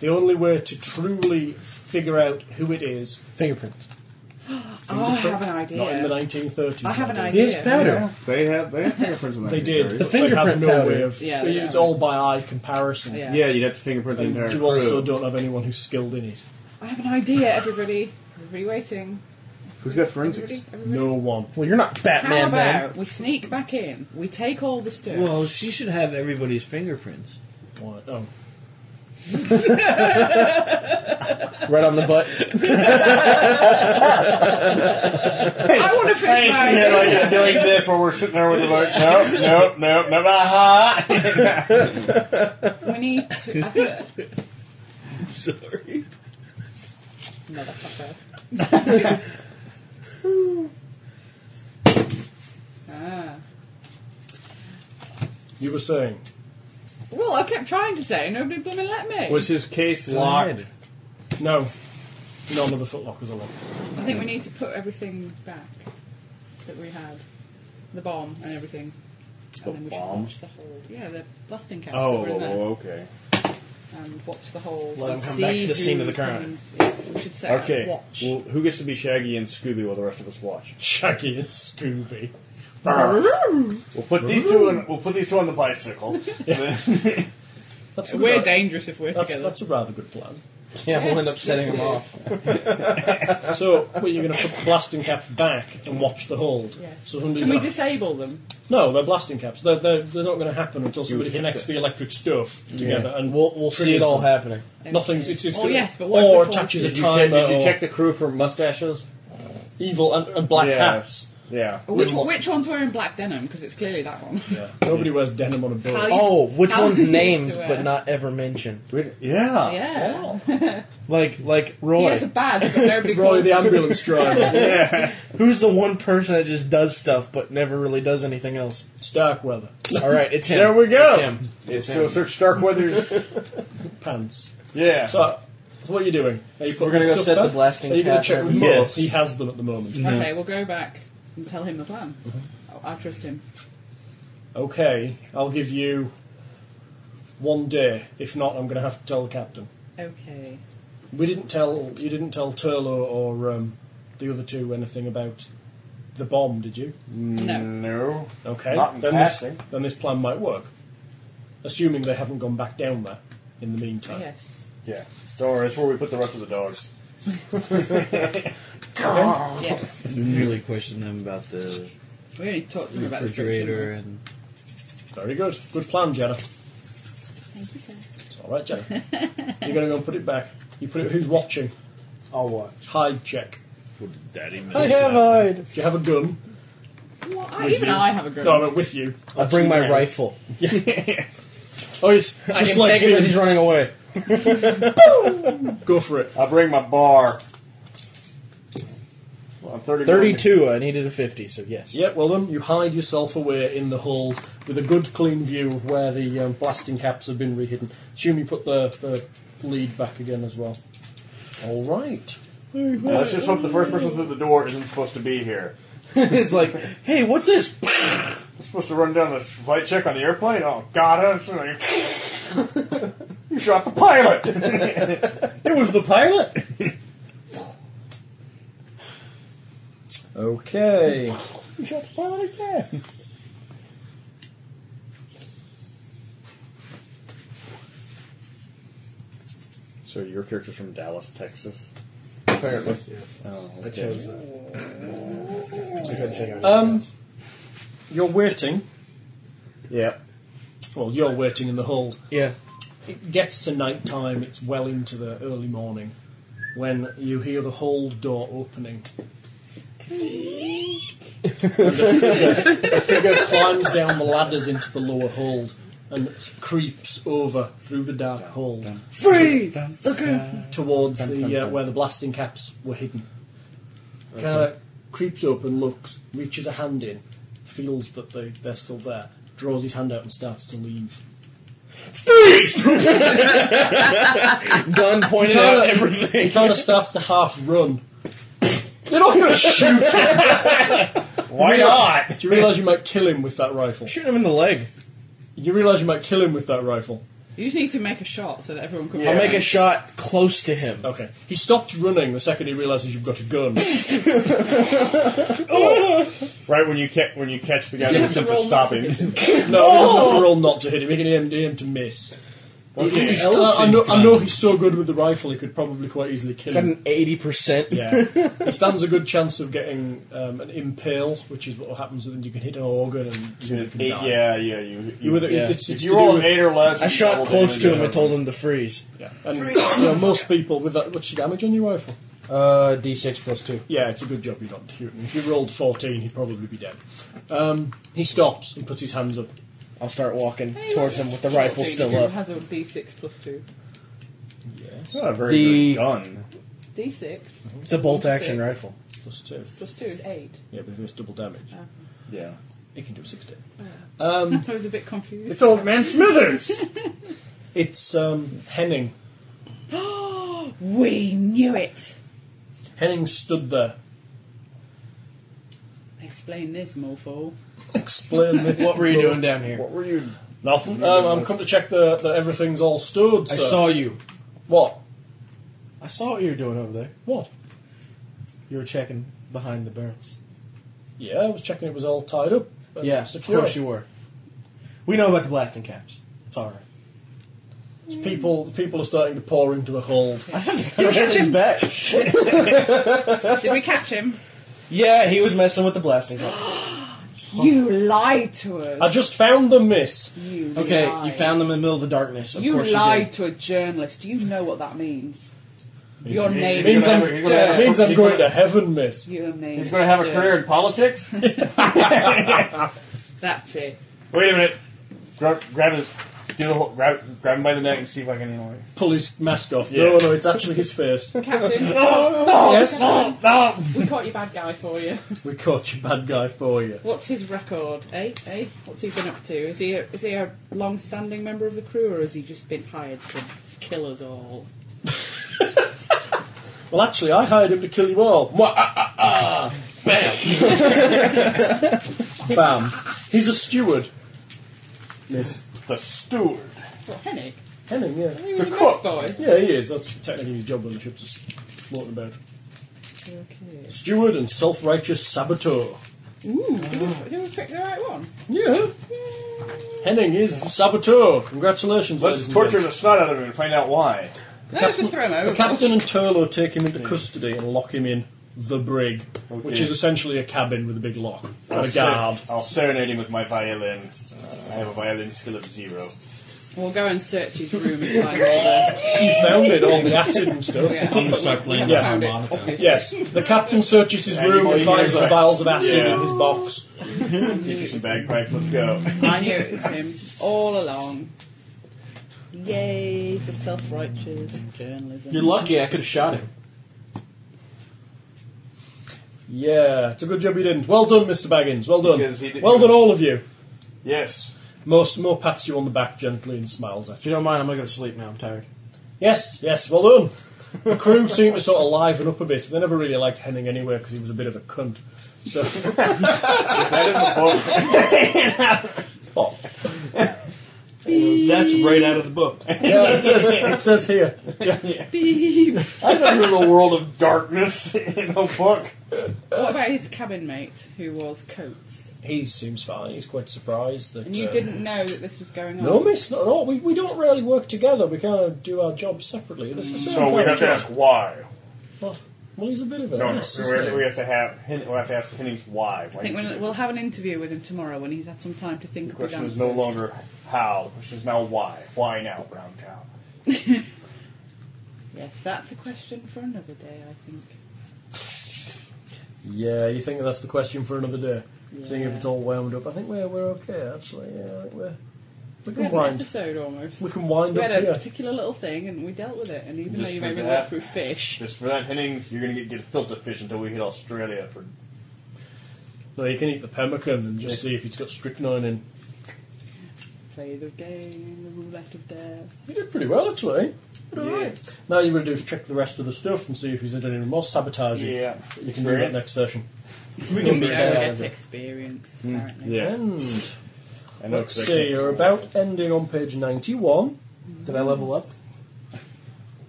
The only way to truly figure out who it is, Fingerprints. Oh, I have an idea. not in the 1930s. I have an did. idea. Here's powder. They have they have fingerprints on that. They The did. but they have fingerprint no powder. way of. Yeah, they it's don't. all by eye comparison. Yeah. Yeah, you'd have to fingerprint the And entire you crew. also don't have anyone who's skilled in it. I have an idea, everybody. Everybody waiting. Who's got forensics? Everybody, everybody. No one. Well, you're not How Batman, man. about we sneak back in? We take all the stuff. Well, she should have everybody's fingerprints. Why- Oh. right on the butt. I want to I finish ain't my. sitting there like uh, doing this while we're sitting there with the boat. Nope, nope, nope, nope. uh-huh. Aha! We need to. I think, I'm sorry. motherfucker. ah. You were saying. Well, I kept trying to say, nobody blooming let me. Was his case locked? No. None of the footlockers are locked. I think we need to put everything back that we had, the bomb and everything. The and then we bomb? should watch the whole. Yeah, the blasting caps that Oh, were in there. okay. And watch the whole. Let 'em and come back see to the scene of the who crime. things- Yes, we should set up Okay. Uh, watch. Well, who gets to be Shaggy and Scooby while the rest of us watch? Shaggy and Scooby. We'll put these two. On, we'll put these two on the bicycle. That's a good We're i- dangerous if we're that's, together. that's a rather good plan. Yeah, we'll end up setting him off. So, well, you're going to put the blasting caps back and watch the hold. Yes. So somebody's Can we gonna- disable them? no, they're blasting caps. They're, they're, they're not going to happen until somebody hit connects them. the electric stuff together and We'll, we'll see it all happening. Nothing's. It's, it's Oh, gonna- yes, but what or if we attaches a Did you, check, timer. did you or check the crew for mustaches? evil and, and black Yeah. hats. Yeah. Which, one- which one's wearing black denim? Because it's clearly that one. Nobody wears denim on a boat. How you- Oh, which how one's you used named to wear. but not ever mentioned? Yeah. Yeah. Like like He Oh. Roy. has a badge, but nobody Roy calls the him. ambulance driver. Who's the one person that just does stuff but never really does anything else? Starkweather. All right, it's him. There we go. It's him. Let's go search Starkweather's. Pants. yeah. So, uh, so what are you doing? Are you We're gonna go set the blasting Are you going cap to check and with everything. Moore? Yes. He has them at the moment. Okay, we'll go back and tell him the plan. Oh, I trust him. Okay, I'll give you one day. If not, I'm going to have to tell the captain. Okay. We didn't tell you didn't tell Turlo or um, the other two anything about the bomb, did you? No. No. Okay, Not in then this passing. then this plan might work, assuming they haven't gone back down there in the meantime. Yes. Yeah. Don't worry. It's where we put the rest of the dogs. Yes. You really question them about the We already talked to him Mm-hmm. about the refrigerator and Very good, good plan, Jenna. Thank you, sir. It's all right, Jenna. You're going to go and put it back. You put it. Who's watching? I'll watch. Hide check. what did daddy make? I have eyed. Do you have a gun? friction. Well, I, even I have a gun. No, I'm with you. I'll bring my Absolutely. rifle. Oh, yes. Just like Take it as he's him. running away. Go for it. I'll bring my bar. Well, I'm 30 Thirty-two. I needed a fifty, so yes. Yeah, well done. You hide yourself away in the hold with a good, clean view of where the um, blasting caps have been rehidden. Assume you put the, the lead back again as well. All right. Now, let's just hope the first person through the door isn't supposed to be here. it's like, hey, what's this? We're supposed to run down this flight check on the airplane. Oh, got us. you shot the pilot. it was the pilot. Okay. You shot the pilot again. So your character's from Dallas, Texas. Apparently, Oh, I chose that. I couldn't figure it Um, out. You're waiting. Yep. Well, you're waiting in the hold. yeah. It gets to night time. It's well into the early morning when you hear the hold door opening. and a figure, a figure climbs down the ladders into the lower hold and creeps over through the dark hold Freeze! towards the uh, where the blasting caps were hidden. Kara creeps up and looks, reaches a hand in, feels that they, they're still there, draws his hand out and starts to leave. Gun pointed out everything. He kind of starts to half run. They're not going to shoot. Why not? Do you realise you might kill him with that rifle? Shoot him in the leg. You realise you might kill him with that rifle. You just need to make a shot so that everyone can. I'll make a shot close to him. Okay. He stopped running the second he realises you've got a gun. Right when you catch when you catch the guy Does he have that to attempts to roll stop not him. to no, he doesn't have to roll not to hit him. He can aim, aim to miss. Okay. He's- I, I know, I know he's so good with the rifle, he could probably quite easily kill Got him. an eighty percent. Yeah, he stands a good chance of getting um, an impale, which is what happens when you can hit an organ and You hit can eight- die. yeah, yeah, you- you- whether- yeah. it's- If it's you to roll do an with- eight or less, I shot close to him and told him to freeze. Yeah, and you know, most people with that. What's your damage on your rifle? Uh, D six plus two. Yeah, it's a good job you don't shoot him. If you rolled fourteen, he'd probably be dead. Um, he stops and puts his hands up. I'll start walking towards him with the rifle still Who up. Has a D6 plus two. It's not a very The- good gun. D6 It's a bolt action Six. rifle. Plus two. plus two is eight. Yeah, but if it's double damage, Oh. Yeah. he can do sixteen. I was a bit confused. It's old man Smithers. it's um, Henning. We knew it. Henning stood there. Explain this, mofo. Explain this. What were you doing down here? What were you? Nothing. Um, I'm come to check that that everything's all stored. I sir. saw you. what? I saw what you were doing over there. What? You were checking behind the barrels. Yeah, I was checking it was all tied up. and Yeah, of secure. course you were. We know about the blasting caps. It's all right. People, people are starting to pour into the hold. His back. Did we catch him? Yeah, he was messing with the blasting caps. You lied to us. I just found the miss. you Okay, lied. you found them in the middle of the darkness. Of You course lied You to a journalist. You know what that means. Your name It means is I'm, have a- he's gonna have it a- means I'm he's going gonna- to heaven, miss. Your name. He's going to have a is career in politics? dirt. That's it. Wait a minute. Grab, grab his. Do the whole, grab, grab him by the neck and see if I can handle it. Pull his mask off. Yeah. No, no, it's actually his face. Captain, yes, we caught your bad guy for you. we caught you, bad guy, for you. What's his record? Eh? Eh? What's he been up to? Is he a, is he a long-standing member of the crew, or has he just been hired to kill us all? Well, actually, I hired him to kill you all. Mwah, ah, ah, ah. Bam. Bam. He's a steward. Miss. The steward. What Henny? Henning, yeah. He was The a cook. mess boy. Yeah, he is. That's technically his job on the ship's just floating about. Okay. Steward and self-righteous saboteur. Ooh, did we, did we pick the right one? Yeah. Henning is the saboteur. Congratulations, Let's ladies and torture gents. the snot out of him and find out why. Let's just throw him over. The captain and Turlo take him into custody and lock him in the brig, which is essentially a cabin with a big lock and a ser- guard. I'll serenade him with my violin. Uh, I have a violin skill of zero. We'll go and search his room and find all the. He found it, all the acid and stuff. Yeah. I'm gonna start playing Yeah. the Found it, harmonica. obviously. Yes, the captain searches his And room he and finds the hears- vials of acid Yeah. in his box. Get you some bagpipes, let's go. I knew it was him all along. Yay for self-righteous journalism. You're lucky. I could have shot him. Yeah, it's a good job you didn't. Well done, Mr. Baggins. Well done. Because he did- well done, all of you. Yes. Most Mo pats you on the back gently and smiles at you. If you don't mind, I'm gonna go to sleep now. I'm tired. Yes, yes, well done. The crew seemed to sort of liven up a bit. They never really liked Henning anyway because he was a bit of a cunt. So, Is that in the book? Oh, That's right out of the book. yeah, it says, it says here. I don't know the world of darkness in the book. What about his cabin mate, who was Coates? He seems fine. He's quite surprised that. And you uh, didn't know that this was going on. No, miss, not at all. We, we don't really work together. We kind of do our jobs separately. It's the same So we have kind of to job. ask why. Well, well, he's a bit of an No, no. ass, we isn't have to- he? we have to have Hen- we have to ask Henning's why. why I think did you we'll, do we'll this? have an interview with him tomorrow when he's had some time to think The of his question answers. is no longer how. The question is now why. Why now, Brown Cow? Yes, that's a question for another day, I think. Yeah, you think that's the question for another day? Seeing if Yeah. it's all wound up, I think we're we're okay actually. Yeah, I think we're we We can had an wind episode almost. we can wind We up had a here. particular little thing and we dealt with it, and even Just though you for made me that. walk through fish, Just for that, Hennings, you're going to get, get a filter fish until we hit Australia for No, you can eat the pemmican and just see if it's got strychnine in. play the game, the roulette of death. You did pretty well actually. You did Yeah. alright. Now you're going to do is check the rest of the stuff and see if he's done any more sabotaging. Yeah. You can do Experience. that next session. We can We beat don't that. get experience, apparently. Hmm. Yeah. And I know, let's 'cause I see, can't- you're about ending on page 91. Did I level up?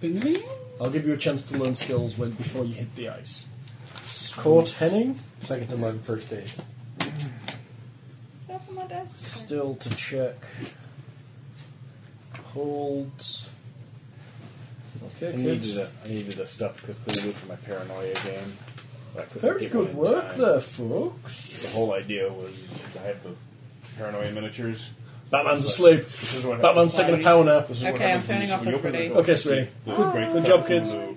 Bing, bing. I'll give you a chance to learn skills when before you hit the ice. Court Henning, Because I get to learn first aid. Open my desk. still to check. holds. Okay, I kids. needed, a, I needed a stuffed Cthulhu for my paranoia game. but I couldn't Very get one good in work time. there, folks. The whole idea was I had the paranoia miniatures. Batman's This is asleep. This is what Batman's happens. taking a power nap. This is what Okay, I'm happens when turning you- off when you open the everybody. door, Okay, you see sweetie. the Good- great good job, Cthulhu kids.